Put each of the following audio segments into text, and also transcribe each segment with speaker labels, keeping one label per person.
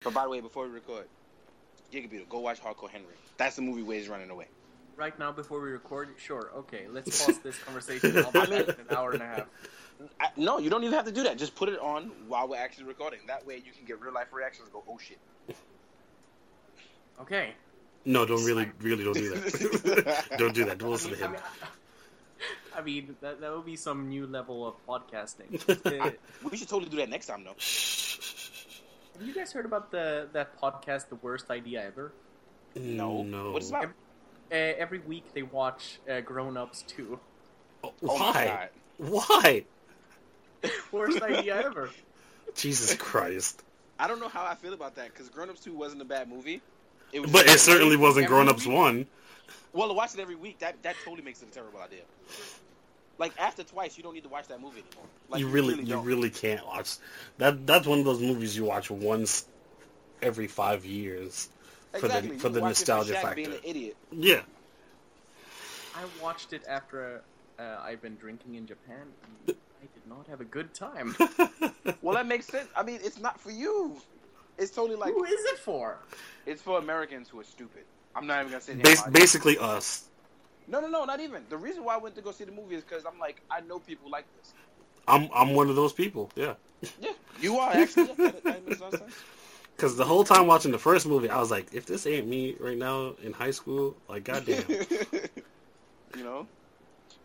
Speaker 1: But by the way, before we record, Giga Beetle, go watch Hardcore Henry. That's the movie where he's running away.
Speaker 2: Right now, before we record, sure, okay, let's pause this conversation. I'll be back in an hour and a half.
Speaker 1: I, no, you don't even have to do that. Just put it on while we're actually recording. That way, you can get real life reactions. and Go, oh shit.
Speaker 2: Okay.
Speaker 3: No, don't really, really don't do that. don't do that. Don't listen to
Speaker 2: I
Speaker 3: him.
Speaker 2: mean, I- I mean, that, that would be some new level of podcasting. Uh,
Speaker 1: We should totally do that next time, though.
Speaker 2: Have you guys heard about the that podcast, The Worst Idea Ever?
Speaker 1: No.
Speaker 3: no.
Speaker 1: What is that?
Speaker 2: Uh, every week they watch uh, Grown Ups 2.
Speaker 3: Oh,
Speaker 1: Oh my
Speaker 3: Why?
Speaker 1: god.
Speaker 3: Why?
Speaker 2: Worst Idea Ever.
Speaker 3: Jesus Christ!
Speaker 1: I don't know how I feel about that because Grown Ups Two wasn't a bad movie. It was
Speaker 3: But it certainly wasn't
Speaker 2: Every
Speaker 3: Grown Ups
Speaker 2: week?
Speaker 3: One.
Speaker 1: well to watch it every week. That that totally makes it a terrible idea. Like after twice, you don't need to watch that movie anymore. Like
Speaker 3: you really, you
Speaker 1: don't.
Speaker 3: really can't watch. That that's one of those movies you watch once every five years for
Speaker 1: exactly.
Speaker 3: the
Speaker 1: You
Speaker 3: for the
Speaker 1: watch it
Speaker 3: nostalgia
Speaker 1: Shaq
Speaker 3: factor.
Speaker 1: Being an idiot.
Speaker 3: Yeah.
Speaker 2: I watched it after uh, I've been drinking in Japan. And I did not have a good time.
Speaker 1: Well, that makes sense. I mean, it's not for you. It's totally like
Speaker 2: Who is it for?
Speaker 1: it's for Americans who are stupid. I'm not even gonna sit here. and
Speaker 3: Bas-
Speaker 1: lie.
Speaker 3: basically us.
Speaker 1: no, no, no, not even. The reason why I went to go see the movie is because I'm like, I know people like this.
Speaker 3: I'm I'm one of those people. Yeah.
Speaker 1: Yeah, you are actually. Yeah, that- that makes a lot of sense.
Speaker 3: Because the whole time watching the first movie, I was like, if this ain't me right now in high school, like goddamn.
Speaker 1: you know,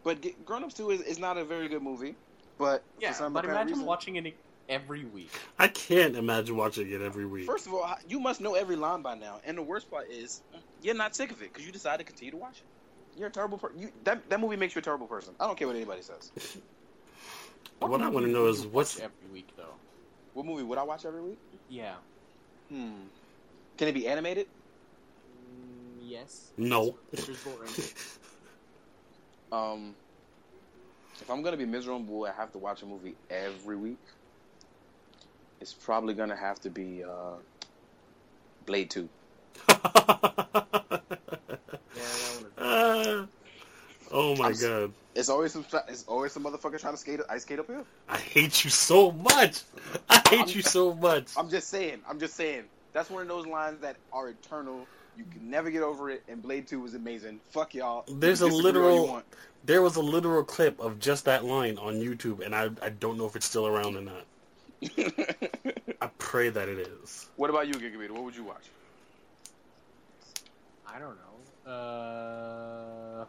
Speaker 1: but G- Grown Ups Two is, is not a very good movie. But for
Speaker 2: Yeah,
Speaker 1: some
Speaker 2: but
Speaker 1: apparent
Speaker 2: imagine
Speaker 1: reason-
Speaker 2: watching it every week.
Speaker 3: I can't imagine watching it every week.
Speaker 1: First of all, you must know every line by now, and the worst part is you're not sick of it because you decide to continue to watch it. You're a terrible person. You, that that movie makes you a terrible person. I don't care what anybody says.
Speaker 3: what I want to know is what's
Speaker 2: Every week, though.
Speaker 1: What movie would I watch every week?
Speaker 2: Yeah.
Speaker 1: Hmm. Can it be animated?
Speaker 2: Mm, yes.
Speaker 3: no.
Speaker 2: Which is boring.
Speaker 1: Um, if I'm gonna be miserable, I have to watch a movie every week. It's probably gonna have to be uh, Blade Two.
Speaker 2: Yeah, that one is-
Speaker 3: Ah. oh my
Speaker 1: I'm s-
Speaker 3: god,
Speaker 1: It's always some. It's always some motherfucker trying to skate ice skate up here.
Speaker 3: I hate you so much. I hate
Speaker 1: I'm-
Speaker 3: you so much.
Speaker 1: I'm just saying. I'm just saying. That's one of those lines that are eternal. You can never get over it. And Blade Two was amazing. Fuck y'all. You
Speaker 3: There's
Speaker 1: can
Speaker 3: a
Speaker 1: disagree all
Speaker 3: literal-
Speaker 1: you want.
Speaker 3: There was a literal clip of just that line on YouTube, and I I don't know if it's still around or not. I pray that it is.
Speaker 1: what about you, Gigabeater? What would you watch?
Speaker 2: I don't know. Uh,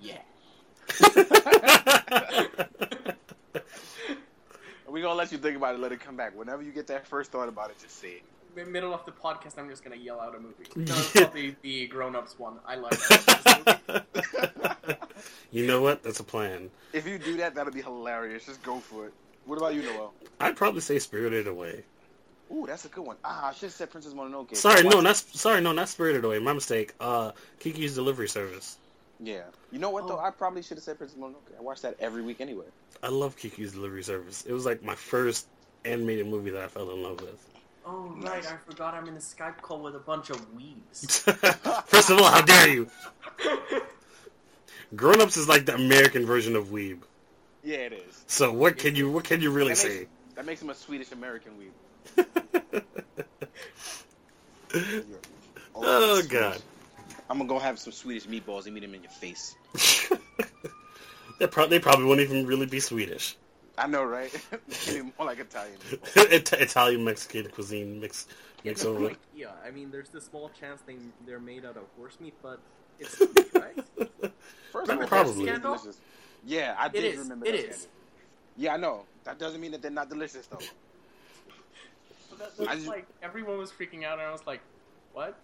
Speaker 2: yeah.
Speaker 1: We're gonna let you think about it. Let it come back. Whenever you get that first thought about it, just say it.
Speaker 2: In the middle of the podcast, I'm just gonna yell out a movie. No, it's probably the Grown Ups one. I like that.
Speaker 3: you know what? That's a plan.
Speaker 1: If you do that, that'll be hilarious. Just go for it. What about you, Noel?
Speaker 3: I'd probably say Spirited Away.
Speaker 1: Ooh, that's a good one. Ah, I should have said Princess Mononoke.
Speaker 3: Sorry, no,
Speaker 1: Watch-
Speaker 3: not sorry, no, not Spirited Away. My mistake. Uh, Kiki's Delivery Service.
Speaker 1: Yeah. You know what, though?
Speaker 2: Oh.
Speaker 1: I probably should have said Princess Mononoke. I watch that every week anyway.
Speaker 3: I love Kiki's Delivery Service. It was like my first animated movie that I fell in love with.
Speaker 2: oh right, I forgot I'm in a Skype call with a bunch of weebs.
Speaker 3: first of all, how dare you? Grown Ups is like the American version of Weeb.
Speaker 1: Yeah, it is.
Speaker 3: So what can you what can you really
Speaker 1: That
Speaker 3: say?
Speaker 1: makes, that makes him a Swedish American weeb. You're-
Speaker 3: Oh,
Speaker 1: that's
Speaker 3: God.
Speaker 1: Swedish. I'm gonna go have some Swedish meatballs and meet him in your face.
Speaker 3: They, pro- they probably won't even really be Swedish.
Speaker 1: I know, right? Maybe more like Italian. meatballs.
Speaker 3: It- Italian Mexican cuisine mix mix over.
Speaker 2: Yeah, I mean, there's the small chance they they're made out of horse meat, but it's right.
Speaker 1: First of all,
Speaker 3: Probably.
Speaker 1: that's delicious. Yeah, I did
Speaker 2: is,
Speaker 1: remember
Speaker 2: it
Speaker 1: that
Speaker 2: is.
Speaker 1: scandal. Yeah, I know. That doesn't mean that they're not delicious, though.
Speaker 2: But that- that's
Speaker 1: I just-
Speaker 2: like everyone was freaking out, and I was like, "What?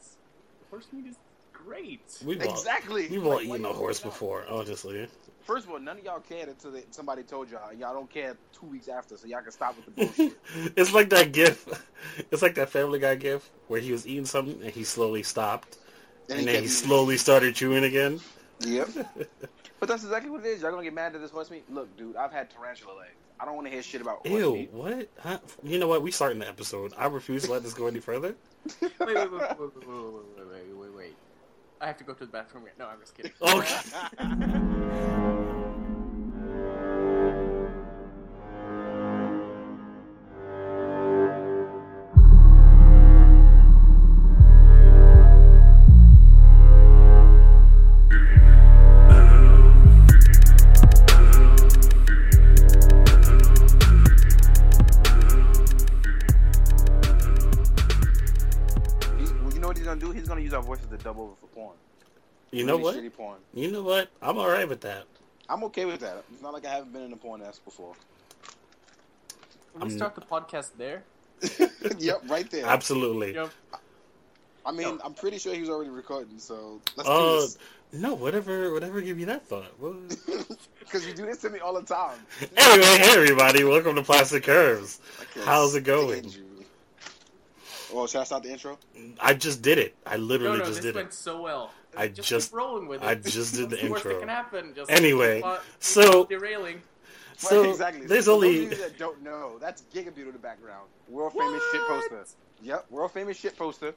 Speaker 2: Horse meat is great."
Speaker 3: We've
Speaker 1: Exactly.
Speaker 3: all, we've all eaten a horse before, honestly.
Speaker 1: First of all, none of y'all cared until they, somebody told y'all. Y'all don't care two weeks after, so y'all can stop with the bullshit.
Speaker 3: It's like that gif. It's like that Family Guy gif where he was eating something and he slowly stopped, and, then
Speaker 1: kept
Speaker 3: he
Speaker 1: eating.
Speaker 3: slowly started chewing again.
Speaker 1: Yep. but that's exactly what it is. Y'all gonna get mad at this horse meat? Look, dude, I've had tarantula legs. I don't want to hear shit about horse
Speaker 3: Ew!
Speaker 1: meat.
Speaker 3: What? Huh? You know what? We starting the episode. I refuse to let this go any further.
Speaker 2: wait, wait, wait, wait, wait, wait, wait, wait, wait, wait, wait. I have to go to the bathroom. No, I'm just kidding.
Speaker 3: Okay.
Speaker 1: dub over for porn.
Speaker 3: You know
Speaker 1: Really
Speaker 3: what?
Speaker 1: Shitty porn.
Speaker 3: You know what? I'm all right with that.
Speaker 1: I'm okay with that. It's not like I haven't been in the porn ass before.
Speaker 2: Can we
Speaker 3: I'm-
Speaker 2: start the podcast there?
Speaker 1: yep, right there.
Speaker 3: Absolutely.
Speaker 2: Yep.
Speaker 1: I mean, I'm pretty sure he was already recording, so let's
Speaker 3: Uh,
Speaker 1: do
Speaker 3: No, whatever, whatever. Give you that thought. Well-
Speaker 1: this. Because you do this to me all the time.
Speaker 3: anyway, hey everybody, welcome to Plastic Curves.
Speaker 1: Okay,
Speaker 3: How's it going?
Speaker 1: stand you. Oh, should I start the intro?
Speaker 3: I just did it. I
Speaker 2: No,
Speaker 3: literally
Speaker 2: no,
Speaker 3: just
Speaker 2: this
Speaker 3: did
Speaker 2: went
Speaker 3: it.
Speaker 2: so well.
Speaker 3: I
Speaker 2: just,
Speaker 3: just-
Speaker 2: keep rolling with it.
Speaker 3: I just did the
Speaker 2: What's worst that
Speaker 3: intro.
Speaker 2: can happen. Just
Speaker 3: Anyway,
Speaker 2: keep on- keep
Speaker 3: so-
Speaker 2: on derailing.
Speaker 3: So
Speaker 1: Right, exactly.
Speaker 3: there's
Speaker 1: For
Speaker 3: only
Speaker 1: those of you that don't know. That's Gigabuto in the background. World famous
Speaker 2: What?
Speaker 1: shit poster. Yep, world famous shit poster.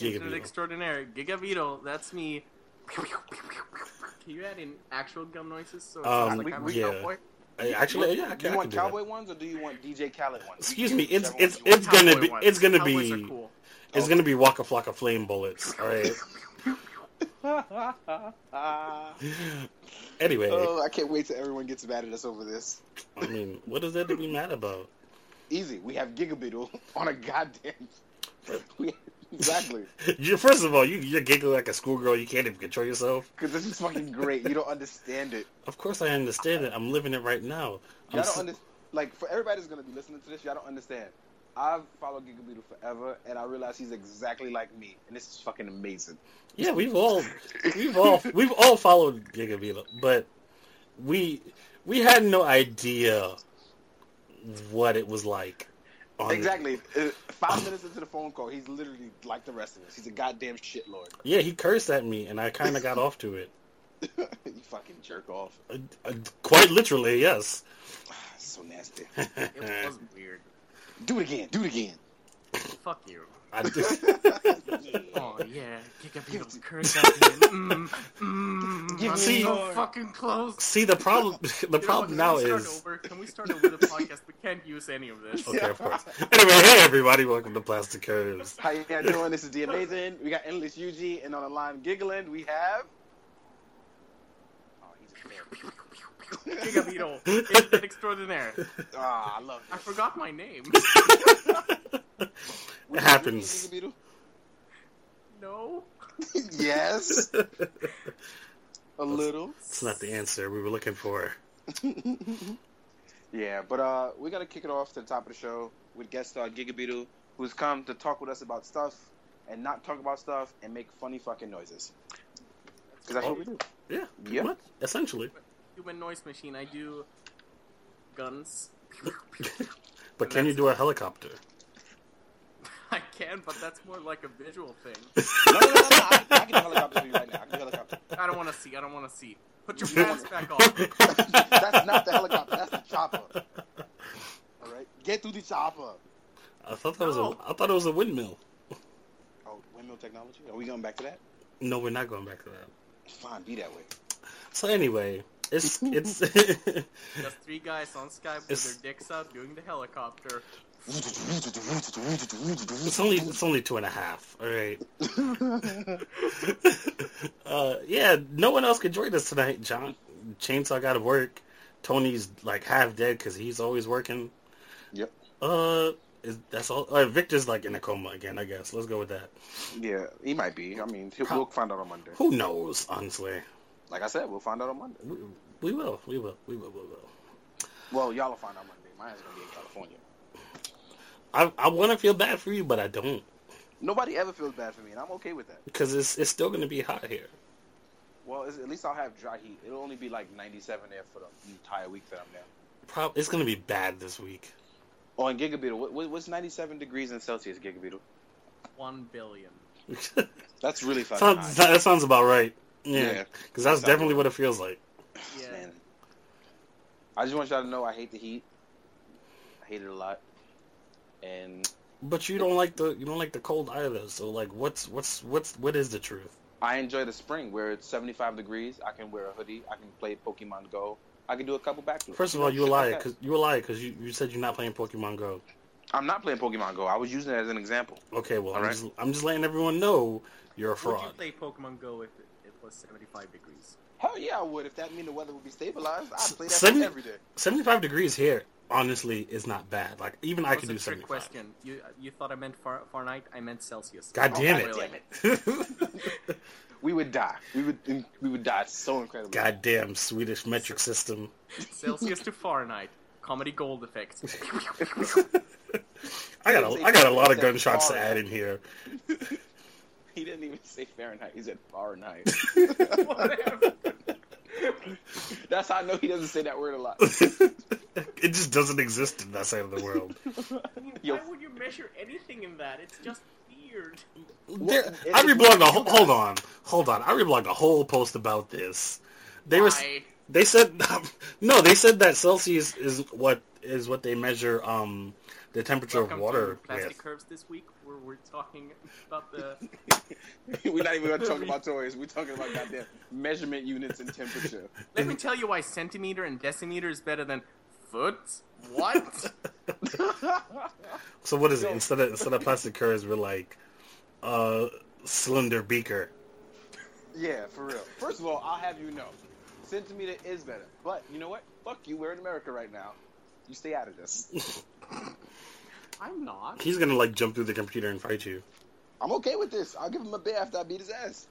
Speaker 2: Internet
Speaker 3: Gigabeetle.
Speaker 2: extraordinaire, Gigavito. That's me. Can you add in actual gum noises? So it
Speaker 3: Um,
Speaker 2: sounds like
Speaker 1: we,
Speaker 2: I'm
Speaker 1: we,
Speaker 2: a
Speaker 3: yeah.
Speaker 2: cowboy.
Speaker 3: I- Actually, yeah, I
Speaker 1: do
Speaker 3: can,
Speaker 1: you
Speaker 3: I can
Speaker 1: want
Speaker 3: do that.
Speaker 1: cowboy ones or do you want DJ Khaled ones?
Speaker 3: Excuse me. It's
Speaker 1: Whichever
Speaker 3: it's
Speaker 1: one you
Speaker 3: it's gonna
Speaker 2: Cowboy
Speaker 3: be
Speaker 2: ones.
Speaker 3: it's gonna
Speaker 2: Cowboys
Speaker 3: be
Speaker 2: are cool.
Speaker 3: it's gonna be Waka Flocka flame bullets. All right.
Speaker 1: want.
Speaker 3: Anyway,
Speaker 1: oh, I can't wait till everyone gets mad at us over this.
Speaker 3: I mean, what is there to be mad about?
Speaker 1: Easy. We have Gigabeetle on a goddamn. we, exactly.
Speaker 3: You first of all, you you're giggling like a schoolgirl. You can't even control yourself.
Speaker 1: Because this is fucking great. You don't understand it.
Speaker 3: Of course, I understand it. I'm living it right now. I'm
Speaker 1: Y'all don't
Speaker 3: s-
Speaker 1: under, like for everybody that's gonna be listening to this. Y'all don't understand. I've followed Gigabeetle forever, and I realize he's exactly like me, and this is fucking amazing.
Speaker 3: yeah, we've all we've all we've all followed Gigabita, but we we had no idea what it was like. on-
Speaker 1: Exactly. Uh, Five minutes into the phone call, he's literally like the rest of us. He's a goddamn shitlord.
Speaker 3: Yeah, he cursed at me, and I kind of got off to it.
Speaker 1: you fucking jerk off.
Speaker 3: Uh, uh, Quite literally, yes.
Speaker 1: So nasty.
Speaker 2: It was weird.
Speaker 1: Do it again. Do it again.
Speaker 2: Fuck you.
Speaker 3: I do-
Speaker 2: Oh yeah,
Speaker 1: Give
Speaker 2: Gigavito's
Speaker 1: it-
Speaker 2: curse at me. Mm, mm,
Speaker 1: Give
Speaker 2: I'm
Speaker 1: it
Speaker 2: so
Speaker 1: more.
Speaker 2: fucking close.
Speaker 3: See, the problem the
Speaker 2: You know what,
Speaker 3: problem now
Speaker 2: can we
Speaker 3: is
Speaker 2: start over? Can we start over the podcast? We can't use any of this.
Speaker 3: okay, of course. Anyway, hey everybody, welcome to Plastic Curves.
Speaker 1: How you guys doing? This is the amazing. We got endless UG, and on the line giggling, we have. Oh, he's a fan.
Speaker 2: Gigavito, Internet extraordinaire.
Speaker 1: Ah, I love.
Speaker 2: I
Speaker 1: this.
Speaker 2: forgot my name.
Speaker 1: Would you
Speaker 3: happens.
Speaker 1: drink Gigabeetle?
Speaker 2: No.
Speaker 1: yes,
Speaker 3: it's
Speaker 1: a little.
Speaker 3: not the answer we were looking for.
Speaker 1: yeah, but uh, we gotta kick it off to the top of the show with guest star Gigabeetle, who's come to talk with us about stuff and not talk about stuff and make funny fucking noises. Because that's what we do.
Speaker 3: Yeah, pretty
Speaker 1: Yep.
Speaker 3: much, essentially.
Speaker 2: Human noise machine. I do guns.
Speaker 3: But can you do a helicopter?
Speaker 2: I can, but that's more like a visual thing.
Speaker 1: No, no, no, no, I, I can do helicopter for you right now. I can do helicopter.
Speaker 2: I don't want to see. I don't want to see. Put your pants back on.
Speaker 1: Oh, That's not the helicopter. That's the chopper. All right, get through the chopper.
Speaker 3: I thought that was a.
Speaker 2: No.
Speaker 3: I thought it was a windmill.
Speaker 1: Oh, windmill technology. Are we going back to that?
Speaker 3: No, we're not going back to that.
Speaker 1: Fine, be that way.
Speaker 3: So anyway, it's it's
Speaker 2: Just three guys on Skype with
Speaker 3: It's-
Speaker 2: their dicks out doing the helicopter.
Speaker 3: it's only it's only two and a half. All right. uh, yeah, no one else could join us tonight. John Chainsaw got to work. Tony's like half dead because he's always working.
Speaker 1: Yep.
Speaker 3: Uh, is, that's all. Uh, Victor's like in a coma again. I guess. Let's go with that.
Speaker 1: Yeah, he might be. I mean, he'll,
Speaker 3: Pro-
Speaker 1: we'll find out on Monday.
Speaker 3: Who knows? Honestly,
Speaker 1: Like I said, we'll find out on Monday.
Speaker 3: we, we will. We will. We will. We will.
Speaker 1: Well, y'all will find out Monday. Mine's gonna be in California.
Speaker 3: I I want to feel bad for you, but I don't
Speaker 1: Nobody ever feels bad for me, and I'm okay with that.
Speaker 3: because it's it's still gonna be hot here.
Speaker 1: Well, it's, at least I'll have dry heat. It'll only be like 97 there for the entire week that I'm there.
Speaker 3: Prob- it's gonna be bad this week.
Speaker 1: Oh, and Gigabeetle, what, what, what's 97 degrees in Celsius, Gigabeetle?
Speaker 2: One billion.
Speaker 1: That's really fucking
Speaker 3: sounds,
Speaker 1: high.
Speaker 3: that sounds about right. Yeah,
Speaker 1: Yeah.
Speaker 3: because that's definitely what it feels like.
Speaker 2: Yeah.
Speaker 1: Man. I just want y'all to know I hate the heat. I hate it a lot. And
Speaker 3: But you don't like the you don't like the cold either. So like, what's what's what's what is the truth?
Speaker 1: I enjoy the spring where it's 75 degrees. I can wear a hoodie. I can play Pokemon Go. I can do a couple backflips.
Speaker 3: First of all, you a
Speaker 1: Shit like
Speaker 3: liar
Speaker 1: that.
Speaker 3: because you a liar because you, you said you're not playing Pokemon Go.
Speaker 1: I'm not playing Pokemon Go. I was using it as an example.
Speaker 3: Okay, well I'm
Speaker 1: Alright.
Speaker 3: just I'm just letting everyone know you're a
Speaker 2: Would you
Speaker 3: fraud.
Speaker 2: play Pokemon Go if it, it was 75 degrees?
Speaker 1: Hell yeah, I would. If that mean the weather would be stabilized, I'd play that
Speaker 3: Seventy-
Speaker 1: shit every day.
Speaker 3: Seventy five degrees here honestly is not bad. Like even I
Speaker 2: That
Speaker 3: can
Speaker 2: was
Speaker 3: do
Speaker 2: a trick
Speaker 3: something.
Speaker 2: question. You you thought I meant far, Fahrenheit? I meant Celsius.
Speaker 3: God
Speaker 1: Oh,
Speaker 3: damn
Speaker 1: God
Speaker 3: it!
Speaker 1: damn it. We would die. We would we would die so incredibly.
Speaker 3: Goddamn Swedish metric system.
Speaker 2: Celsius to Fahrenheit. Comedy gold effects.
Speaker 3: I got a, I got a lot of gunshots to add in here.
Speaker 1: He didn't even say Fahrenheit. He said Fahrenheit.
Speaker 2: Whatever.
Speaker 1: That's how I know he doesn't say that word a lot.
Speaker 3: it just doesn't exist in that side of the world.
Speaker 1: Yo.
Speaker 2: Why would you measure anything in that? It's just weird.
Speaker 3: There-
Speaker 1: it-
Speaker 3: I
Speaker 1: it's
Speaker 3: reblogged a
Speaker 1: not
Speaker 3: whole,
Speaker 1: you
Speaker 3: hold on, hold on. I reblogged a whole post about this. They were
Speaker 2: Why?
Speaker 3: they said no, they said that Celsius is what is what they measure um the temperature
Speaker 2: Welcome
Speaker 3: of
Speaker 2: to
Speaker 3: water
Speaker 2: Plastic
Speaker 3: with.
Speaker 2: Curves this week, where we're talking about the
Speaker 1: We're not even going to talk about toys. We're talking about goddamn measurement units and temperature.
Speaker 2: Let me tell you why centimeter and decimeter is better than foot. What?
Speaker 3: So what is it
Speaker 1: Yo.
Speaker 3: instead of instead of plastic curves we're like uh cylinder beaker.
Speaker 1: yeah, for real. First of all, I'll have you know, centimeter is better. But you know what? Fuck you. We're in America right now. You stay out of this.
Speaker 2: I'm not.
Speaker 3: He's gonna like jump through the computer and fight you.
Speaker 1: I'm okay with this. I'll give him a beer after I beat his ass.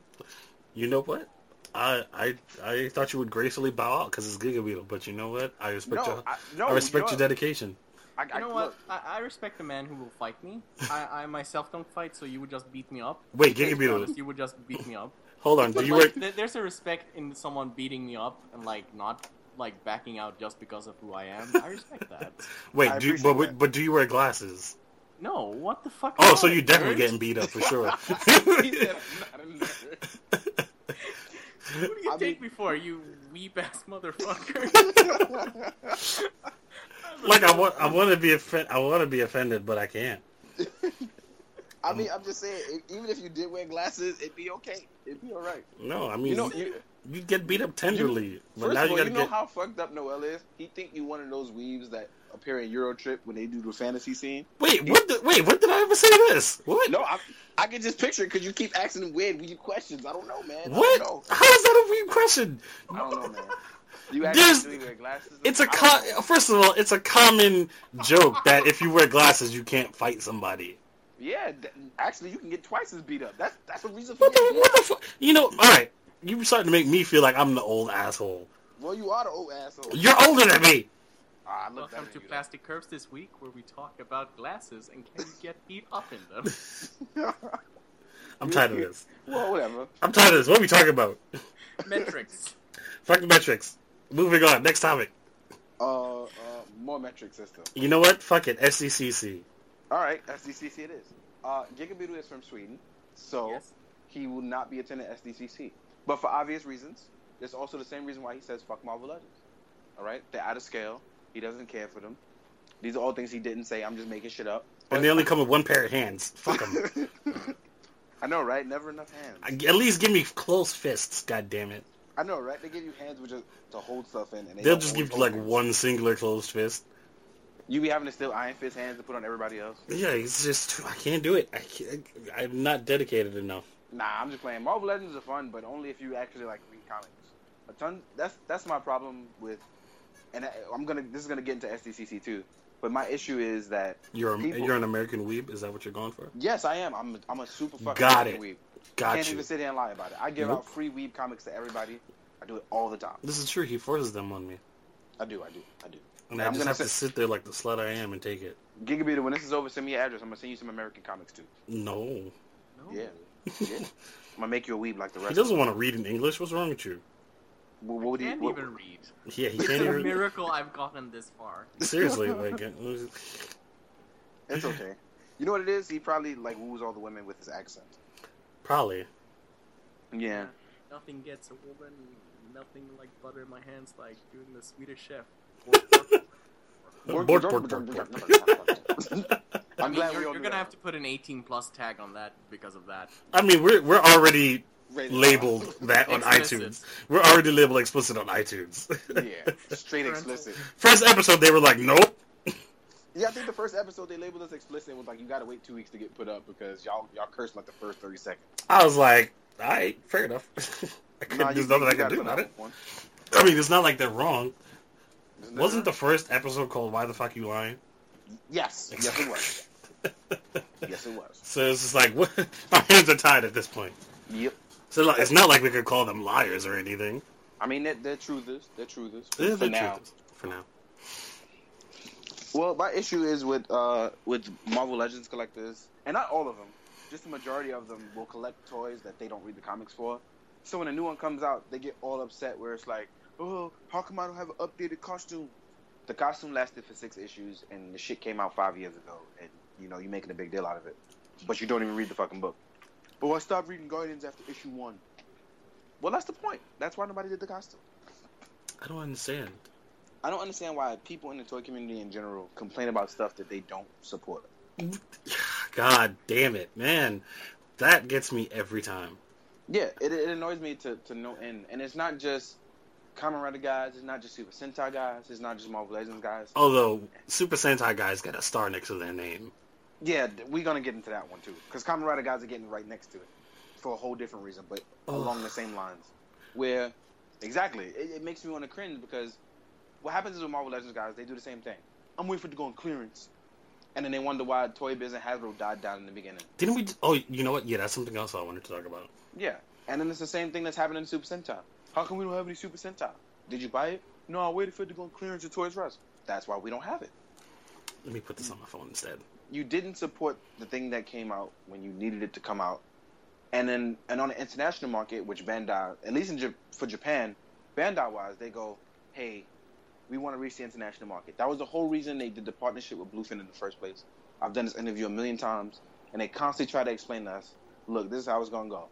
Speaker 3: You know what? I I I thought you would gracefully bow out because it's Giga Beetle, but you know what? I respect
Speaker 1: No,
Speaker 3: your
Speaker 1: I,
Speaker 3: I,
Speaker 1: no.
Speaker 3: respect your
Speaker 1: you know-
Speaker 3: dedication.
Speaker 1: I, I,
Speaker 2: You know what? I, I respect the man who will fight me. I, I myself don't fight, so you would just beat me up.
Speaker 3: Wait,
Speaker 2: To
Speaker 3: Giga
Speaker 2: be
Speaker 3: Beetle,
Speaker 2: honest, you would just beat me up.
Speaker 3: hold on. Do you
Speaker 2: like,
Speaker 3: work?
Speaker 2: th- there's a respect in someone beating me up and like not like backing out just because of who I am. I respect that.
Speaker 3: Wait,
Speaker 1: I
Speaker 3: do you, but,
Speaker 1: appreciate that.
Speaker 3: but do you wear glasses?
Speaker 2: No, what the fuck?
Speaker 3: Oh,
Speaker 2: am
Speaker 3: so
Speaker 2: I,
Speaker 3: you definitely
Speaker 2: nerd?
Speaker 3: getting beat up for sure.
Speaker 1: He said, "I'm not a nerd."
Speaker 2: Who do you
Speaker 1: I
Speaker 2: take
Speaker 1: mean-
Speaker 2: me for? You weep ass motherfucker.
Speaker 3: like I want, I want to be offend, I want to be offended, but I can't.
Speaker 1: I mean, I'm just saying, if, even if you did wear glasses, it'd be okay. It'd be all right.
Speaker 3: No, I mean,
Speaker 1: You
Speaker 3: you,
Speaker 1: know, you,
Speaker 3: you get beat up tenderly, but
Speaker 1: first
Speaker 3: now
Speaker 1: of
Speaker 3: you
Speaker 1: all,
Speaker 3: gotta
Speaker 1: you know
Speaker 3: get.
Speaker 1: how fucked up Noel is. He think you one of those weaves that appear in Eurotrip when they do the fantasy scene.
Speaker 3: Wait, what? The, wait, what did I ever say? This what?
Speaker 1: No, I, I can just picture it because you keep asking him weird, weird questions. I don't know, man.
Speaker 3: what?
Speaker 1: I don't know.
Speaker 3: How is that a weird question?
Speaker 1: I don't know, man. You
Speaker 3: There's-
Speaker 1: actually do wear glasses?
Speaker 3: It's a
Speaker 1: I don't
Speaker 3: co-
Speaker 1: know.
Speaker 3: first of all, it's a common joke that if you wear glasses, you can't fight somebody.
Speaker 1: Yeah, th- actually, you can get twice as beat up. That's that's a reason for
Speaker 3: What the,
Speaker 1: getting beat
Speaker 3: what
Speaker 1: up.
Speaker 3: the fuck? You know, all right. You're starting to make me feel like I'm the old asshole.
Speaker 1: Well, you are the old asshole.
Speaker 3: You're older than me.
Speaker 1: Ah, I look better
Speaker 2: Welcome to
Speaker 1: than you, though.
Speaker 2: Plastic Curves this week, where we talk about glasses and can you get beat up in them.
Speaker 3: I'm tired of this.
Speaker 1: well, whatever.
Speaker 3: I'm tired of this. What are we talking about?
Speaker 2: Metrics.
Speaker 3: Fuck the metrics. Moving on. Next topic.
Speaker 1: Uh, uh, more metric system.
Speaker 3: You know what? Fuck it. SCCC.
Speaker 1: All right, SDCC it is. Uh, Gigabidu is from Sweden, so
Speaker 2: Yes.
Speaker 1: he will not be attending SDCC. But for obvious reasons, it's also the same reason why he says "fuck Marvel Legends." All right, they're out of scale. He doesn't care for them. These are all things he didn't say. I'm just making shit up.
Speaker 3: And they only come with one pair of hands. Fuck them.
Speaker 1: I know, right? Never enough hands. I,
Speaker 3: At least give me close fists. God damn it.
Speaker 1: know, right? They give you hands with just to hold stuff in, and they
Speaker 3: They'll
Speaker 1: don't
Speaker 3: just
Speaker 1: always
Speaker 3: give you
Speaker 1: hold
Speaker 3: like
Speaker 1: hands.
Speaker 3: one singular closed fist.
Speaker 1: You be having to steal Iron Fist hands to put on everybody else.
Speaker 3: Yeah, it's just I can't do it. I can't, I'm not dedicated enough.
Speaker 1: Nah, I'm just playing. Marvel Legends are fun, but only if you actually like read comics. A ton. That's that's my problem with, and I, I'm gonna. This is gonna get into SDCC too. But my issue is that
Speaker 3: You're a,
Speaker 1: People-
Speaker 3: you're an American weeb. Is that what you're going for?
Speaker 1: yes, I am. I'm a, I'm a super fucking
Speaker 3: Got
Speaker 1: American
Speaker 3: it.
Speaker 1: weeb.
Speaker 3: Got
Speaker 1: Can't
Speaker 3: you.
Speaker 1: even sit here and lie about it. I give out
Speaker 3: Nope.
Speaker 1: free weeb comics to everybody. I do it all the time.
Speaker 3: This is true. He forces them on me,
Speaker 1: I do. I do. I do.
Speaker 3: and
Speaker 1: Yeah,
Speaker 3: I
Speaker 1: I'm
Speaker 3: just
Speaker 1: gonna
Speaker 3: have to
Speaker 1: sit-
Speaker 3: sit there like the slut I am and take it.
Speaker 1: Gigabeater, when this is over, send me your address. I'm gonna send you some American comics too.
Speaker 3: No,
Speaker 2: No.
Speaker 1: Yeah. yeah. I'm gonna make you a weeb like the
Speaker 3: he
Speaker 1: rest. of
Speaker 3: doesn't want to read in English. What's wrong with you?
Speaker 1: What, what do you?
Speaker 2: Can't
Speaker 1: what-
Speaker 2: even read.
Speaker 3: Yeah, he
Speaker 2: It's
Speaker 3: can't
Speaker 2: a
Speaker 3: even.
Speaker 2: miracle I've gotten this far.
Speaker 3: Seriously, like, uh,
Speaker 1: It's okay. You know what it is? He probably like woos all the women with his accent.
Speaker 3: probably.
Speaker 1: Yeah.
Speaker 2: Nothing gets a woman, nothing like butter in my hands like doing the Swedish chef.
Speaker 3: Bork, bork, bork,
Speaker 2: I
Speaker 1: I'm
Speaker 2: mean,
Speaker 1: glad
Speaker 2: you're,
Speaker 1: we all knew
Speaker 2: you're gonna
Speaker 1: that.
Speaker 2: have to put an 18 plus tag on that because of that.
Speaker 3: I mean, we're we're already
Speaker 1: Rated
Speaker 3: labeled that on
Speaker 2: Explicit.
Speaker 3: iTunes. We're already labeled explicit on iTunes.
Speaker 1: R. Yeah, straight explicit.
Speaker 3: First episode, they were like, "Nope."
Speaker 1: Yeah, I think the first episode they labeled us explicit was like you gotta wait two weeks to get put up because y'all y'all cursed like the first thirty seconds.
Speaker 3: I was like, "All right, fair enough." I couldn't,
Speaker 1: Nah, you-
Speaker 3: there's nothing
Speaker 1: you
Speaker 3: I can
Speaker 1: gotta
Speaker 3: do
Speaker 1: put
Speaker 3: about
Speaker 1: up
Speaker 3: it.
Speaker 1: with one.
Speaker 3: I mean, it's not like they're wrong.
Speaker 1: There's
Speaker 3: Wasn't the first episode called "Why the Fuck You Lying"?
Speaker 1: Yes, yes it was. yes it was.
Speaker 3: So it's just like what? our hands are tied at this point.
Speaker 1: Yep.
Speaker 3: So like, it's not like we could call them liars or anything.
Speaker 1: I mean, they're, they're truthers. They're truthers.
Speaker 3: They're
Speaker 1: for
Speaker 3: the
Speaker 1: now.
Speaker 3: truthers For now.
Speaker 1: Well, my issue is with uh with Marvel Legends collectors, and not all of them, just the majority of them will collect toys that they don't read the comics for. So when a new one comes out, they get all upset where it's like, oh, how come I don't have an updated costume? The costume lasted for six issues, and the shit came out five years ago, and you know you're making a big deal out of it, but you don't even read the fucking book. But Oh, I stopped reading Guardians after issue one. Well, that's the point. That's why nobody did the costume.
Speaker 3: I don't understand.
Speaker 1: I don't understand why people in the toy community in general complain about stuff that they don't support.
Speaker 3: God damn it, man! That gets me every time.
Speaker 1: Yeah, it, it annoys me to, to no end. And it's not just Kamen Rider guys, it's not just Super Sentai guys, it's not just Marvel Legends guys.
Speaker 3: Although Super Sentai guys got a star next to their name.
Speaker 1: Yeah, th- we're going to get into that one too. Because Kamen Rider guys are getting right next to it for a whole different reason, but
Speaker 3: Ugh.
Speaker 1: along the same lines. Where, exactly, it, it makes me want to cringe because what happens is with Marvel Legends guys, they do the same thing. I'm waiting for it to go on clearance. And then they wonder why Toy Biz and Hasbro died down in the beginning.
Speaker 3: Didn't we? Oh, you know what? Yeah, that's something else I wanted to talk about.
Speaker 1: Yeah, and then it's the same thing that's happening in Super Sentai. How come we don't have any Super Sentai? Did you buy it? No, I waited for it to go on clearance at Toys R Us. That's why we don't have it.
Speaker 3: Let me put this on my phone instead.
Speaker 1: You didn't support the thing that came out when you needed it to come out, and then and on the international market, which Bandai, at least in J- for Japan, Bandai wise, they go, hey, we want to reach the international market. That was the whole reason they did the partnership with Bluefin in the first place. I've done this interview a million times, and they constantly try to explain to us, look, this is how it's gonna go.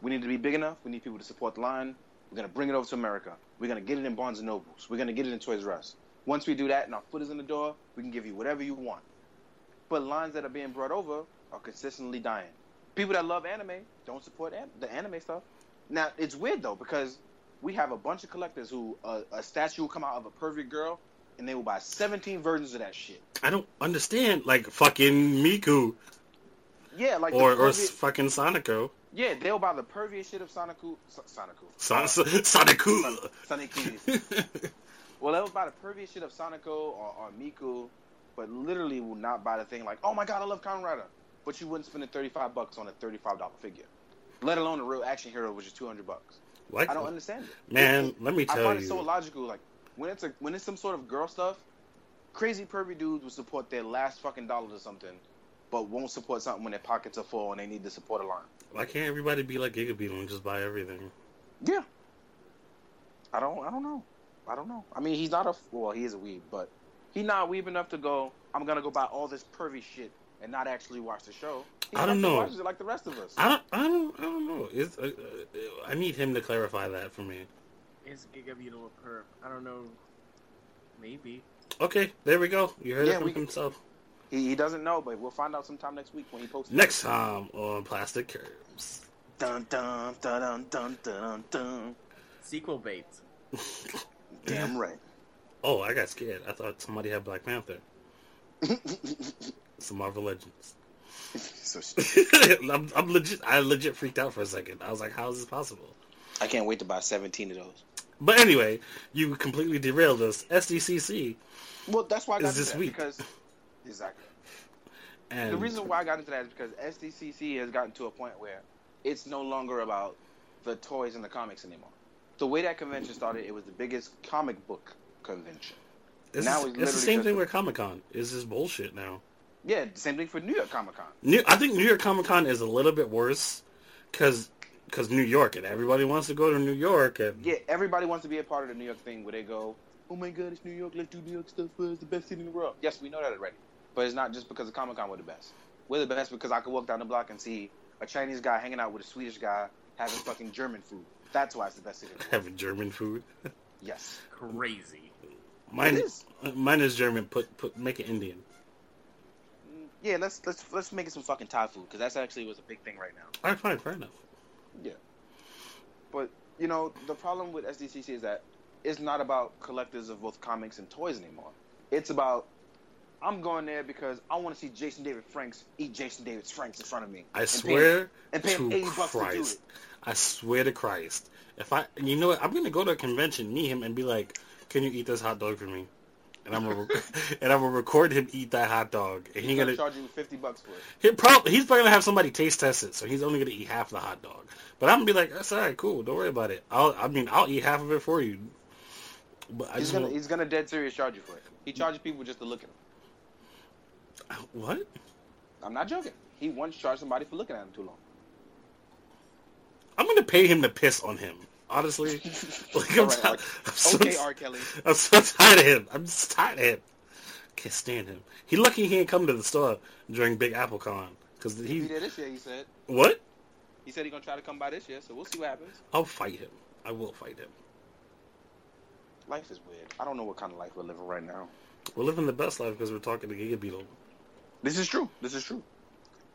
Speaker 1: We need to be big enough. We need people to support the line. We're gonna bring it over to America. We're gonna get it in Barnes and Nobles. We're gonna get it in Toys R Us. Once we do that and our foot is in the door, we can give you whatever you want. But lines that are being brought over are consistently dying. People that love anime don't support an- the anime stuff. Now it's weird though because we have a bunch of collectors who uh, a statue will come out of a perfect girl and they will buy 17 versions of that shit.
Speaker 3: I don't understand. Like fucking Miku
Speaker 1: Yeah, like the
Speaker 3: or or
Speaker 1: pervy-
Speaker 3: fucking Sonico.
Speaker 1: yeah, they'll buy the perviest shit of Sonicu, Son- Sonicu,
Speaker 3: Son-
Speaker 1: Uh,
Speaker 3: Son- Soniku.
Speaker 1: Son- Sonic Youth. Well, they will buy the previous shit of Sonico or, or Miku, but literally will not buy the thing like, oh my god, I love Kamen Rider. But you wouldn't spend the 35 bucks on a $35 figure, let alone a real action hero, which is 200 bucks.
Speaker 3: Like,
Speaker 1: I don't understand it.
Speaker 3: man,
Speaker 1: It-
Speaker 3: let me
Speaker 1: I
Speaker 3: tell
Speaker 1: find
Speaker 3: you.
Speaker 1: it so illogical. Like, when it's, a, when it's some sort of girl stuff, crazy pervy dudes will support their last fucking dollar to something, but won't support something when their pockets are full and they need to support a line.
Speaker 3: Why can't everybody be like Giga Beetle and just buy everything?
Speaker 1: Yeah. I don't. I don't know. I don't know. I mean, he's not a well. He is a weeb, but he not weeb enough to go. I'm gonna go buy all this pervy shit and not actually watch the show. He
Speaker 3: I don't
Speaker 1: fucking
Speaker 3: know.
Speaker 1: Watches it like the rest of us.
Speaker 3: I don't, I don't, I don't know. It's, uh, uh, I need him to clarify that for me.
Speaker 2: Is Giga Beetle a perv? I don't know. Maybe.
Speaker 3: Okay, there we go. You heard
Speaker 1: Yeah,
Speaker 3: it from
Speaker 1: we-
Speaker 3: himself.
Speaker 1: He, he doesn't know, but we'll find out sometime next week when he posts. it.
Speaker 3: Next time on Plastic Curves.
Speaker 1: Dun dun dun dun dun dun dun.
Speaker 2: Sequel bait.
Speaker 1: Damn right.
Speaker 3: Oh, I got scared. I thought somebody had Black Panther. It's a Marvel Legends.
Speaker 1: so stupid.
Speaker 3: I'm, I'm legit. I legit freaked out for a second. I was like, "How is this possible?"
Speaker 1: I can't wait to buy 17 of those.
Speaker 3: But anyway, you completely derailed us. SDCC
Speaker 1: Well, that's why I got
Speaker 3: Is
Speaker 1: into
Speaker 3: this
Speaker 1: that
Speaker 3: week?
Speaker 1: because exactly.
Speaker 3: and
Speaker 1: The reason why I got into that is because SDCC has gotten to a point where it's no longer about the toys and the comics anymore. The way that convention started, it was the biggest comic book convention.
Speaker 3: it's,
Speaker 1: now it's
Speaker 3: the- it's the
Speaker 1: literally
Speaker 3: same
Speaker 1: just-
Speaker 3: thing with Comic Con. It's just bullshit now.
Speaker 1: Yeah, same thing for New York Comic Con.
Speaker 3: New, I think New York Comic Con is a little bit worse because New York and everybody wants to go to New York and
Speaker 1: Yeah, everybody wants to be a part of the New York thing where they go, oh my god, it's New York, let's do New York stuff, uh, it's the best city in the world. Yes, we know that already. But it's not just because of Comic Con we're the best. We're the best because I could walk down the block and see a Chinese guy hanging out with a Swedish guy having fucking German food. That's why it's the best city in the world.
Speaker 3: have German food.
Speaker 1: Yes.
Speaker 2: Crazy.
Speaker 3: Mine,
Speaker 1: It is.
Speaker 3: mine is German. Put put make it Indian.
Speaker 1: Yeah, let's let's let's make it some fucking Thai food because that's actually was a big thing right now.
Speaker 3: All right, fine, fair enough.
Speaker 1: But you know, the problem with SDCC is that it's not about collectors of both comics and toys anymore. It's about I'm going there because I want to see Jason David Franks eat Jason David Franks in front of me.
Speaker 3: I
Speaker 1: And pay-
Speaker 3: swear
Speaker 1: and pay him
Speaker 3: to
Speaker 1: 80 bucks to do
Speaker 3: Christ.
Speaker 1: it.
Speaker 3: I swear to Christ. If I, you know what, I'm gonna go to a convention, meet him, and be like, "Can you eat this hot dog for me?" and I'm gonna and I'm gonna record him eat that hot dog, and
Speaker 1: He's
Speaker 3: he
Speaker 1: gonna
Speaker 3: gonna
Speaker 1: charge you fifty bucks for it.
Speaker 3: he probably he's probably gonna have somebody taste test it, so he's only gonna eat half the hot dog. But I'm gonna be like, that's all right, cool, don't worry about it. I'll I mean I'll eat half of it for you. But I
Speaker 1: He's
Speaker 3: just
Speaker 1: gonna
Speaker 3: want-
Speaker 1: he's gonna dead serious charge you for it. He charges people just to look at him.
Speaker 3: what?
Speaker 1: I'm not joking. He once charged somebody for looking at him too long.
Speaker 3: I'm gonna pay him to piss on him. Honestly, like I'm,
Speaker 1: All right,
Speaker 3: ti-
Speaker 1: R-
Speaker 3: I'm so
Speaker 1: okay,
Speaker 3: ti-
Speaker 1: R. Kelly.
Speaker 3: I'm so tired of him. I'm just tired of him. Can't stand him. He lucky he didn't come to the store during Big Apple Con because
Speaker 1: He
Speaker 3: he
Speaker 1: did this year. He said
Speaker 3: what?
Speaker 1: he said he's gonna try to come by this year. So we'll see what happens.
Speaker 3: I'll fight him. I will fight him.
Speaker 1: Life is weird. I don't know what kind of life we're living right now.
Speaker 3: We're living the best life because we're talking to Giga Beetle.
Speaker 1: This is true. This is true.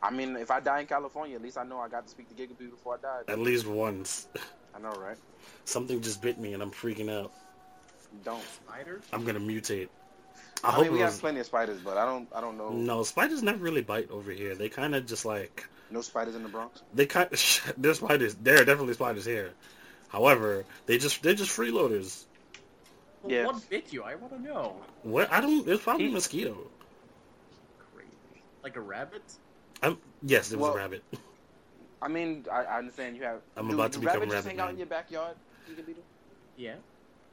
Speaker 1: I mean, if I die in California, at least I know I got to speak to Gigabee before I died.
Speaker 3: At least once,
Speaker 1: I know, right?
Speaker 3: something just bit me and I'm freaking out.
Speaker 1: Don't.
Speaker 2: Spiders?
Speaker 3: I'm gonna mutate. I,
Speaker 1: I,
Speaker 3: hope
Speaker 1: mean, we
Speaker 3: it
Speaker 1: have
Speaker 3: was...
Speaker 1: plenty of spiders, but I don't. I don't know. No,
Speaker 3: No, spiders never really bite over here. They kind of just like
Speaker 1: spiders in the Bronx.
Speaker 3: they kind of there's spiders. There are definitely spiders here. However, they just they're just freeloaders.
Speaker 2: Well,
Speaker 1: Yeah.
Speaker 2: What bit you? I want to know.
Speaker 3: What I don't. It's probably a
Speaker 2: He-
Speaker 3: mosquito.
Speaker 2: Crazy. Like a rabbit?
Speaker 3: I'm, yes, it was
Speaker 1: Well-
Speaker 3: a rabbit.
Speaker 1: I mean, I, I understand you have.
Speaker 3: I'm
Speaker 1: do,
Speaker 3: about
Speaker 1: do
Speaker 3: to become
Speaker 1: rabbits just
Speaker 3: rabbit
Speaker 1: hang out
Speaker 3: man.
Speaker 1: in your backyard, Gigabee?
Speaker 2: Yeah.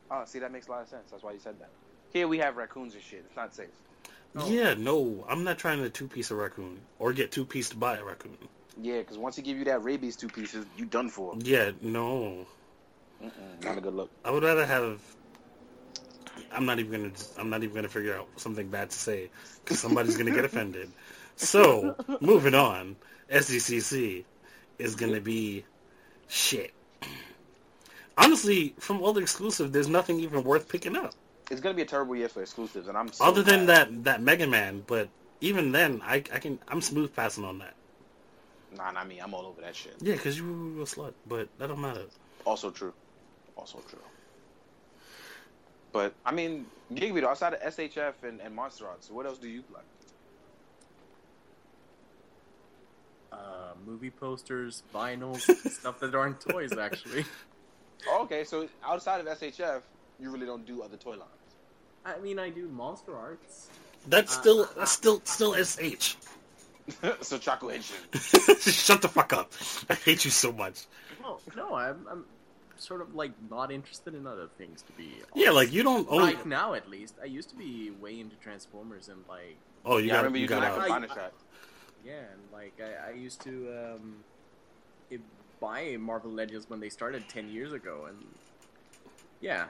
Speaker 1: Oh, see, that makes a lot of sense. That's why you said that. Here we have raccoons and shit. It's not safe.
Speaker 2: Oh.
Speaker 3: Yeah, no, I'm not trying to two piece a raccoon or get two pieced by a raccoon.
Speaker 1: Yeah, because once he give you that rabies two pieces, you done for.
Speaker 3: Yeah, no,
Speaker 1: Mm-mm, not a good look.
Speaker 3: I would rather have. I'm not even gonna. I'm not even gonna figure out something bad to say because somebody's gonna get offended. So moving on, SDCC is gonna be shit. Honestly, from all the exclusive, there's nothing even worth picking up
Speaker 1: It's gonna be a terrible year for exclusives, and I'm. So
Speaker 3: other than
Speaker 1: glad.
Speaker 3: that that Mega Man. But even then, I I can I'm smooth passing on that.
Speaker 1: Nah, not me. I'm all over that shit.
Speaker 3: Yeah, because you were a slut, but that don't matter.
Speaker 1: Also true. Also true. But I mean, Gigabit outside of SHF and, and Monster Arts, what else do you like?
Speaker 2: Uh, movie posters, vinyls, stuff that aren't toys, actually.
Speaker 1: Oh, okay, so outside of SHF, you really don't do other toy lines.
Speaker 2: I mean, I do monster arts.
Speaker 3: That's still that's still still sh.
Speaker 1: so Chaco Henshin.
Speaker 3: Shut the fuck up! I hate you so much.
Speaker 2: No, no, I'm, I'm sort of like not interested in other things to be. Honest.
Speaker 3: Yeah, like you don't own.
Speaker 2: right now at least. I used to be way into Transformers and like
Speaker 3: oh, you
Speaker 1: yeah, I
Speaker 3: got
Speaker 1: remember
Speaker 3: you
Speaker 1: you doing
Speaker 3: got
Speaker 1: that
Speaker 3: out.
Speaker 2: like-
Speaker 1: combiner shot.
Speaker 2: yeah, and like I, I used to um, i- buy Marvel Legends when they started ten years ago, and yeah,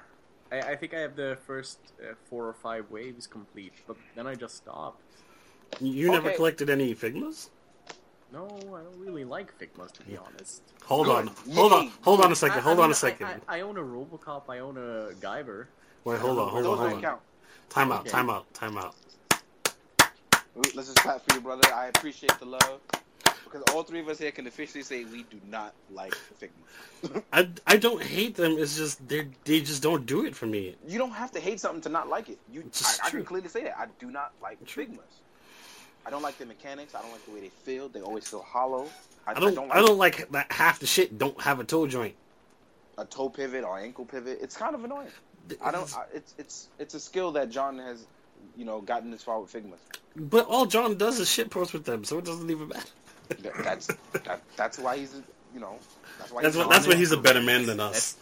Speaker 2: I, I think I have the first uh, four or five waves complete, but then I just stopped.
Speaker 3: You never
Speaker 1: Okay.
Speaker 3: collected any Figmas.
Speaker 2: No, I don't really like Figmas to be honest.
Speaker 3: Hold
Speaker 1: Good.
Speaker 3: on, hold on,
Speaker 1: Yay.
Speaker 3: hold on a
Speaker 2: I-
Speaker 3: second,
Speaker 2: I
Speaker 3: hold
Speaker 2: mean,
Speaker 3: on
Speaker 2: I-
Speaker 3: a second.
Speaker 2: I, I own a RoboCop. I own a Guyver.
Speaker 3: Wait, hold on, hold
Speaker 1: Those don't
Speaker 3: on, hold on.
Speaker 1: count.
Speaker 3: Time out,
Speaker 2: Okay.
Speaker 3: time out, time out.
Speaker 1: We- Let's just clap for you, brother. I appreciate the love. Because all three of us here can officially say we do not like Figma.
Speaker 3: I I don't hate them. It's just they they just don't do it for me.
Speaker 1: you don't have to hate something to not like it. You,
Speaker 3: It's
Speaker 1: I,
Speaker 3: just
Speaker 1: I can
Speaker 3: true.
Speaker 1: clearly say that. I do not like
Speaker 3: True.
Speaker 1: Figmas. I don't like the mechanics. I don't like the way they feel. They always feel hollow. I,
Speaker 3: I don't
Speaker 1: like
Speaker 3: I don't like that half the shit don't have a toe joint.
Speaker 1: a toe pivot or ankle pivot. It's kind of annoying. I don't. I, it's it's it's a skill that John has, you know, gotten this far with Figma.
Speaker 3: But all John does is shit post with them, so it doesn't even matter.
Speaker 1: That- That's that, that's why he's you know that's why
Speaker 3: That's
Speaker 1: he's
Speaker 3: what, that's
Speaker 1: John.
Speaker 3: what he's a better man than us.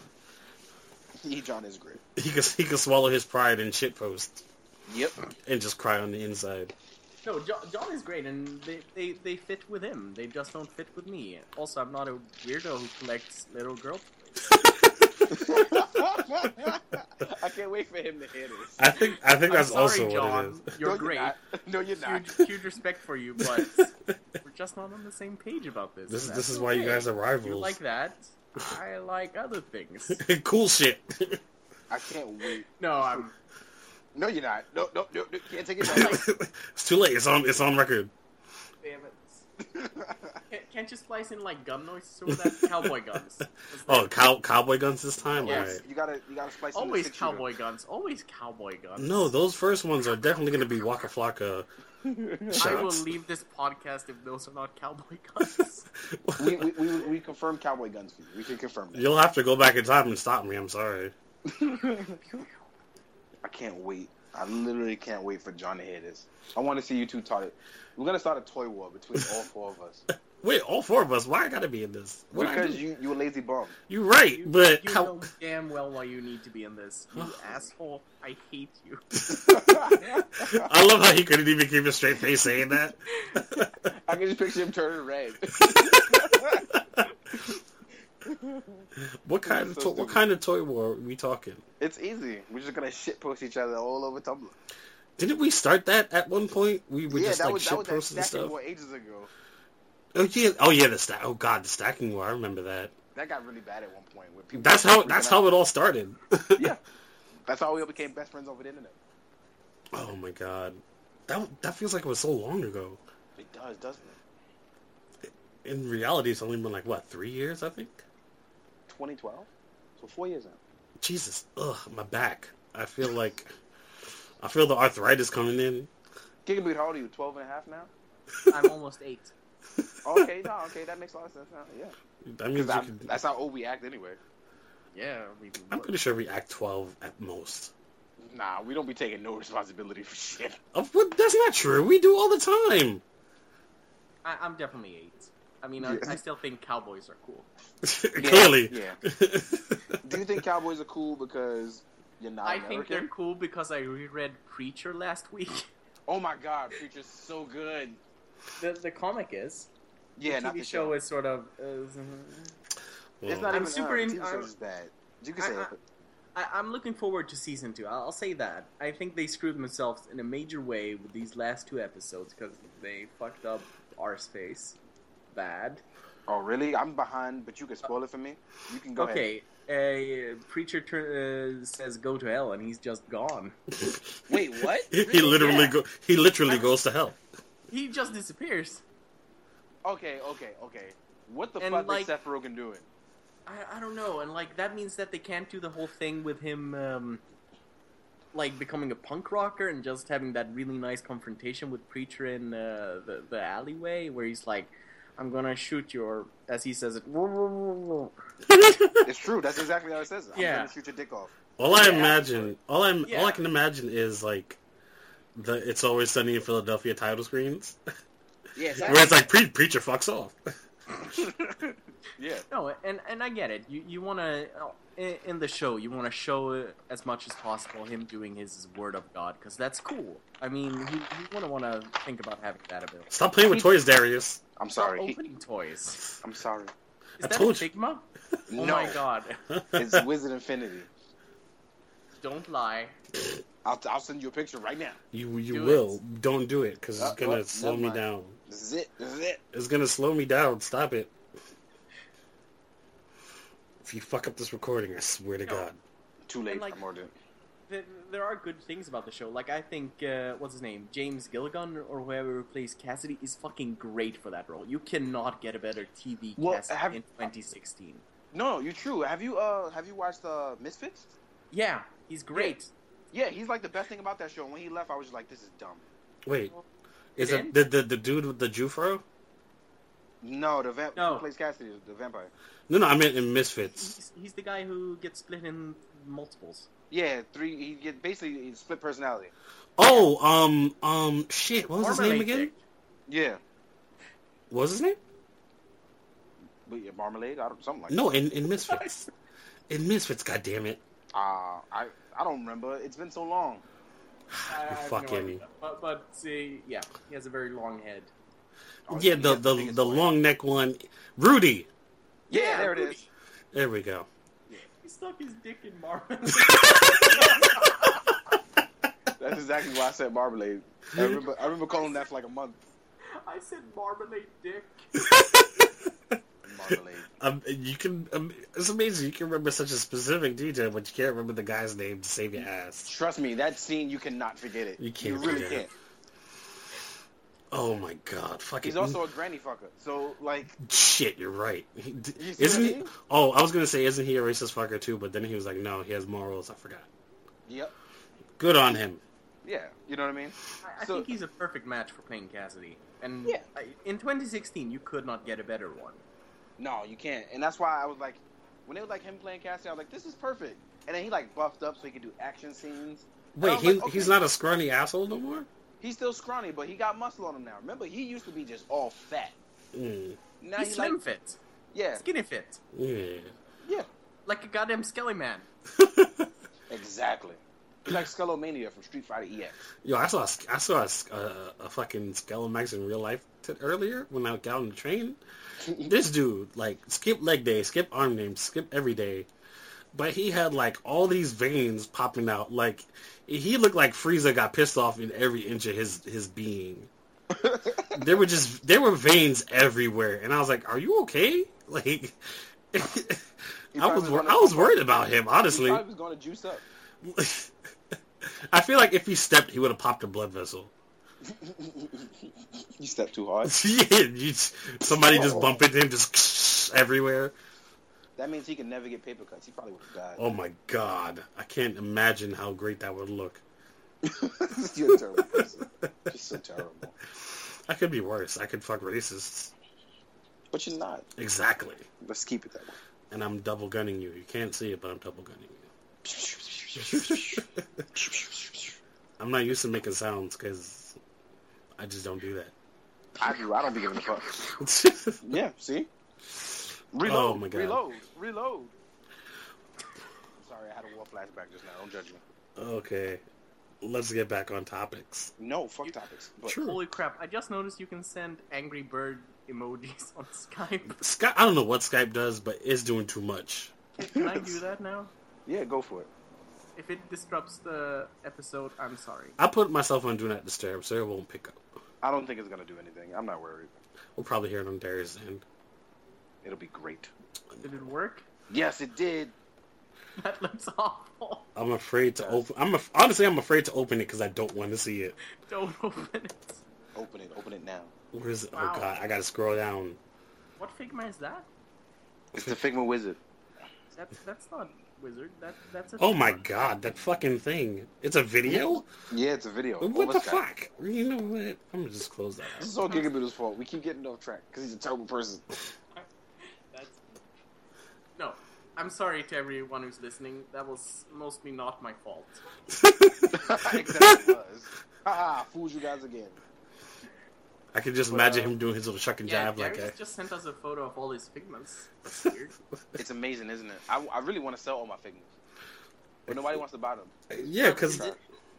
Speaker 1: he John is great.
Speaker 3: He could he could swallow his pride and shit post
Speaker 1: Yep.
Speaker 3: and just cry on the inside.
Speaker 2: No, John, John is great, and they, they, they fit with him. They just don't fit with me. Also, I'm not a weirdo who collects little girl.
Speaker 1: I can't wait for him to hear this.
Speaker 3: I think I think
Speaker 2: I'm
Speaker 3: that's
Speaker 2: sorry,
Speaker 3: also
Speaker 2: John.
Speaker 3: what it
Speaker 2: You're
Speaker 1: No,
Speaker 2: great.
Speaker 1: not. No, you're not.
Speaker 2: huge, huge respect for you, but we're just not on the same page about this.
Speaker 3: is. This is
Speaker 2: and
Speaker 3: this
Speaker 2: that's
Speaker 3: is why you
Speaker 2: okay.
Speaker 3: guys are rivals.
Speaker 2: You like that? I like other things.
Speaker 3: cool shit.
Speaker 1: I can't wait.
Speaker 2: No, I'm.
Speaker 1: No, you're not. No, no, no, no. Can't take it back.
Speaker 3: it's too late. It's on it's on record.
Speaker 2: Damn it. Can, can't you splice in like gum noises or that cowboy guns?
Speaker 3: Oh, cow, cowboy guns this time.
Speaker 2: Yes.
Speaker 3: Alright.
Speaker 1: You gotta, you gotta splice. in the
Speaker 2: Always
Speaker 1: six-shooter.
Speaker 2: cowboy guns. Always cowboy guns.
Speaker 3: No, those first ones are definitely going to be Waka Flocka
Speaker 2: I will
Speaker 3: shots.
Speaker 2: leave this podcast if those are not cowboy guns.
Speaker 1: We, we, we, we confirm cowboy guns for you. We can confirm that.
Speaker 3: You'll have to go back in time and stop me. I'm sorry.
Speaker 1: I can't wait. I literally can't wait for John to hear this. I want to see you two talk. it. We're gonna start a toy war between all four of us
Speaker 3: Wait, all four of us. Why I gotta be in this? What I
Speaker 1: because
Speaker 3: do?
Speaker 1: you you a lazy bum.
Speaker 3: you're right,
Speaker 2: You,
Speaker 3: but
Speaker 2: you
Speaker 3: how?
Speaker 2: know damn well why you need to be in this. You asshole! I hate you.
Speaker 3: I love how he couldn't even keep a straight face saying that.
Speaker 1: I can just picture him turning red.
Speaker 3: What kind of
Speaker 1: so
Speaker 3: to- what
Speaker 1: stupid.
Speaker 3: kind of toy war are we talking?
Speaker 1: it's easy. We're just gonna shit post each other all over Tumblr.
Speaker 3: Didn't we start that at one point? We were just like shit
Speaker 1: that
Speaker 3: posting
Speaker 1: stacking
Speaker 3: stuff.
Speaker 1: war ages ago.
Speaker 3: Oh yeah, oh yeah, the stack. Oh god, the stacking war. I remember that.
Speaker 1: That got really bad at one point. Where people
Speaker 3: That's how. That's how it all started.
Speaker 1: yeah. That's how we all became best friends over the internet.
Speaker 3: Oh my god, that that feels like it was so long ago.
Speaker 1: It does, doesn't it?
Speaker 3: In reality, it's only been like what three years, I think.
Speaker 1: 2012, so four years now.
Speaker 3: Jesus, ugh, my back. I feel like I feel the arthritis coming in.
Speaker 1: Gigaboot, how old are you? 12 and a half now.
Speaker 2: I'm almost eight.
Speaker 1: Okay, no, okay, that makes a lot of sense now. Yeah,
Speaker 3: That means
Speaker 1: because
Speaker 3: you can,
Speaker 1: that's how old we act anyway.
Speaker 2: Yeah, we can
Speaker 3: I'm pretty sure we act twelve at most.
Speaker 1: Nah, we don't be taking no responsibility for shit.
Speaker 3: Of what? That's not true. We do all the time.
Speaker 2: I, I'm definitely eight. I mean, I,
Speaker 1: Yeah.
Speaker 2: I still think cowboys are cool.
Speaker 3: Clearly.
Speaker 1: yeah. Do you think cowboys are cool because you're not
Speaker 2: I
Speaker 1: American?
Speaker 2: think they're cool because I reread Preacher last week.
Speaker 1: Oh my god, Preacher's so good.
Speaker 2: The, the comic is.
Speaker 1: Yeah,
Speaker 2: the
Speaker 1: not
Speaker 2: TV
Speaker 1: the
Speaker 2: show
Speaker 1: show.
Speaker 2: is sort of. Uh,
Speaker 3: Well,
Speaker 1: It's not
Speaker 2: I'm
Speaker 1: even
Speaker 2: super
Speaker 1: uh,
Speaker 2: in-
Speaker 1: TV
Speaker 2: I'm-
Speaker 1: show's bad. You can
Speaker 2: I-
Speaker 1: say
Speaker 2: I-
Speaker 1: it.
Speaker 2: I, I'm looking forward to season two. I'll, I'll say that. I think they screwed themselves in a major way with these last two episodes because they fucked up our space bad.
Speaker 1: Oh really? I'm behind, but you can spoil it for me. You can go ahead.
Speaker 2: okay, a preacher turn, uh, says go to hell, and he's just gone.
Speaker 1: Wait, what?
Speaker 3: he literally
Speaker 2: Yeah.
Speaker 3: go. He literally goes to hell.
Speaker 2: He just disappears.
Speaker 1: Okay, okay, okay. What the
Speaker 2: And,
Speaker 1: fuck
Speaker 2: like-
Speaker 1: is Seth Rogen doing?
Speaker 2: I, I don't know, and like that means that they can't do the whole thing with him, um, like becoming a punk rocker and just having that really nice confrontation with Preacher in uh, the the alleyway where he's like, "I'm gonna shoot your," as he says it.
Speaker 1: It's true. That's exactly how it says it. I'm
Speaker 2: Yeah.
Speaker 1: gonna shoot your dick off.
Speaker 3: All I
Speaker 2: Yeah.
Speaker 3: imagine, all I'm, all
Speaker 2: Yeah.
Speaker 3: I can imagine is like the "It's Always Sunny in Philadelphia" title screens,
Speaker 1: Yeah,
Speaker 3: where it's like Pre- "Preacher fucks off."
Speaker 1: yeah.
Speaker 2: No, and and I get it. You you want to in the show you want to show uh, as much as possible him doing his word of God because that's cool. I mean, you, you want to want to think about having that available.
Speaker 3: Stop playing with toys, Darius.
Speaker 1: I'm
Speaker 2: Stop
Speaker 1: sorry. He-
Speaker 2: opening toys.
Speaker 1: I'm sorry.
Speaker 2: Is
Speaker 3: I
Speaker 2: that a
Speaker 3: told you.
Speaker 2: stigma?
Speaker 1: No,
Speaker 2: Oh my god.
Speaker 1: it's Wizard Infinity.
Speaker 2: Don't lie.
Speaker 1: I'll, I'll send you a picture right now.
Speaker 3: You you
Speaker 2: Do
Speaker 3: will. Don't do it because it's
Speaker 1: Uh,
Speaker 3: gonna
Speaker 1: what?
Speaker 3: slow
Speaker 1: Never
Speaker 3: me
Speaker 1: mind.
Speaker 3: down.
Speaker 1: This is it. This is it.
Speaker 3: It's gonna slow me down. Stop it. If you fuck up this recording, I swear to
Speaker 2: No.
Speaker 3: God.
Speaker 1: Too late.
Speaker 2: And, like-
Speaker 1: I'm already.
Speaker 2: There, there are good things about the show. Like I think uh, what's his name, James Gilligan or whoever plays Cassidy is fucking great for that role. You cannot get a better TV
Speaker 1: Well,
Speaker 2: Cassidy
Speaker 1: have-
Speaker 2: in 2016.
Speaker 1: No, no, you're true. Have you uh have you watched uh Misfits?
Speaker 2: Yeah, he's great.
Speaker 1: Yeah, he's like the best thing about that show. And when he left, I was just like, this is dumb.
Speaker 3: Wait, is
Speaker 2: It
Speaker 3: it the, the the dude with the Jufro?
Speaker 1: No, the vamp
Speaker 2: No.
Speaker 1: who plays Cassidy, is the vampire.
Speaker 3: No, no, I meant in Misfits.
Speaker 2: He's, he's the guy who gets split in multiples.
Speaker 1: Yeah, three. He get basically he split personality.
Speaker 3: Oh, um, um, shit. What was his name
Speaker 2: Marmalade
Speaker 3: again?
Speaker 2: Dick.
Speaker 1: Yeah,
Speaker 3: What was his name?
Speaker 1: but yeah, marmalade. I don't, something like
Speaker 3: No, in in Misfits. in Misfits, God damn it.
Speaker 1: that. Uh, I I don't remember. It's been so long.
Speaker 2: I- I have no
Speaker 3: fucking-
Speaker 2: idea. But but see, yeah, he has a very long head.
Speaker 1: Oh,
Speaker 3: yeah,
Speaker 1: he
Speaker 3: the
Speaker 1: has
Speaker 3: the
Speaker 1: biggest
Speaker 3: the
Speaker 1: voice.
Speaker 3: long neck one, Rudy.
Speaker 1: Yeah, there it
Speaker 2: Rudy.
Speaker 1: is.
Speaker 3: There we go.
Speaker 2: He stuck his dick in Marvin.
Speaker 1: That's exactly why I said marmalade. I remember I remember calling that for like a month.
Speaker 2: I said marmalade dick.
Speaker 1: Marmalade.
Speaker 3: Um, you can. Um, it's amazing. You can remember such a specific detail, but you can't remember the guy's name to save your ass.
Speaker 1: Trust me, that scene you cannot forget it.
Speaker 3: You
Speaker 1: You,
Speaker 3: can't
Speaker 1: really
Speaker 3: forget it.
Speaker 1: can't.
Speaker 3: Oh my god! Fucking
Speaker 1: He's also a granny fucker. So like,
Speaker 3: shit. You're right. He, d-
Speaker 1: You see
Speaker 3: isn't
Speaker 1: what I
Speaker 3: he?
Speaker 1: mean?
Speaker 3: Oh, I was gonna say, isn't he a racist fucker too? But then he was like, no, he has morals. I forgot.
Speaker 1: yep,
Speaker 3: Good on him.
Speaker 1: yeah. You know what I mean?
Speaker 2: I, I
Speaker 1: So-
Speaker 2: think he's a perfect match for playing Cassidy. And
Speaker 1: Yeah.
Speaker 2: I, in 2016, you could not get a better one.
Speaker 1: No, you can't. And that's why I was like, when it was like him playing Cassidy, I was like, this is perfect. And then he like buffed up so he could do action scenes.
Speaker 3: Wait,
Speaker 1: I'm
Speaker 3: he,
Speaker 1: like, okay.
Speaker 3: he's not a scrawny asshole no more.
Speaker 1: He's still scrawny, but he got muscle on him now. Remember, he used to be just all fat.
Speaker 3: Mm,
Speaker 1: Now
Speaker 2: He's
Speaker 1: he's
Speaker 2: slim
Speaker 1: like,
Speaker 2: fit,
Speaker 1: yeah,
Speaker 2: skinny fit,
Speaker 3: yeah.
Speaker 1: yeah,
Speaker 2: like a goddamn skelly man.
Speaker 1: exactly. He's like Skullomania from Street Fighter E EX.
Speaker 3: Yo, I saw a, I saw a, uh, a, a fucking Skellamax in real life t- earlier when I got on the train. This dude, like, skip leg day, skip arm day, skip every day, but he had like all these veins popping out. Like, he looked like Frieza got pissed off in every inch of his his being. there were just there were veins everywhere, and I was like, "Are you okay?" Like, I
Speaker 1: probably
Speaker 3: was wor-
Speaker 1: wanted-
Speaker 3: I was worried about him,
Speaker 1: He
Speaker 3: honestly.
Speaker 1: probably was going to juice up.
Speaker 3: I feel like if he stepped, he would have popped a blood vessel.
Speaker 1: You stepped too hard.
Speaker 3: yeah, you, somebody just
Speaker 1: Oh.
Speaker 3: bump into him, just everywhere.
Speaker 1: That means he can never get paper cuts. He probably would have died.
Speaker 3: Oh my god, I can't imagine how great that would look.
Speaker 1: You're a terrible person. You're so terrible.
Speaker 3: I could be worse. I could fuck racists.
Speaker 1: But you're not.
Speaker 3: Exactly.
Speaker 1: Let's keep it that way.
Speaker 3: And I'm double gunning you. You can't see it, but I'm double gunning you. I'm not used to making sounds because I just don't do
Speaker 1: I do. I don't be giving a fuck.
Speaker 3: that.
Speaker 1: Yeah, see? Reload.
Speaker 3: Oh my God.
Speaker 1: Reload. Reload. I'm sorry, I had a war flashback just now. Don't judge me.
Speaker 3: okay, let's get back on topics.
Speaker 1: No, fuck topics. But
Speaker 3: True.
Speaker 2: Holy crap! I just noticed you can send Angry Bird emojis on Skype.
Speaker 3: Skype. I don't know what Skype does, but it's doing too much.
Speaker 2: Can I do that now?
Speaker 1: yeah, go for it.
Speaker 2: If it disrupts the episode, I'm sorry.
Speaker 3: I put myself on Do Not Disturb, so it won't pick up.
Speaker 1: I don't think it's gonna do anything. I'm not worried.
Speaker 3: We'll probably hear it on Thursday. end.
Speaker 1: It'll be great.
Speaker 2: Did it work?
Speaker 1: Yes, it did.
Speaker 2: That looks awful.
Speaker 3: I'm afraid to open. I'm af- honestly, I'm afraid to open it because I don't want to see it.
Speaker 2: Don't open it.
Speaker 1: Open it. Open it now.
Speaker 3: Where is it?
Speaker 2: Wow.
Speaker 3: Oh god, I gotta scroll down.
Speaker 2: What figma is that?
Speaker 1: It's the Figma Wizard.
Speaker 2: That's that's not wizard. That that's a.
Speaker 3: Oh my
Speaker 2: Figma.
Speaker 3: god, that fucking thing! It's a video.
Speaker 1: Yeah, it's a video.
Speaker 3: What
Speaker 1: Over
Speaker 3: the
Speaker 1: Skype.
Speaker 3: fuck? You know what? I'm gonna just close that.
Speaker 1: This is all Gigabitter's fault. We keep getting off track because he's a terrible person.
Speaker 2: That's... No, I'm sorry to everyone who's listening. That was mostly not my fault.
Speaker 1: Except it was. Haha, fooled you guys again.
Speaker 3: I could just imagine him doing his little chuck and
Speaker 2: Yeah,
Speaker 3: jive like
Speaker 2: Darius
Speaker 3: that.
Speaker 2: just sent us a photo of all his figments. That's weird.
Speaker 1: It's amazing, isn't it? I, I really want to sell all my Figmas, but nobody wants to buy them.
Speaker 3: Yeah, because
Speaker 1: Sorry.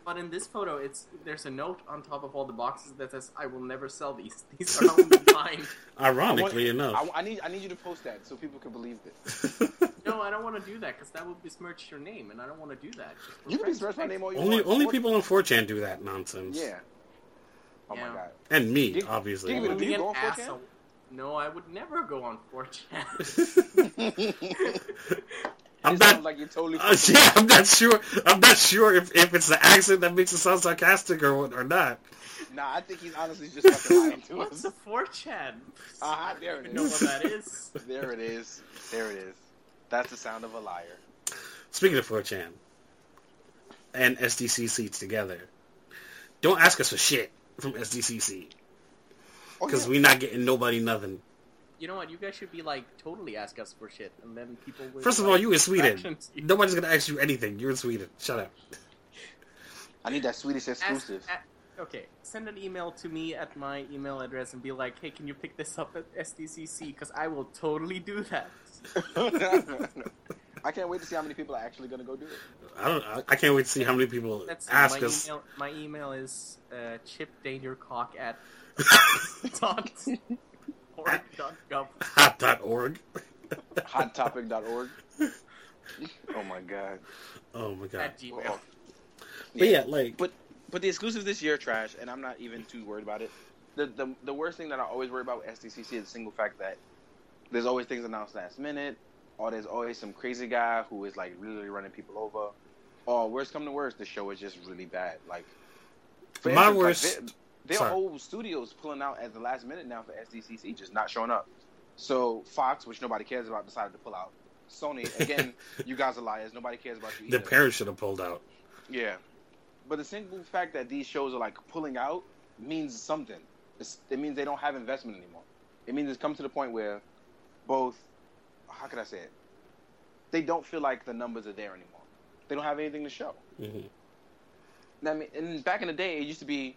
Speaker 2: but in this photo, it's there's a note on top of all the boxes that says, "I will never sell these. These are only mine."
Speaker 3: ironically enough,
Speaker 1: I, I need I need you to post that so people can believe this.
Speaker 2: No, I don't want to do that because that would besmirch your name, and I don't want to do that.
Speaker 1: You can besmirch my name all you
Speaker 3: only
Speaker 1: want.
Speaker 3: only
Speaker 1: What-
Speaker 3: people on 4chan do that nonsense.
Speaker 1: Yeah. Oh
Speaker 2: Yeah.
Speaker 1: my god.
Speaker 3: and me
Speaker 1: Dig-
Speaker 3: obviously.
Speaker 1: Dig- Do
Speaker 2: Only
Speaker 1: you
Speaker 2: an
Speaker 1: go on 4chan?
Speaker 2: asshole. No, I would never go on 4chan.
Speaker 3: I'm
Speaker 1: It
Speaker 3: not.
Speaker 1: sounds like you're totally.
Speaker 3: Uh, yeah, I'm not sure. I'm not sure if, if it's the accent that makes it sound sarcastic or what- or not.
Speaker 1: Nah, I think he's honestly just fucking lying to
Speaker 2: What's
Speaker 1: us.
Speaker 2: a 4chan?
Speaker 1: Ah, there
Speaker 2: I
Speaker 1: it
Speaker 2: don't know
Speaker 1: is.
Speaker 2: what that is.
Speaker 1: There it is. There it is. That's the sound of a liar.
Speaker 3: Speaking of 4chan and SDCC together, don't ask us for shit from SDCC
Speaker 1: Oh,
Speaker 3: because
Speaker 1: yeah.
Speaker 3: we not getting nobody nothing.
Speaker 2: You know what? You guys should be like totally ask us for shit, and then people. Will,
Speaker 3: First of
Speaker 2: like,
Speaker 3: all, you in Sweden.
Speaker 2: actions-
Speaker 3: Nobody's gonna ask you anything. You're in Sweden. Shut up.
Speaker 1: I need that Swedish
Speaker 2: ask,
Speaker 1: exclusive.
Speaker 2: a- okay, send an email to me at my email address and be like, "Hey, can you pick this up at SDCC? Because I will totally do that."
Speaker 1: I can't wait to see how many people are actually gonna go do it.
Speaker 3: I don't. I, I can't wait to see how many people
Speaker 2: That's
Speaker 3: ask
Speaker 2: my
Speaker 3: us.
Speaker 2: email. My email is uh, chipdangercock at dot org dot gov.
Speaker 3: Hot.org.
Speaker 1: Hottopic.org. Oh my god.
Speaker 3: Oh my god.
Speaker 2: at gmail.
Speaker 3: But yeah, like.
Speaker 1: But but the exclusives this year are trash, and I'm not even too worried about it. The the, the worst thing that I always worry about with SDCC is the single fact that there's always things announced last minute, or there's always some crazy guy who is like really running people over, or worst come to worst, the show is just really bad. Like for
Speaker 3: My
Speaker 1: like,
Speaker 3: worst-
Speaker 1: there- there are
Speaker 3: sorry.
Speaker 1: whole studios pulling out at the last minute now for SDCC, just not showing up. So Fox, which nobody cares about, decided to pull out. Sony, again, you guys are liars. Nobody cares about you.
Speaker 3: The
Speaker 1: either.
Speaker 3: parents should have pulled out.
Speaker 1: Yeah, but the single fact that these shows are like pulling out means something. It's, it means they don't have investment anymore. It means it's come to the point where both, how could I say it?
Speaker 3: Mm-hmm.
Speaker 1: They don't feel like the numbers are there anymore. They don't have anything to show.
Speaker 3: Mhm.
Speaker 1: I mean, and back in the day, it used to be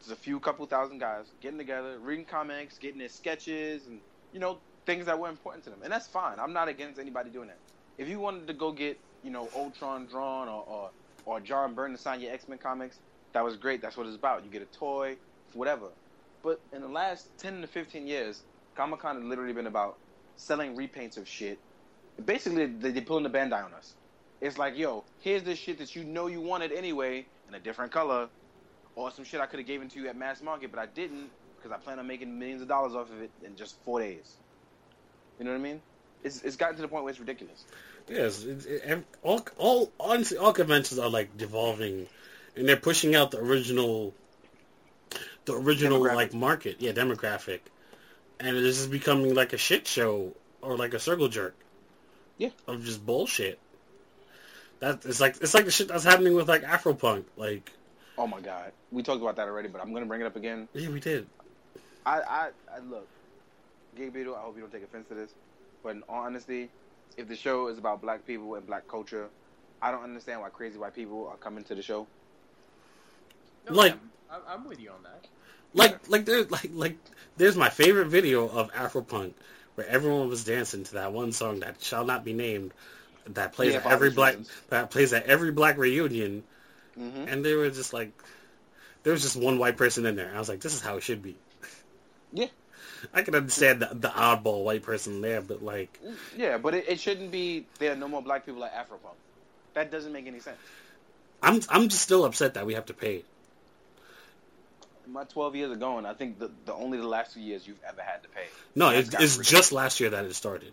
Speaker 1: just a few couple thousand guys getting together, reading comics, getting their sketches, and you know things that were important to them, and that's fine. I'm not against anybody doing that. If you wanted to go get you know Ultron drawn or or, or John Byrne to sign your X Men comics, that was great. That's what it's about. You get a toy, whatever. But in the last ten to fifteen years, Comic Con has literally been about selling repaints of shit. Basically, they- they're pulling the Bandai on us. It's like, yo, here's this shit that you know you wanted anyway in a different color, or some shit I could have given to you at mass market, but I didn't because I plan on making millions of dollars off of it in just four days. You know what I mean? It's, it's gotten to the point where it's ridiculous.
Speaker 3: Yes, it, it, ev- all all honestly, all conventions are like devolving, and they're pushing out the original, the original
Speaker 1: Demographic.
Speaker 3: like market, yeah, demographic, and it's just becoming like a shit show or like a circle jerk,
Speaker 1: Yeah.
Speaker 3: of just bullshit. That it's like it's like the shit that's happening with like Afropunk, like
Speaker 1: Oh my god, we talked about that already, but I'm gonna bring it up again.
Speaker 3: yeah, we did.
Speaker 1: I, I, I look, Gig Beetle, I hope you don't take offense to this, but in all honesty, if the show is about black people and black culture, I don't understand why crazy white people are coming to the show.
Speaker 2: No,
Speaker 3: Like-
Speaker 2: I'm, I'm- I'm with you on that.
Speaker 3: Like like there's like like there's my favorite video of Afropunk where everyone was dancing to that one song that shall not be named that plays
Speaker 1: Yeah,
Speaker 3: at
Speaker 1: for
Speaker 3: every
Speaker 1: obvious
Speaker 3: black
Speaker 1: reasons.
Speaker 3: that plays at every black reunion
Speaker 1: hmm
Speaker 3: and they were just like there was just one white person in there. I was like, this is how it should be.
Speaker 1: Yeah.
Speaker 3: I can understand the, the oddball white person there, but like
Speaker 1: Yeah, but it, it shouldn't be there are no more black people at Afropunk. That doesn't make any sense.
Speaker 3: I'm I'm just still upset that we have to pay.
Speaker 1: My 12 years ago, and I think the, the only the last two years you've ever had to pay.
Speaker 3: No,
Speaker 1: That's
Speaker 3: it,
Speaker 1: gotta
Speaker 3: it's
Speaker 1: be-
Speaker 3: just last year that it started.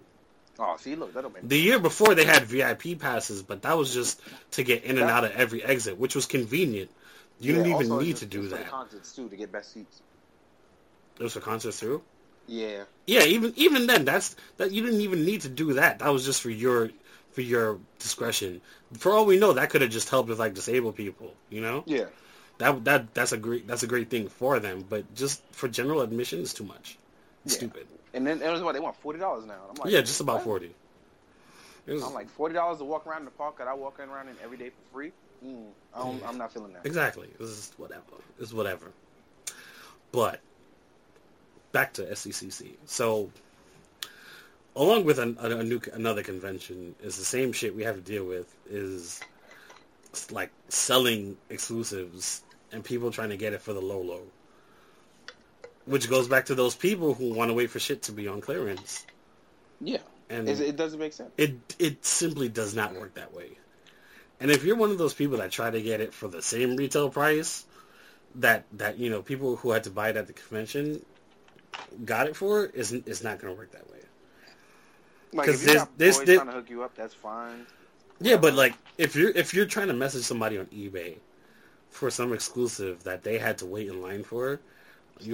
Speaker 1: Oh, see, look, that'll make
Speaker 3: The year before they had VIP passes, but that was just to get in and out of every exit, which was convenient.
Speaker 1: Yeah,
Speaker 3: You didn't even
Speaker 1: also, it's
Speaker 3: need
Speaker 1: just-
Speaker 3: to do
Speaker 1: it's for the
Speaker 3: that.
Speaker 1: concerts too to get best seats.
Speaker 3: It was for concerts too.
Speaker 1: Yeah,
Speaker 3: Yeah, even even then, that's that you didn't even need to do that. That was just for your for your discretion. For all we know, that could have just helped with like disabled people. You know,
Speaker 1: yeah.
Speaker 3: that that that's a great that's a great thing for them. But just for general admission, it's too much. It's
Speaker 1: Yeah.
Speaker 3: Stupid.
Speaker 1: And then it was what they want forty dollars now. I'm like,
Speaker 3: yeah, just about
Speaker 1: what? Oh
Speaker 3: forty. It was-
Speaker 1: I'm like forty dollars to walk around the park that I walk around in every day for free. Mm, I don't, I'm not feeling that.
Speaker 3: Exactly. This is whatever. It's whatever. But back to SCCC. So along with an, a, a new another convention is the same shit we have to deal with is like selling exclusives and people trying to get it for the low low. Which goes back to those people who want to wait for shit to be on clearance.
Speaker 1: Yeah,
Speaker 3: And
Speaker 1: it, it doesn't make sense.
Speaker 3: it it simply does not work that way. And if you're one of those people that try to get it for the same retail price that that you know people who had to buy it at the convention got it for, isn't it's not going to work that way.
Speaker 1: Like
Speaker 3: 'Cause
Speaker 1: if you
Speaker 3: there's-
Speaker 1: got
Speaker 3: there's-
Speaker 1: boys
Speaker 3: there-
Speaker 1: trying to hook you up, that's fine.
Speaker 3: Yeah, but like if you're if you're trying to message somebody on eBay for some exclusive that they had to wait in line for, you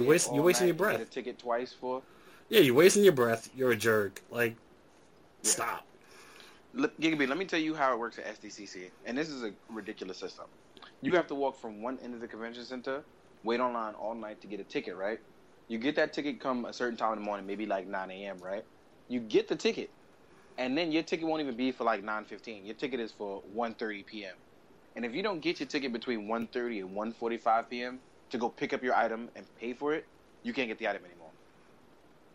Speaker 1: Stay
Speaker 3: waste
Speaker 1: all
Speaker 3: you're wasting your
Speaker 1: night,
Speaker 3: breath.
Speaker 1: Get a ticket twice for.
Speaker 3: Yeah, you're wasting your breath. You're a jerk. Like,
Speaker 1: Yeah.
Speaker 3: stop.
Speaker 1: L- Gigabee, let me tell you how it works at SDCC, and this is a ridiculous system. You have to walk from one end of the convention center, wait online all night to get a ticket, right? You get that ticket come a certain time in the morning, maybe like 9 a.m., right? You get the ticket, and then your ticket won't even be for like 9.15. Your ticket is for 1.30 p.m. And if you don't get your ticket between 1.30 and 1.45 p.m. to go pick up your item and pay for it, you can't get the item anymore.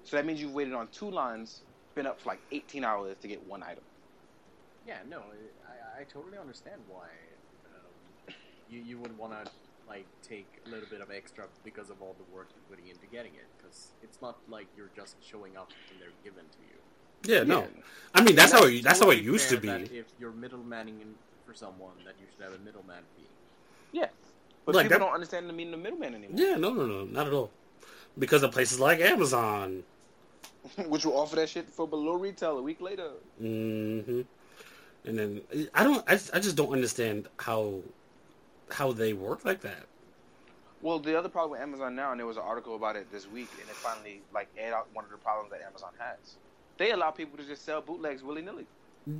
Speaker 1: So that means you've waited on two lines, been up for like 18 hours to get one item.
Speaker 2: Yeah, no, I, I totally understand why um, you, you would want to like take a little bit of extra because of all the work you're putting into getting it. Because it's not like you're just showing up and they're given to you.
Speaker 3: Yeah, no.
Speaker 1: Yeah.
Speaker 3: I mean, that's, how
Speaker 2: And
Speaker 3: it, that's how it
Speaker 2: totally
Speaker 3: used to
Speaker 2: fair
Speaker 3: be.
Speaker 2: that if you're middlemaning in for someone, that you should have a middleman fee.
Speaker 1: Yeah. But
Speaker 3: Like
Speaker 1: people
Speaker 3: that-
Speaker 1: don't understand the meaning of middleman anymore.
Speaker 3: Yeah, no, no, no, not at all. Because of places like Amazon.
Speaker 1: Which will offer that shit for below retail a week later.
Speaker 3: hmm And then I don't, I, I just don't understand how how they work like that.
Speaker 1: Well, the other problem with Amazon now, and there was an article about it this week, and it finally like aired out one of the problems that Amazon has. They allow people to just sell bootlegs willy nilly,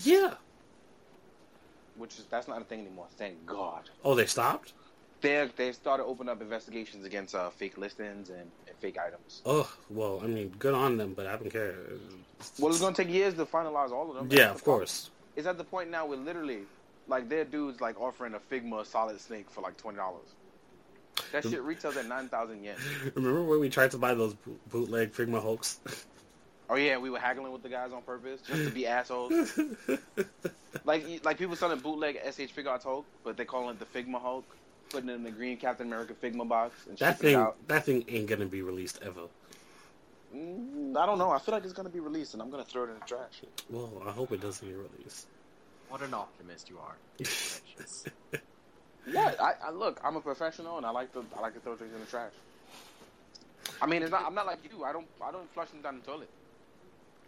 Speaker 3: Yeah.
Speaker 1: which is that's not a thing anymore. Thank God.
Speaker 3: Oh, they stopped.
Speaker 1: They they started opening up investigations against uh, fake listings and, and fake items.
Speaker 3: Oh, well, I mean, good on them, but I don't care.
Speaker 1: Well, it's going to take years to finalize all of them.
Speaker 3: yeah,
Speaker 1: That's
Speaker 3: of
Speaker 1: the problem.
Speaker 3: course.
Speaker 1: It's at the point now where literally like their dudes like offering a Figma solid snake for like twenty dollars. That shit retails at nine thousand yen.
Speaker 3: Remember when we tried to buy those boot- bootleg Figma Hulks?
Speaker 1: Oh yeah, we were haggling with the guys on purpose just to be assholes. like like people selling bootleg SH Figure Arts Hulk, but they calling it the Figma Hulk, putting it in the green Captain America Figma box and
Speaker 3: that
Speaker 1: shipping it
Speaker 3: thing,
Speaker 1: out.
Speaker 3: that thing ain't gonna be released ever.
Speaker 1: Mm, I don't know. I feel like it's gonna be released, and I'm gonna throw it in the trash.
Speaker 3: Well, I hope it doesn't get released.
Speaker 2: What an optimist you are. It's precious.
Speaker 1: Yeah, I, I look. I'm a professional, and I like to I like to throw things in the trash. I mean, it's not. I'm not like you. I don't. I don't flush them down the toilet.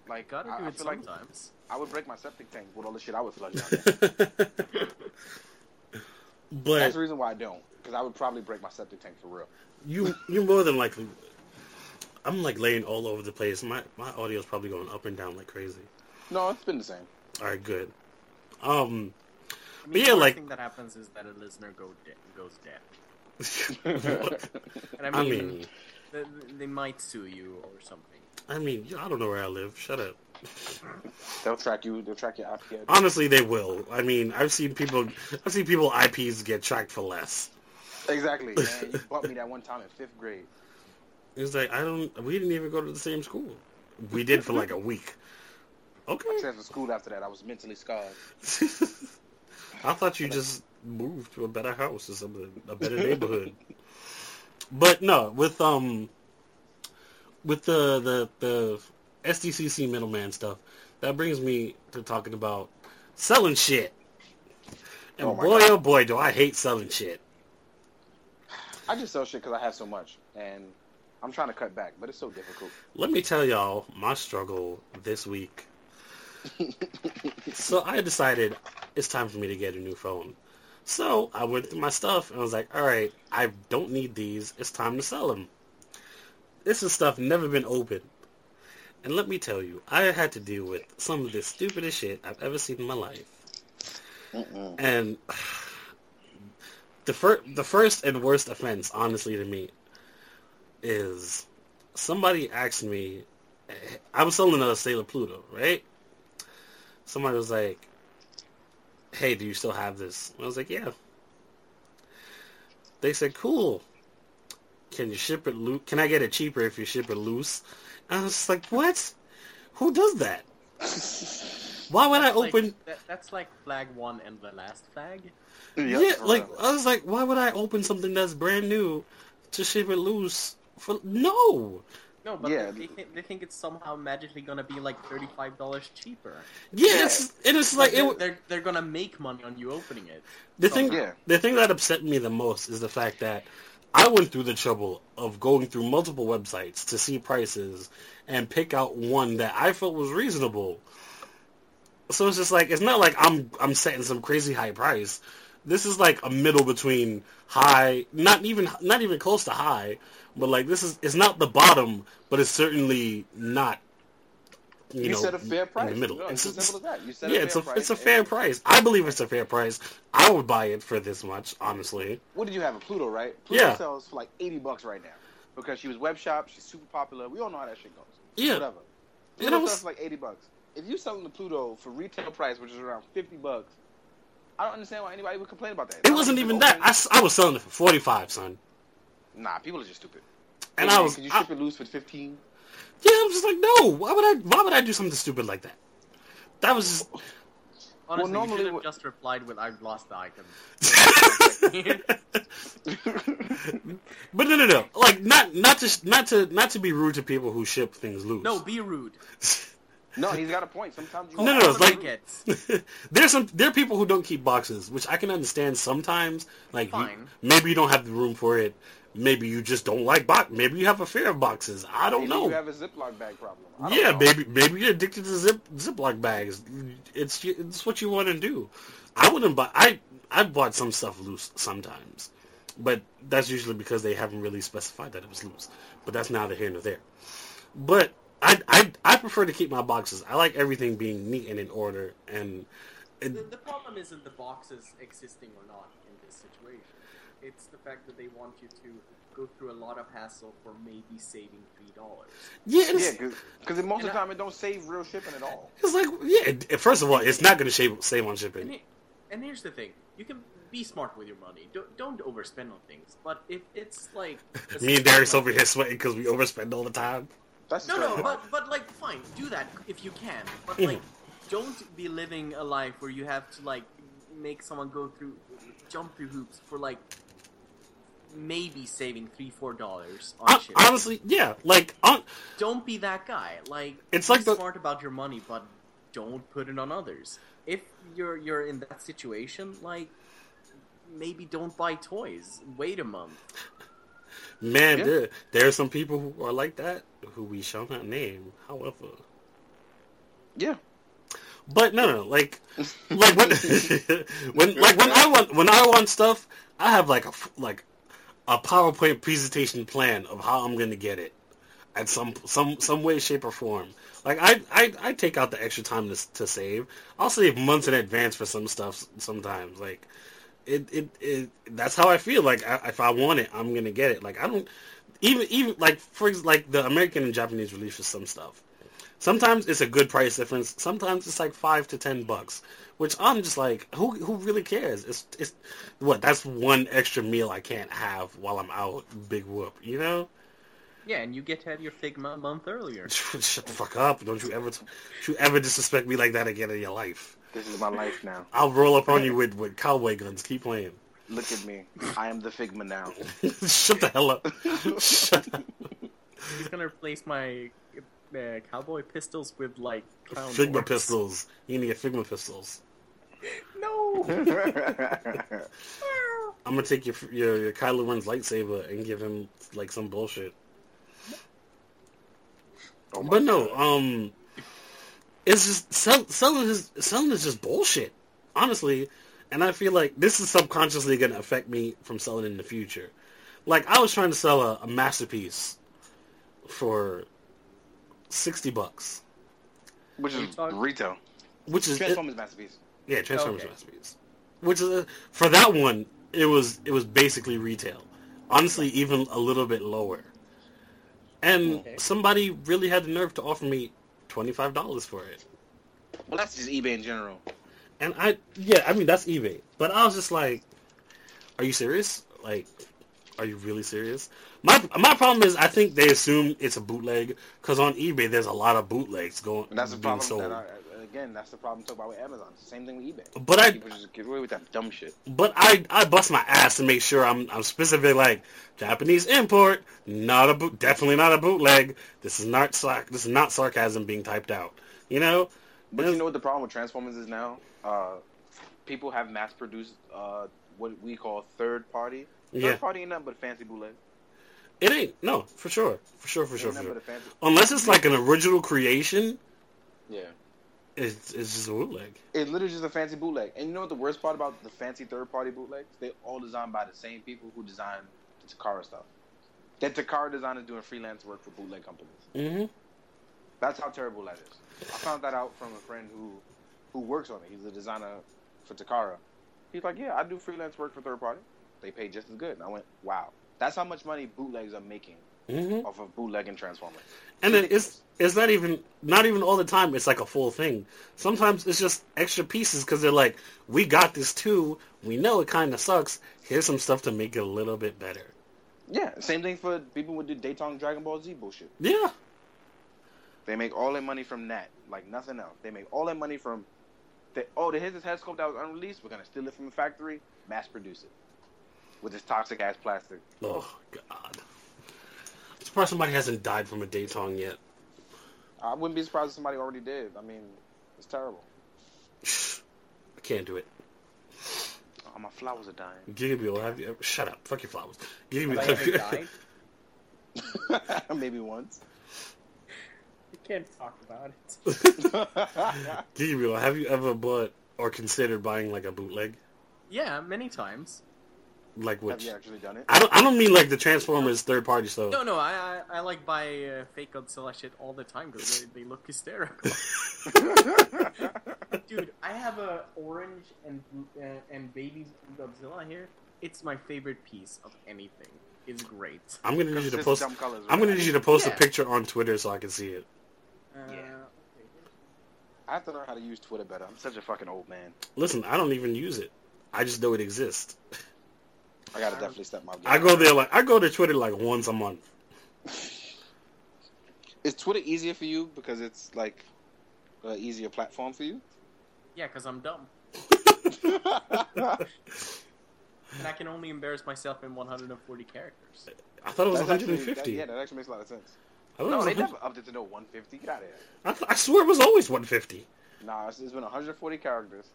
Speaker 1: Like
Speaker 2: Gotta
Speaker 1: I,
Speaker 2: do
Speaker 1: I
Speaker 2: it
Speaker 1: feel like
Speaker 2: sometimes.
Speaker 1: I would break my septic tank with all the shit I would flush down. There. That's
Speaker 3: but
Speaker 1: the reason why I don't, because I would probably break my septic tank for real.
Speaker 3: you, you more than likely. I'm like laying all over the place. My my audio's probably going up and down like crazy.
Speaker 1: No, it's been the same.
Speaker 3: All right, good. Um,
Speaker 2: I mean,
Speaker 3: yeah,
Speaker 2: the worst
Speaker 3: like-
Speaker 2: thing that happens is that a listener go de- goes deaf.
Speaker 1: That's
Speaker 2: And I
Speaker 3: I
Speaker 2: mean,
Speaker 3: mean,
Speaker 2: th- they might sue you or something.
Speaker 3: I mean, I don't know where I live. Shut up.
Speaker 1: They'll track you. They'll track your IP. address.
Speaker 3: Honestly, they will. I mean, I've seen people, I've seen people IPs get tracked for less.
Speaker 1: Exactly. Man, you bumped me that one time in fifth grade.
Speaker 3: It's like I don't. We didn't even go to the same school. We did for like a week.
Speaker 1: I
Speaker 3: Okay.
Speaker 1: transferred school after that. I was mentally scarred.
Speaker 3: I thought you just moved to a better house or something, a better neighborhood. But no, with um, with the the the SDCC middleman stuff, that brings me to talking about selling shit. And
Speaker 1: Oh my
Speaker 3: boy,
Speaker 1: God.
Speaker 3: oh boy, do I hate selling shit.
Speaker 1: I just sell shit because I have so much, and I'm trying to cut back, but it's so difficult.
Speaker 3: Let me tell y'all my struggle this week. so I decided it's time for me to get a new phone. So I went through my stuff and I was like, all right, I don't need these. It's time to sell them. This is stuff never been opened. And let me tell you, I had to deal with some of the stupidest shit I've ever seen in my life. And the first, the first and worst offense, honestly, to me, is somebody asked me, I was selling a Sailor Pluto, right? Somebody was like, "Hey, do you still have this?" And I was like, "Yeah." They said, "Cool. Can you ship it loose? Can I get it cheaper if you ship it loose?" And I was just like, "What? Who does that? Why would I
Speaker 2: Like,
Speaker 3: open?"
Speaker 2: that, that's like flag one and the last flag.
Speaker 1: Yep,
Speaker 3: yeah,
Speaker 1: for
Speaker 3: like
Speaker 1: real.
Speaker 3: I was like, why would I open something that's brand new to ship it loose? For no,
Speaker 2: No, but
Speaker 1: Yeah.
Speaker 2: they, they, think, they think it's somehow magically gonna be like thirty-five dollars cheaper.
Speaker 3: yeah, It's, and it's
Speaker 2: Like
Speaker 3: like it,
Speaker 2: they're,
Speaker 3: w-
Speaker 2: they're they're gonna make money on you opening it.
Speaker 3: the thing.
Speaker 1: yeah.
Speaker 3: The thing that upset me the most is the fact that I went through the trouble of going through multiple websites to see prices and pick out one that I felt was reasonable. So it's just like it's not like I'm I'm setting some crazy high price. This is like a middle between high, not even not even close to high, but like this is it's not the bottom, but it's certainly not you,
Speaker 1: You,
Speaker 3: know
Speaker 1: set a fair price.
Speaker 3: in the middle.
Speaker 1: No, it's, as simple as that. You set
Speaker 3: yeah,
Speaker 1: a
Speaker 3: it's
Speaker 1: fair
Speaker 3: a
Speaker 1: price.
Speaker 3: it's a
Speaker 1: and-
Speaker 3: fair price. I believe it's a fair price. I would buy it for this much, honestly.
Speaker 1: What did you have? A Pluto, right? Pluto
Speaker 3: Yeah.
Speaker 1: sells for like eighty bucks right now because she was web shop. She's super popular. We all know how that shit goes.
Speaker 3: Yeah,
Speaker 1: Whatever.
Speaker 3: And
Speaker 1: Pluto
Speaker 3: I was-
Speaker 1: sells for like eighty bucks. If you selling the Pluto for retail price, which is around fifty bucks, I don't understand why anybody would complain about that.
Speaker 3: it wasn't even that. I, s- I was selling it for forty five, son.
Speaker 1: Nah, people are just stupid.
Speaker 3: And
Speaker 1: Hey,
Speaker 3: I
Speaker 1: man,
Speaker 3: was
Speaker 1: Could you
Speaker 3: I-
Speaker 1: ship it loose for fifteen?
Speaker 3: yeah, I'm just like, no. Why would I? Why would I do something stupid like that? That was just
Speaker 2: Honestly,
Speaker 1: normally
Speaker 2: you should have
Speaker 1: what-
Speaker 2: just replied with "I've lost the item."
Speaker 3: But no, no, no. Like not not to sh- not to not to be rude to people who ship things loose.
Speaker 2: no, be rude.
Speaker 1: No, he's got a point. Sometimes you
Speaker 3: No, no, no, it's like-
Speaker 2: Make it.
Speaker 3: there's some there are people who don't keep boxes, which I can understand sometimes. Like you-
Speaker 2: Fine.
Speaker 3: maybe you don't have the room for it. Maybe you just don't like box. Maybe you have a fear of boxes. I don't
Speaker 1: Maybe
Speaker 3: know.
Speaker 1: you have a Ziploc bag problem. I don't
Speaker 3: Yeah,
Speaker 1: know.
Speaker 3: baby, maybe you're addicted to zip Ziploc bags. It's it's what you want to do. I wouldn't buy. I I bought some stuff loose sometimes, but that's usually because they haven't really specified that it was loose. But that's neither here nor there. But I I I prefer to keep my boxes. I like everything being neat and in order. And
Speaker 2: The,
Speaker 3: and
Speaker 2: the problem isn't the boxes existing or not in this situation. It's the fact that they want you to go through a lot of hassle for maybe saving three dollars.
Speaker 3: yeah, it's,
Speaker 1: Yeah, because most of
Speaker 2: And
Speaker 1: the
Speaker 2: I-
Speaker 1: time it don't save real shipping at all.
Speaker 3: it's like yeah. it- First of all, it's not going to save save on shipping.
Speaker 2: And, it, and here's the thing: you can be smart with your money. Don't don't overspend on things. But if it's like a
Speaker 3: Me and
Speaker 2: small
Speaker 3: Darius
Speaker 2: amount-
Speaker 3: over here sweating because we overspend all the time.
Speaker 1: That's
Speaker 2: No, no,
Speaker 1: terrible.
Speaker 2: but but like, fine, do that if you can. But
Speaker 3: Mhm.
Speaker 2: like, don't be living a life where you have to like make someone go through, jump through hoops for like maybe saving three, four dollars on
Speaker 3: Hon-
Speaker 2: shit.
Speaker 3: Honestly, yeah. Like, hon-
Speaker 2: don't be that guy. Like,
Speaker 3: It's
Speaker 2: be
Speaker 3: like the-
Speaker 2: smart about your money, but don't put it on others. If you're you're in that situation, like, maybe don't buy toys. Wait a month.
Speaker 3: man,
Speaker 1: Yeah.
Speaker 3: there, there are some people who are like that who we shall not name. However,
Speaker 1: yeah.
Speaker 3: but no, no, like, like when, when, like when I want, when I want stuff, I have like a f- like a PowerPoint presentation plan of how I'm going to get it at some some some way, shape, or form. Like I I, I take out the extra time to, s- to save. I'll save months in advance for some stuff s- sometimes. Like it it, it that's how I feel. Like I, if I want it, I'm gonna get it. Like I don't even even like for ex- like the American and Japanese release for some stuff. Sometimes it's a good price difference. Sometimes it's like five to ten bucks, which I'm just like, who who really cares? It's it's what that's one extra meal I can't have while I'm out. Big whoop, you know.
Speaker 2: Yeah, and you get to have your Figma a month earlier.
Speaker 3: Shut the fuck up! Don't you ever, don't you ever disrespect me like that again in your life?
Speaker 1: This is my life now.
Speaker 3: I'll roll up on you with with cowboy guns. Keep playing.
Speaker 1: Look at me. I am the Figma now.
Speaker 3: Shut the hell up. Shut up.
Speaker 2: He's gonna replace my uh, cowboy pistols with like clown
Speaker 3: Figma
Speaker 2: horns.
Speaker 3: pistols. You need to get Figma pistols.
Speaker 2: No.
Speaker 3: I'm gonna take your your, your Kylo Ren's lightsaber and give him like some bullshit.
Speaker 1: Oh my
Speaker 3: But no, um, it's just sell, selling is selling is just bullshit, honestly. And I feel like this is subconsciously going to affect me from selling in the future. Like I was trying to sell a, a masterpiece for sixty bucks,
Speaker 1: Which
Speaker 2: Are you
Speaker 1: is
Speaker 2: talking-
Speaker 1: retail.
Speaker 3: which is
Speaker 1: Transformers masterpiece.
Speaker 3: yeah, Transformers
Speaker 2: Okay.
Speaker 3: masterpiece. Which is a, for that one, it was it was basically retail. Honestly, even a little bit lower. And
Speaker 2: Okay.
Speaker 3: somebody really had the nerve to offer me twenty five dollars for it.
Speaker 1: Well, that's just eBay in general.
Speaker 3: And I, yeah, I mean that's eBay. But I was just like, are you serious? Like, are you really serious? My my problem is I think they assume it's a bootleg because on eBay there's a lot of bootlegs going
Speaker 1: And that's the
Speaker 3: being
Speaker 1: problem.
Speaker 3: sold.
Speaker 1: That I, again, that's the problem. Talk about with Amazon. Same thing with eBay.
Speaker 3: But I-
Speaker 1: people just get away with that dumb shit.
Speaker 3: But I I bust my ass to make sure I'm I'm specifically like Japanese import, not a boot, definitely not a bootleg. This is not sarc, this is not sarcasm being typed out. You know,
Speaker 1: But you know what the problem with Transformers is now? Uh, people have mass produced uh, what we call third party. Third
Speaker 3: Yeah.
Speaker 1: party ain't nothing but a fancy bootleg.
Speaker 3: it ain't no for sure, for sure, for
Speaker 1: Ain't
Speaker 3: sure, for
Speaker 1: nothing
Speaker 3: sure.
Speaker 1: but a fancy.
Speaker 3: Unless it's like an original creation,
Speaker 1: Yeah.
Speaker 3: it's it's just a bootleg.
Speaker 1: It's literally just a fancy bootleg. And you know what the worst part about the fancy third party bootlegs? They all designed by the same people who designed the Takara stuff. That Takara designer doing freelance work for bootleg companies.
Speaker 3: hmm
Speaker 1: That's how terrible that is. I found that out from a friend who who works on it. He's a designer for Takara. He's like, yeah, I do freelance work for third party. They pay just as good. And I went, wow, that's how much money bootlegs are making
Speaker 3: hmm
Speaker 1: off of bootlegging Transformers.
Speaker 3: And then it's it's not even not even all the time. It's like a full thing. Sometimes it's just extra pieces because they're like, we got this too. We know it kind of sucks. Here's some stuff to make it a little bit better.
Speaker 1: Yeah, same thing for people with the Daytona Dragon Ball Z bullshit.
Speaker 3: Yeah.
Speaker 1: They make all their money from that, like nothing else. They make all their money from, the, oh, here's this head sculpt that was unreleased. We're gonna steal it from the factory, mass produce it with this toxic ass plastic.
Speaker 3: Oh God! I'm surprised somebody hasn't died from a daytong yet.
Speaker 1: I wouldn't be surprised if somebody already did. I mean, it's terrible.
Speaker 3: I can't do it.
Speaker 1: Oh, my flowers are dying.
Speaker 3: Gigabill, have you ever? Shut up! Fuck your flowers. Gigabill,
Speaker 2: Have I
Speaker 3: have
Speaker 2: ever
Speaker 3: you
Speaker 2: died?
Speaker 1: Maybe once.
Speaker 2: You can't talk about it.
Speaker 3: Gigabill, have you ever bought or considered buying like a bootleg?
Speaker 2: Yeah, many times.
Speaker 3: Like
Speaker 1: Have
Speaker 3: which?
Speaker 1: you actually done it?
Speaker 3: I don't. I don't mean like the Transformers third party stuff.
Speaker 2: No, no, I I, I like buy uh, fake Godzilla shit all the time because they, they look hysterical. Dude, I have a orange and blue- uh, and baby blue Godzilla here. It's my favorite piece of anything. It's great.
Speaker 3: I'm gonna need you to post.
Speaker 1: dumb colors,
Speaker 3: I'm gonna need you to post a
Speaker 2: Yeah.
Speaker 3: picture on Twitter so I can see it.
Speaker 2: Uh,
Speaker 1: Yeah. I have to learn how to use Twitter better. I'm such a fucking old man.
Speaker 3: Listen, I don't even use it. I just know it exists.
Speaker 1: I gotta definitely step my game.
Speaker 3: I go there like I go to Twitter like once a month.
Speaker 1: Is Twitter easier for you because it's like an easier platform for you?
Speaker 2: Yeah, because I'm dumb. And I can only embarrass myself in 140 characters.
Speaker 3: I thought it was
Speaker 1: That's actually-
Speaker 3: 150.
Speaker 1: that- yeah, that actually makes a lot of sense.
Speaker 3: I, thought it
Speaker 1: No,
Speaker 3: was
Speaker 1: they
Speaker 3: 100
Speaker 1: never upped it to no 150. Get out of here.
Speaker 3: I, th- I swear it was always 150.
Speaker 1: Nah, it's, it's been 140 characters.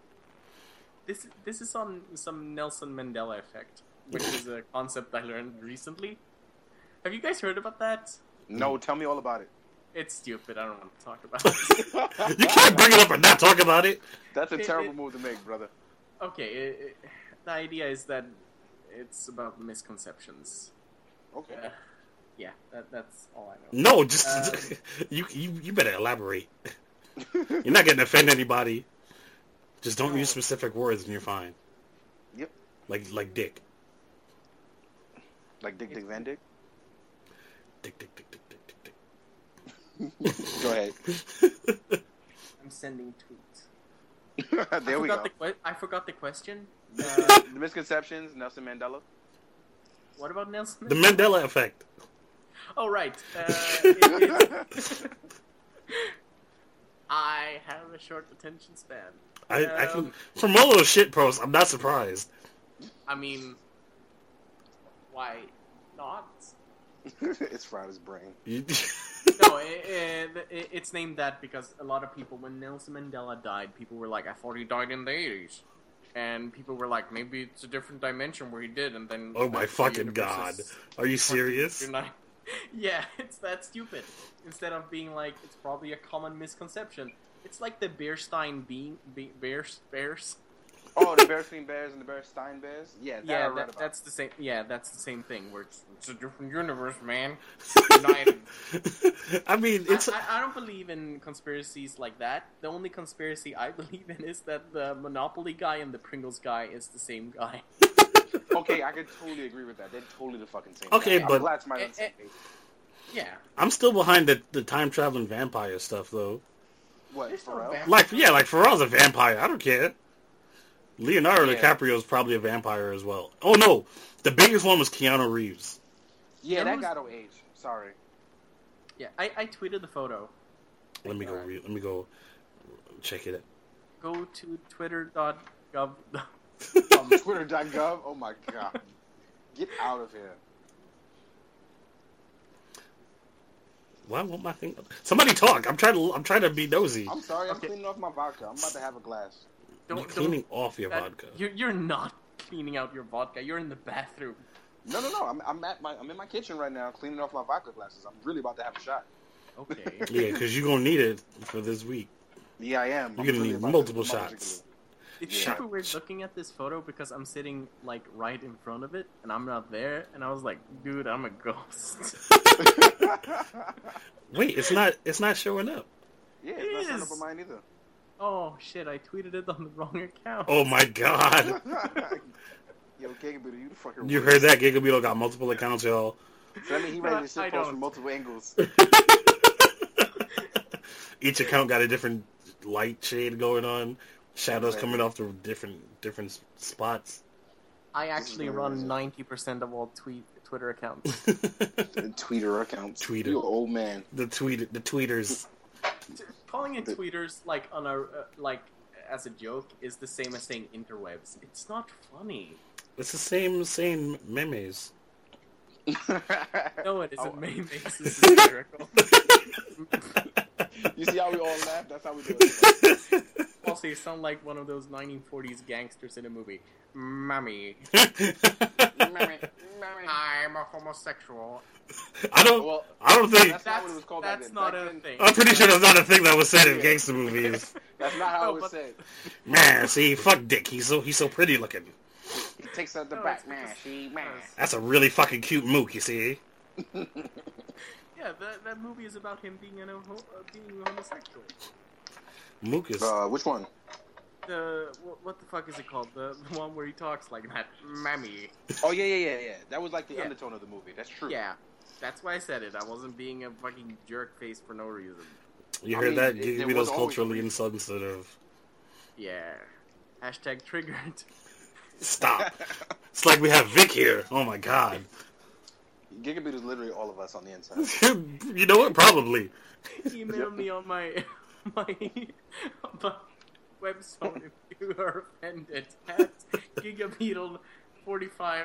Speaker 2: This this is on some Nelson Mandela effect, which is a concept I learned recently. Have you guys heard about that?
Speaker 1: No,
Speaker 3: Mm.
Speaker 1: tell me all about it.
Speaker 2: It's stupid. I don't want to talk about it.
Speaker 3: You can't bring it up and not talk about it.
Speaker 1: That's a
Speaker 2: It-
Speaker 1: terrible
Speaker 2: it-
Speaker 1: move to make, brother.
Speaker 2: Okay, it, it, the idea is that it's about misconceptions.
Speaker 1: Okay.
Speaker 2: Uh, yeah, that, that's all I know.
Speaker 3: No, just
Speaker 1: Uh,
Speaker 2: Um,
Speaker 3: you, you. You better elaborate. You're not going to offend anybody. Just don't
Speaker 2: No.
Speaker 3: use specific words, and you're fine.
Speaker 1: Yep.
Speaker 3: Like like dick,
Speaker 1: Like Dick Dick Van Dick.
Speaker 3: dick, dick, dick, dick, dick, dick, dick.
Speaker 1: Go ahead.
Speaker 2: I'm sending tweets. I
Speaker 1: there we go.
Speaker 2: forgot The que- I forgot the question. Uh,
Speaker 1: The, misconceptions, Nelson Mandela.
Speaker 2: what about Nelson?
Speaker 3: The Mandela effect.
Speaker 2: Oh right. Uh, it, it's- I have a short attention span.
Speaker 3: I, I can
Speaker 2: Um,
Speaker 3: from all those shit posts. I'm not surprised.
Speaker 2: I mean, why not?
Speaker 1: it's fried his brain.
Speaker 3: You-
Speaker 2: No, it, it, it, it's named that because a lot of people, when Nelson Mandela died, people were like, "I thought he died in the '80s," and people were like, "Maybe it's a different dimension where he did." And then,
Speaker 3: oh my
Speaker 2: the
Speaker 3: fucking
Speaker 2: universe
Speaker 3: god!
Speaker 2: is-
Speaker 3: Are you serious?
Speaker 2: You're not- yeah, it's that stupid. Instead of being like, it's probably a common misconception. It's like the Bearstein being be, bears bears.
Speaker 1: Oh, the Bearstein Bears and the Bearstein Bears. Yeah, that I
Speaker 2: Yeah,
Speaker 1: read
Speaker 2: that,
Speaker 1: about.
Speaker 2: that's the same. Yeah, that's the same thing. Where it's, it's a different universe, man. It's united.
Speaker 3: I mean,
Speaker 2: I,
Speaker 3: it's
Speaker 2: I, I don't believe in conspiracies like that. The only conspiracy I believe in is that the Monopoly guy and the Pringles guy is the same guy.
Speaker 1: okay. I could totally agree with that. They're totally the fucking same.
Speaker 3: Okay,
Speaker 1: guy.
Speaker 3: but-
Speaker 1: I'm glad it's my
Speaker 2: Eh,
Speaker 1: own same
Speaker 2: eh.
Speaker 1: page.
Speaker 2: Yeah,
Speaker 3: I'm still behind the, the time traveling vampire stuff though.
Speaker 1: What?
Speaker 2: There's no
Speaker 1: Pharrell?
Speaker 2: vamp-
Speaker 3: Like yeah, like Farrell's a vampire. I don't care. Leonardo
Speaker 1: Yeah.
Speaker 3: DiCaprio's probably a vampire as well. Oh no, the biggest one was Keanu Reeves.
Speaker 1: Yeah, that
Speaker 2: Everyone's-
Speaker 1: got old age. Sorry.
Speaker 2: yeah. I, I tweeted the photo.
Speaker 3: Let me go. Re- let me go check it.
Speaker 2: Go to twitter.gov.
Speaker 1: Um, Twitter.gov. Oh my god. Get out of here.
Speaker 3: Why won't my thing? Somebody talk. I'm trying to. I'm trying to be nosy.
Speaker 1: I'm sorry. I'm
Speaker 2: Okay.
Speaker 1: cleaning off my vodka. I'm about to have a glass.
Speaker 3: You're
Speaker 2: Don't, don't
Speaker 3: cleaning off your
Speaker 2: That-
Speaker 3: vodka.
Speaker 2: You're, you're not cleaning out your vodka. You're in the bathroom.
Speaker 1: No, no, no. I'm, I'm at my. I'm in my kitchen right now, cleaning off my vodka glasses. I'm really about to have a shot.
Speaker 2: Okay.
Speaker 3: Yeah, because you're gonna need it for this week.
Speaker 1: Yeah, I am.
Speaker 3: You're
Speaker 1: I'm
Speaker 3: gonna
Speaker 1: really
Speaker 3: need
Speaker 1: about to-
Speaker 3: multiple
Speaker 1: I'm about to
Speaker 3: shots.
Speaker 2: It's
Speaker 1: Yeah.
Speaker 2: super weird looking at this photo because I'm sitting like right in front of it and I'm not there. And I was like, dude, I'm a ghost.
Speaker 3: Wait, it's not. It's not showing up.
Speaker 1: yeah,
Speaker 2: It
Speaker 1: it's not showing
Speaker 2: is.
Speaker 1: up on mine either.
Speaker 2: oh shit! I tweeted it on the wrong account.
Speaker 3: Oh my god!
Speaker 1: Yo, Gigaboo, you the fucking.
Speaker 3: You heard that? Gigabeetle got multiple accounts, y'all.
Speaker 1: So that means he ready to
Speaker 2: I
Speaker 1: shit post
Speaker 2: don't.
Speaker 1: from multiple angles.
Speaker 3: Each account got a different light shade going on. Shadows coming off the different different s- spots.
Speaker 2: I actually
Speaker 1: This is
Speaker 2: run
Speaker 1: amazing.
Speaker 2: ninety percent of all tweet Twitter accounts.
Speaker 3: the
Speaker 1: Tweeter accounts.
Speaker 3: Tweeter.
Speaker 1: You old man.
Speaker 3: tweet. The tweeters.
Speaker 2: T- Calling it tweeters like on a uh, like as a joke is the same as saying interwebs. It's not funny.
Speaker 3: It's the same same memes.
Speaker 2: No, it
Speaker 1: Oh.
Speaker 2: isn't. Maybe this is hysterical.
Speaker 1: you see how we all laugh? That's how we do it.
Speaker 2: Also, you sound like one of those 1940s gangsters in a movie. Mummy, I'm a homosexual.
Speaker 3: I don't.
Speaker 1: Well,
Speaker 3: I don't think.
Speaker 1: That's not what it was called back
Speaker 2: That's
Speaker 1: then.
Speaker 2: not
Speaker 1: Back
Speaker 2: a
Speaker 1: then-
Speaker 2: thing.
Speaker 3: I'm pretty sure that's not a thing that was said in gangster movies.
Speaker 1: that's not how
Speaker 2: No,
Speaker 1: it was
Speaker 2: Oh, but-
Speaker 1: said.
Speaker 3: Man, see, fuck Dick. He's so he's so pretty looking.
Speaker 1: He takes out the
Speaker 2: No,
Speaker 1: back.
Speaker 2: it's
Speaker 1: Man,
Speaker 2: because-
Speaker 1: she, man.
Speaker 3: That's a really fucking cute mook. You see,
Speaker 2: Yeah, that, that movie is about him being an homo- uh, being homosexual.
Speaker 3: mook is.
Speaker 1: Uh, which one?
Speaker 2: The what, what the fuck is it called? The, the one where he talks like that. Mummy.
Speaker 1: Oh yeah, yeah, yeah, yeah. That was like the
Speaker 2: Yeah.
Speaker 1: undertone of the movie. That's true.
Speaker 2: Yeah, that's why I said it. I wasn't being a fucking jerk face for no reason.
Speaker 3: You
Speaker 1: I
Speaker 3: heard
Speaker 1: mean,
Speaker 3: that?
Speaker 1: it-
Speaker 3: Give
Speaker 1: there
Speaker 3: me
Speaker 1: was
Speaker 3: those
Speaker 1: always
Speaker 3: culturally
Speaker 1: reason.
Speaker 3: insensitive.
Speaker 2: Yeah. Hashtag triggered.
Speaker 3: Stop. it's like we have Vic here. Oh my god.
Speaker 1: Gigabit is literally all of us on the inside.
Speaker 3: you know what? Probably.
Speaker 2: Email me on my my, my website if you are offended at gigabeetle45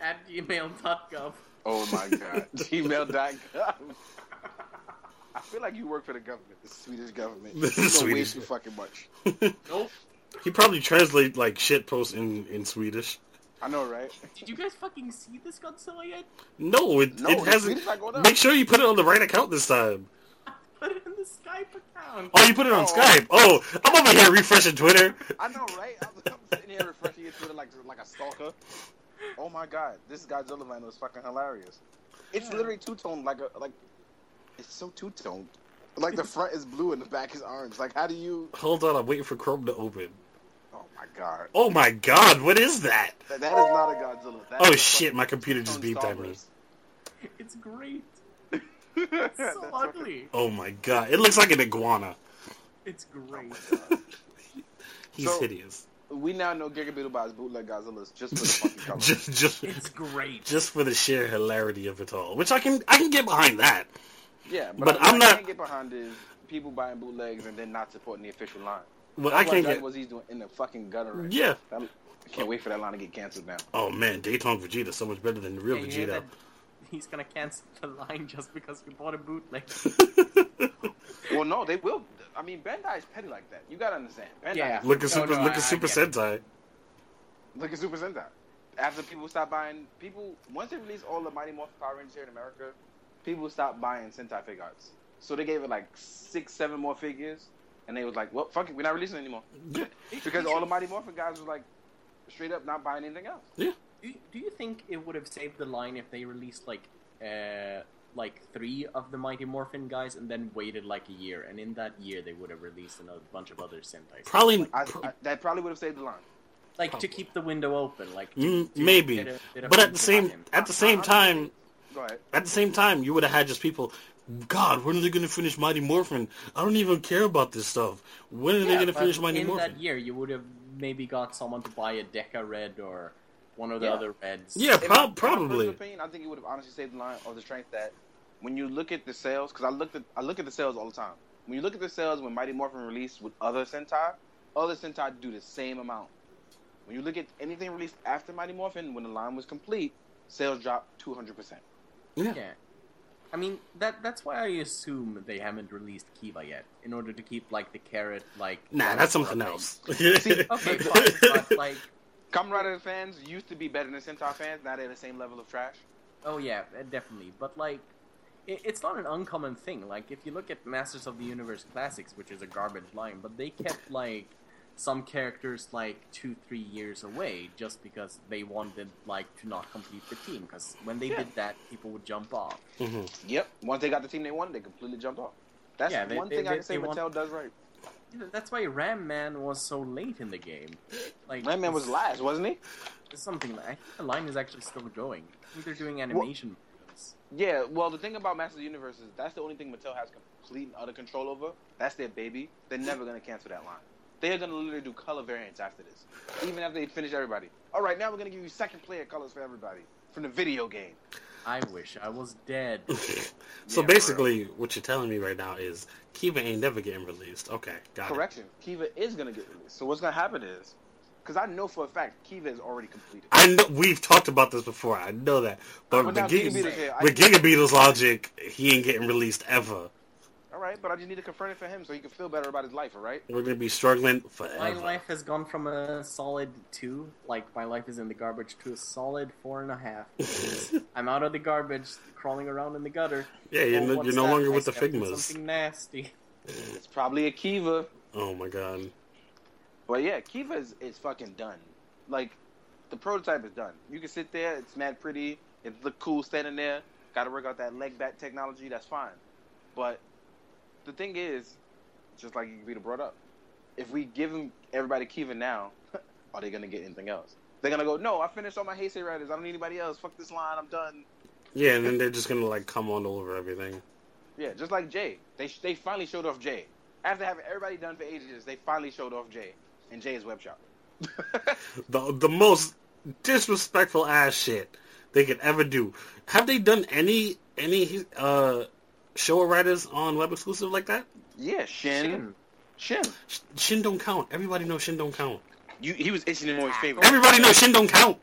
Speaker 2: at gmail.gov.
Speaker 1: Oh my god. Gmail.com. I feel like you work for the government, the Swedish government.
Speaker 3: The
Speaker 1: You know way
Speaker 3: Swedish-
Speaker 1: too fucking much.
Speaker 2: Nope.
Speaker 3: He probably translates like shit posts in, in Swedish.
Speaker 1: I know, right?
Speaker 2: Did you guys fucking see this Godzilla yet?
Speaker 3: No, it,
Speaker 1: No,
Speaker 3: it
Speaker 1: his
Speaker 3: hasn't.
Speaker 1: tweet's not going up.
Speaker 3: Make sure you put it on the right account this time.
Speaker 2: Put it in the Skype account.
Speaker 3: Oh, you put it on
Speaker 1: Oh.
Speaker 3: Skype. Oh, I'm over here refreshing Twitter.
Speaker 1: I know, right? I'm, I'm sitting here refreshing your Twitter like like a stalker. Oh my god, this Godzilla man was fucking hilarious. It's literally two toned, like a like. It's so two toned. Like the front is blue and the back is orange. Like how do you?
Speaker 3: Hold on, I'm waiting for Chrome to open.
Speaker 1: Oh my god,
Speaker 3: Oh my god, what is that?
Speaker 1: That- that is not a Godzilla. That
Speaker 3: Oh
Speaker 1: is a
Speaker 3: shit,
Speaker 1: fucking
Speaker 3: my computer just
Speaker 1: two-toned
Speaker 3: beeped
Speaker 1: Star
Speaker 3: at me.
Speaker 1: Wars.
Speaker 2: It's great.
Speaker 1: That's
Speaker 2: It's so
Speaker 1: fucking-
Speaker 2: ugly.
Speaker 3: Oh my god, it looks like an iguana.
Speaker 2: It's great.
Speaker 3: He's
Speaker 1: So-
Speaker 3: hideous.
Speaker 1: We now know Gigabeetle buys bootleg Godzillas just for the fucking color.
Speaker 3: just, just,
Speaker 2: It's great.
Speaker 3: just for the sheer hilarity of it all, which I can, I can get behind that.
Speaker 1: yeah, but,
Speaker 3: but
Speaker 1: I, what
Speaker 3: I'm
Speaker 1: I
Speaker 3: not-
Speaker 1: can't get behind is people buying bootlegs and then not supporting the official line.
Speaker 3: But I
Speaker 1: Like,
Speaker 3: can't
Speaker 1: that
Speaker 3: get.
Speaker 1: was he's doing in the fucking gutter. Right
Speaker 3: Yeah.
Speaker 1: now. I'm- I can't wait for that line to get canceled now.
Speaker 3: Oh man, Dayton Vegeta so much better than the real
Speaker 2: And you hear
Speaker 3: Vegeta.
Speaker 2: that He's gonna cancel the line just because you bought a bootleg.
Speaker 1: Well, no, they will. I mean, Bandai is petty like that. You gotta understand. Bandai
Speaker 2: Yeah.
Speaker 1: is-
Speaker 3: Look at
Speaker 2: No,
Speaker 3: Super,
Speaker 2: no,
Speaker 3: look
Speaker 2: I- I
Speaker 3: at Super
Speaker 2: get it.
Speaker 3: Sentai.
Speaker 1: Look at Super Sentai. After people stop buying, people once they released all the Mighty Morphin Power Rangers here in America, people stopped buying Sentai figure arts. So they gave it like six, seven more figures, and they was like, "Well, fuck it, we're not releasing anymore," because all the Mighty Morphin guys was like, straight up not buying anything else.
Speaker 2: Do, do you think it would have saved the line if they released like uh like three of the Mighty Morphin guys and then waited like a year and in that year they would have released another bunch of other Sentai.
Speaker 3: Probably
Speaker 1: I, I, that probably would have saved the line.
Speaker 2: like to keep the window open, like to-
Speaker 3: Mm,
Speaker 2: to
Speaker 3: maybe.
Speaker 2: get a bit of
Speaker 3: But at
Speaker 2: content
Speaker 3: the same
Speaker 2: in.
Speaker 3: at the same time
Speaker 1: Go ahead.
Speaker 3: at the same time you would have had just people God, when are they gonna finish Mighty Morphin? I don't even care about this stuff. When are they
Speaker 2: Yeah,
Speaker 3: gonna
Speaker 2: but
Speaker 3: finish Mighty
Speaker 2: in
Speaker 3: Morphin?
Speaker 2: that year you would have maybe got someone to buy a Deca Red or one of the
Speaker 1: Yeah.
Speaker 2: other Reds.
Speaker 3: Yeah,
Speaker 1: In
Speaker 3: prob-
Speaker 1: my- in my personal
Speaker 3: probably.
Speaker 1: opinion, I think it would have honestly saved the line of the strength that when you look at the sales, because I looked at I look at the sales all the time. When you look at the sales when Mighty Morphin released with other Sentai, other Sentai do the same amount. When you look at anything released after Mighty Morphin, when the line was complete, sales dropped two hundred percent.
Speaker 3: Yeah.
Speaker 2: Yeah. I mean that that's why I assume they haven't released Kiva yet in order to keep like the carrot like
Speaker 3: Nah, that's something else.
Speaker 2: Okay, fine, but like
Speaker 1: Kamen Rider fans used to be better than Sentai fans. Now they're the same level of trash.
Speaker 2: oh yeah, uh, definitely. But like it, it's not an uncommon thing. Like if you look at Masters of the Universe Classics, which is a garbage line, but they kept like some characters like two three years away just because they wanted like to not complete the team because when they
Speaker 1: Yeah.
Speaker 2: did that people would jump off
Speaker 3: Mhm.
Speaker 1: Yep. Once they got the team they wanted, they completely jumped off. That's
Speaker 2: Yeah, they-
Speaker 1: one
Speaker 2: they-
Speaker 1: thing I
Speaker 2: they-
Speaker 1: can say
Speaker 2: they want-
Speaker 1: Mattel does right.
Speaker 2: Yeah, that's why ram man was so late in the game like
Speaker 1: That man was last, wasn't he?
Speaker 2: something. like- I think the line is actually still going. I think they're doing animation. movies.
Speaker 1: Yeah, well, the thing about Master of the Universe is that's the only thing Mattel has complete and utter control over. That's their baby. They're never going to cancel that line. They are going to literally do color variants after this, even after they finish everybody. All right, now we're going to give you second player colors for everybody from the video game.
Speaker 2: I wish I was dead.
Speaker 3: so
Speaker 1: Yeah,
Speaker 3: basically what you're telling me right now is Kiva ain't never getting released. Okay, got
Speaker 1: Correction, Kiva is going to get released. So what's going to happen is, because I know for a fact Kiva is already completed.
Speaker 3: it. I know we've talked about this before, I know that. But
Speaker 1: Well,
Speaker 3: with,
Speaker 1: now
Speaker 3: Giga,
Speaker 1: Giga Beetle's here. I
Speaker 3: with
Speaker 1: can-
Speaker 3: Giga Beetle's logic, he ain't getting released ever.
Speaker 1: All right, but I just need to confirm it for him so he can feel better about his life. All right.
Speaker 3: We're gonna be struggling
Speaker 2: My
Speaker 3: forever.
Speaker 2: life has gone from a solid two, like my life is in the garbage, to a solid four and a half. I'm out of the garbage, crawling around in the gutter.
Speaker 3: Yeah, you're,
Speaker 2: Oh,
Speaker 3: no,
Speaker 2: what's
Speaker 3: you're no
Speaker 2: that?
Speaker 3: longer
Speaker 2: I
Speaker 3: with the
Speaker 2: stepped in
Speaker 3: Figmas.
Speaker 2: Something nasty.
Speaker 1: It's probably a Kiva.
Speaker 3: Oh my god.
Speaker 1: But yeah, Kiva is, is fucking done. Like, the prototype is done. You can sit there, it's mad pretty, it look cool standing there. Gotta work out that leg back technology, that's fine. But the thing is, just like Vita brought up, if we give 'em- everybody Kiva now, are they gonna get anything else? They're gonna go, no, I finished all my Heisei Riders, I don't need anybody else, fuck this line, I'm done.
Speaker 3: Yeah, and then they're just gonna like come on over everything.
Speaker 1: Yeah, just like Jay. They they finally showed off Jay. After having everybody done for ages, they finally showed off Jay and Jay's web shop.
Speaker 3: the the most disrespectful ass shit they could ever do. Have they done any any uh show writers on web exclusive like that?
Speaker 1: yeah, Shin. Shin.
Speaker 3: Sh- Shin don't count. Everybody knows Shin don't count.
Speaker 1: You, he was itching to know his favorite.
Speaker 3: Everybody knows Shin don't count.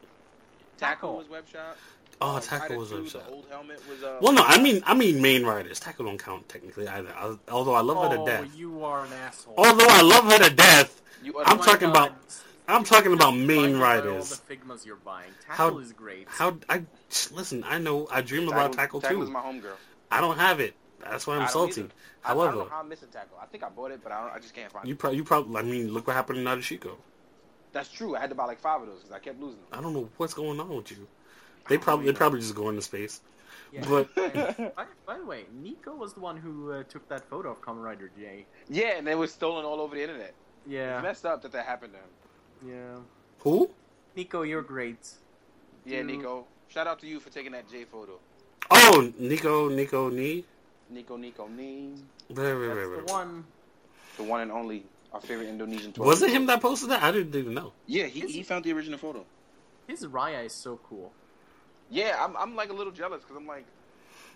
Speaker 1: Tackle was web shop.
Speaker 3: Oh,
Speaker 1: Uh,
Speaker 3: Tackle
Speaker 1: Rider
Speaker 3: was
Speaker 1: 2,
Speaker 3: web
Speaker 1: the
Speaker 3: shop.
Speaker 1: old helmet was, uh,
Speaker 3: Well, no, I mean I mean main writers. Tackle don't count technically either. I, although I love her to
Speaker 2: Oh,
Speaker 3: death.
Speaker 2: you are an asshole. Oh
Speaker 3: Although I love her to death.
Speaker 1: You
Speaker 3: I'm
Speaker 2: my
Speaker 1: utterly-
Speaker 3: talking
Speaker 2: God.
Speaker 3: about- I'm talking about main
Speaker 2: Talking about
Speaker 3: writers.
Speaker 2: All the figmas you're buying.
Speaker 3: How-
Speaker 2: Tackle is great.
Speaker 3: How I listen? I know I dream about Tackle
Speaker 1: Tackle is
Speaker 3: too.
Speaker 1: my homegirl.
Speaker 3: I don't have it. That's why I'm
Speaker 1: I don't
Speaker 3: salty.
Speaker 1: either. I, I don't
Speaker 3: However,
Speaker 1: know how I'm missing Tackle. I think I bought it, but I, don't, I just can't find
Speaker 3: you
Speaker 1: it.
Speaker 3: probably you probably I mean look what happened in Nadeshiko.
Speaker 1: That's true. I had to buy like five of those because I kept losing
Speaker 3: I don't know what's going on with you. They
Speaker 1: don't
Speaker 3: probably
Speaker 1: know
Speaker 3: they probably just go into space.
Speaker 2: Yeah.
Speaker 3: But
Speaker 1: them.
Speaker 2: By, by the way, Nico was the one who uh, took that photo of Kamen Rider J.
Speaker 1: yeah, and they were stolen all over the internet. It's
Speaker 2: Yeah,
Speaker 1: messed up that that happened to him.
Speaker 2: yeah.
Speaker 3: who?
Speaker 2: Nico, you're great.
Speaker 1: Yeah,
Speaker 2: Mm.
Speaker 1: Nico. Shout out to you for taking that J photo.
Speaker 3: Oh, Nico Nico Nee.
Speaker 1: Nico, Nico, Nee.
Speaker 3: Right, right,
Speaker 2: That's
Speaker 3: right,
Speaker 2: the
Speaker 3: right.
Speaker 2: one.
Speaker 1: The one and only, our favorite Indonesian.
Speaker 3: Was it
Speaker 1: 12.
Speaker 3: him that posted that? I didn't even know.
Speaker 1: Yeah, he,
Speaker 2: Is
Speaker 1: he
Speaker 2: it?
Speaker 1: found the original photo.
Speaker 2: His Raya is so cool.
Speaker 1: Yeah, I'm, I'm like a little jealous because I'm like,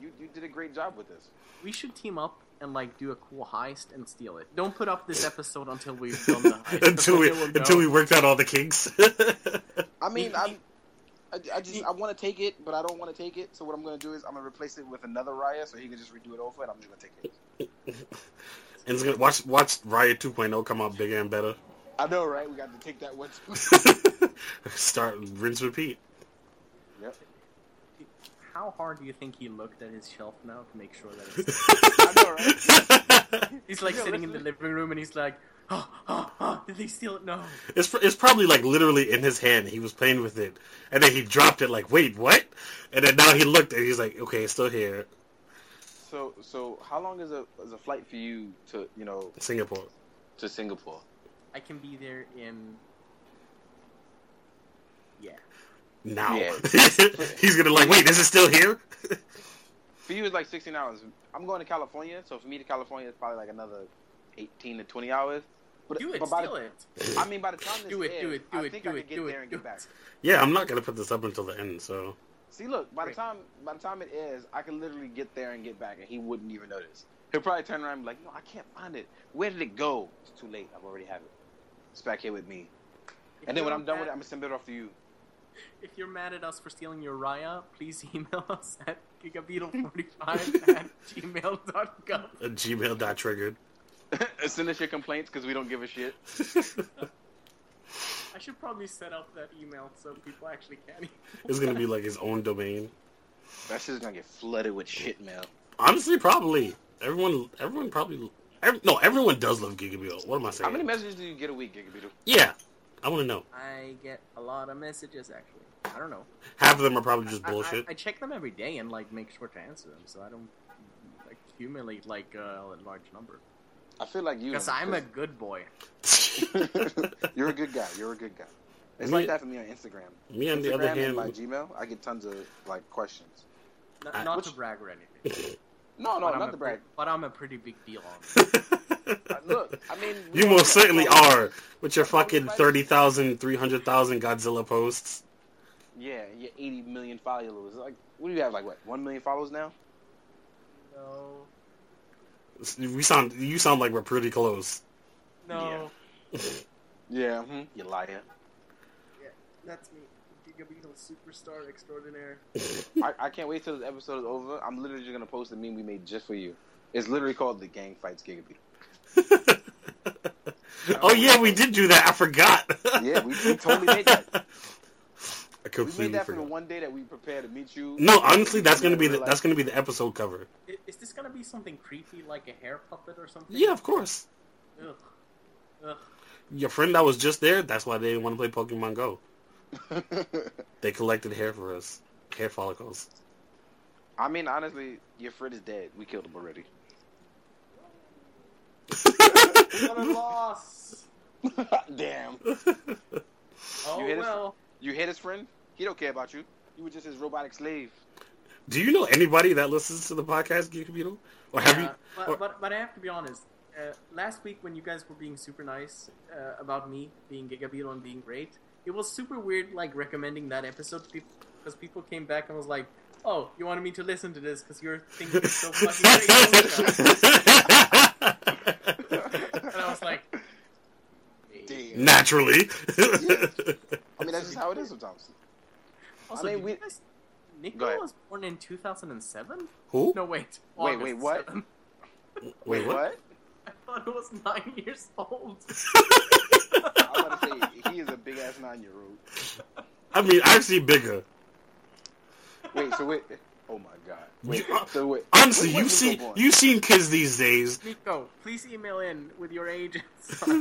Speaker 1: you, you did a great job with this.
Speaker 2: We should team up and like do a cool heist and steal it. Don't put up this episode until we've done the heist.
Speaker 3: until we
Speaker 2: They will
Speaker 3: until we
Speaker 2: know.
Speaker 3: worked out all the kinks.
Speaker 1: I mean,
Speaker 2: He-
Speaker 1: I'm, I, I just I want to take it, but I don't want to take it. So what I'm gonna do is I'm gonna replace it with another Raya, so he can just redo it over, and I'm just gonna take it.
Speaker 3: and it's gonna watch watch Riot 2.0 come out bigger and better.
Speaker 1: I know, right? We got to take that one. Too.
Speaker 3: Start rinse repeat.
Speaker 1: yep.
Speaker 2: How hard do you think he looked at his shelf now to make sure that it's
Speaker 1: I know, right?
Speaker 2: He's like
Speaker 1: Yeah,
Speaker 2: sitting in the
Speaker 1: listen.
Speaker 2: living room and he's like, oh, oh, oh, did they steal it? No.
Speaker 3: It's pr- it's probably like literally in his hand. He was playing with it, and then he dropped it. Like, wait, what? And then now he looked, and he's like, okay, it's still here,
Speaker 1: So so how long is a is a flight for you to you know
Speaker 3: Singapore.
Speaker 1: to Singapore?
Speaker 2: I can be there in. Yeah.
Speaker 3: Now
Speaker 1: Yeah.
Speaker 3: he's gonna like, wait, this is still here.
Speaker 1: For you it's like 16 hours. I'm going to California, so for me to California it's probably like another 18 to 20 hours. But,
Speaker 2: Do it,
Speaker 1: but by
Speaker 2: steal
Speaker 1: the,
Speaker 2: it.
Speaker 1: I mean, by the time this
Speaker 2: Do it, do
Speaker 1: airs,
Speaker 2: it, do
Speaker 1: I
Speaker 2: it,
Speaker 1: think
Speaker 2: do
Speaker 1: I
Speaker 2: it,
Speaker 1: could get
Speaker 2: do it,
Speaker 1: there and
Speaker 2: do
Speaker 1: get back.
Speaker 2: it.
Speaker 3: yeah, I'm not gonna put this up until the end. So
Speaker 1: See, look, by the
Speaker 2: Great.
Speaker 1: time by the time it airs, I can literally get there and get back, and he wouldn't even notice. He'll probably turn around and be like, "No, I can't find it. Where did it go? It's too late. I've already have it. It's back here with me."
Speaker 2: If
Speaker 1: And then when
Speaker 2: you're
Speaker 1: I'm done with it,
Speaker 2: mad-
Speaker 1: I'm gonna send it off to you.
Speaker 2: If you're mad at us for stealing your Raya, please email us at gigabeetle45 at gmail.com.
Speaker 3: uh, Gmail dot triggered.
Speaker 1: send us your complaints because we don't give a shit.
Speaker 2: I should probably set up that email so people actually can.
Speaker 3: It's gonna be like his own domain.
Speaker 1: That shit's gonna get flooded with shit mail.
Speaker 3: Honestly, probably everyone. Everyone probably. ev no, everyone does love Gigabill. What am I
Speaker 1: How
Speaker 3: saying?
Speaker 1: many messages do you get a week, Gigabeetle?
Speaker 3: yeah, I want to know.
Speaker 2: I get a lot of messages actually. I don't know.
Speaker 3: Half of them are probably just
Speaker 2: I- I-
Speaker 3: bullshit.
Speaker 2: I, check them every day and like make sure to answer them, so I don't accumulate like uh, a large number.
Speaker 1: I feel like you.
Speaker 2: Because I'm a good boy.
Speaker 1: You're a good guy. You're a good guy. It's
Speaker 3: Me-
Speaker 1: like that for me on Instagram.
Speaker 3: Me on the
Speaker 1: Instagram
Speaker 3: other
Speaker 1: and
Speaker 3: hand,
Speaker 1: my Gmail, I get tons of like questions.
Speaker 2: N-
Speaker 3: I-
Speaker 2: not
Speaker 1: Which-
Speaker 2: to brag or anything.
Speaker 1: No, no,
Speaker 2: but I'm
Speaker 1: not
Speaker 2: a
Speaker 1: the brag.
Speaker 2: pre- But I'm a pretty big deal on it.
Speaker 1: Uh, Look, I mean, we
Speaker 3: you
Speaker 1: all-
Speaker 3: most certainly are with your
Speaker 1: That's all we
Speaker 3: fucking
Speaker 1: like.
Speaker 3: 30,000, 300,000 Godzilla posts.
Speaker 1: Yeah, you're 80 million followers. Like, what do you have? Like, what, 1 million followers now?
Speaker 2: No.
Speaker 3: We sound you sound like we're pretty close.
Speaker 2: No.
Speaker 1: Yeah. Yeah,
Speaker 2: mm-hmm.
Speaker 1: hmm you liar.
Speaker 2: That's me. Giga Beetle Superstar Extraordinaire.
Speaker 1: I, I can't wait till this episode is over. I'm literally just gonna post a meme we made just for you. It's literally called the Gang Fights Gigabeat.
Speaker 3: oh yeah, we did do that. I forgot.
Speaker 1: Yeah, we, we totally made that.
Speaker 3: I
Speaker 1: We
Speaker 3: completely
Speaker 1: made that for the
Speaker 3: forgot.
Speaker 1: one day that we prepared to meet you.
Speaker 3: No, honestly, that's
Speaker 1: We
Speaker 3: gonna be
Speaker 1: never
Speaker 3: the,
Speaker 1: realized-
Speaker 3: that's gonna be the episode cover.
Speaker 2: Is, this gonna be something creepy like a hair puppet or something?
Speaker 3: Yeah, of course.
Speaker 2: Ugh. Ugh.
Speaker 3: Your friend that was just there, that's why they didn't want to play Pokemon Go. They collected hair for us, hair follicles.
Speaker 1: I mean, honestly, your friend is dead. We killed him already.
Speaker 2: What a loss!
Speaker 1: Damn.
Speaker 2: Oh
Speaker 1: hit us-
Speaker 2: well. Oh,
Speaker 1: You hate his friend? He don't care about you. You were just his robotic slave.
Speaker 3: Do you know anybody that listens to the podcast, Geek Beetle? Or have you?
Speaker 2: Uh, but,
Speaker 3: or-
Speaker 2: but, but I have to be honest. Uh, last week, when you guys were being super nice uh, about me being Gigabeetle and being great, it was super weird, like recommending that episode to people because people came back and was like, "Oh, you wanted me to listen to this because your thing is so fucking great." and I was like,
Speaker 1: Damn. I
Speaker 3: Naturally.
Speaker 1: mean, that's just how it is sometimes.
Speaker 2: "Also,
Speaker 1: I mean,
Speaker 2: did
Speaker 1: we-
Speaker 2: you guys-
Speaker 1: Go
Speaker 2: Nico
Speaker 1: ahead.
Speaker 2: was born in 2007.
Speaker 3: Who?
Speaker 2: No, wait.
Speaker 1: Wait, wait,
Speaker 2: August
Speaker 1: what?
Speaker 2: 7th.
Speaker 3: Wait, what?
Speaker 2: I thought it was nine years old.
Speaker 1: I'm about to say he is a big ass nine year old.
Speaker 3: I mean, I've seen bigger.
Speaker 1: Wait, so wait. Oh my god. Wait,
Speaker 3: You-
Speaker 1: so wait.
Speaker 3: uh, Honestly,
Speaker 1: when
Speaker 3: you've
Speaker 1: was
Speaker 3: seen
Speaker 1: Nico born?
Speaker 3: you've seen kids these days.
Speaker 2: Nico, please email in with your age. and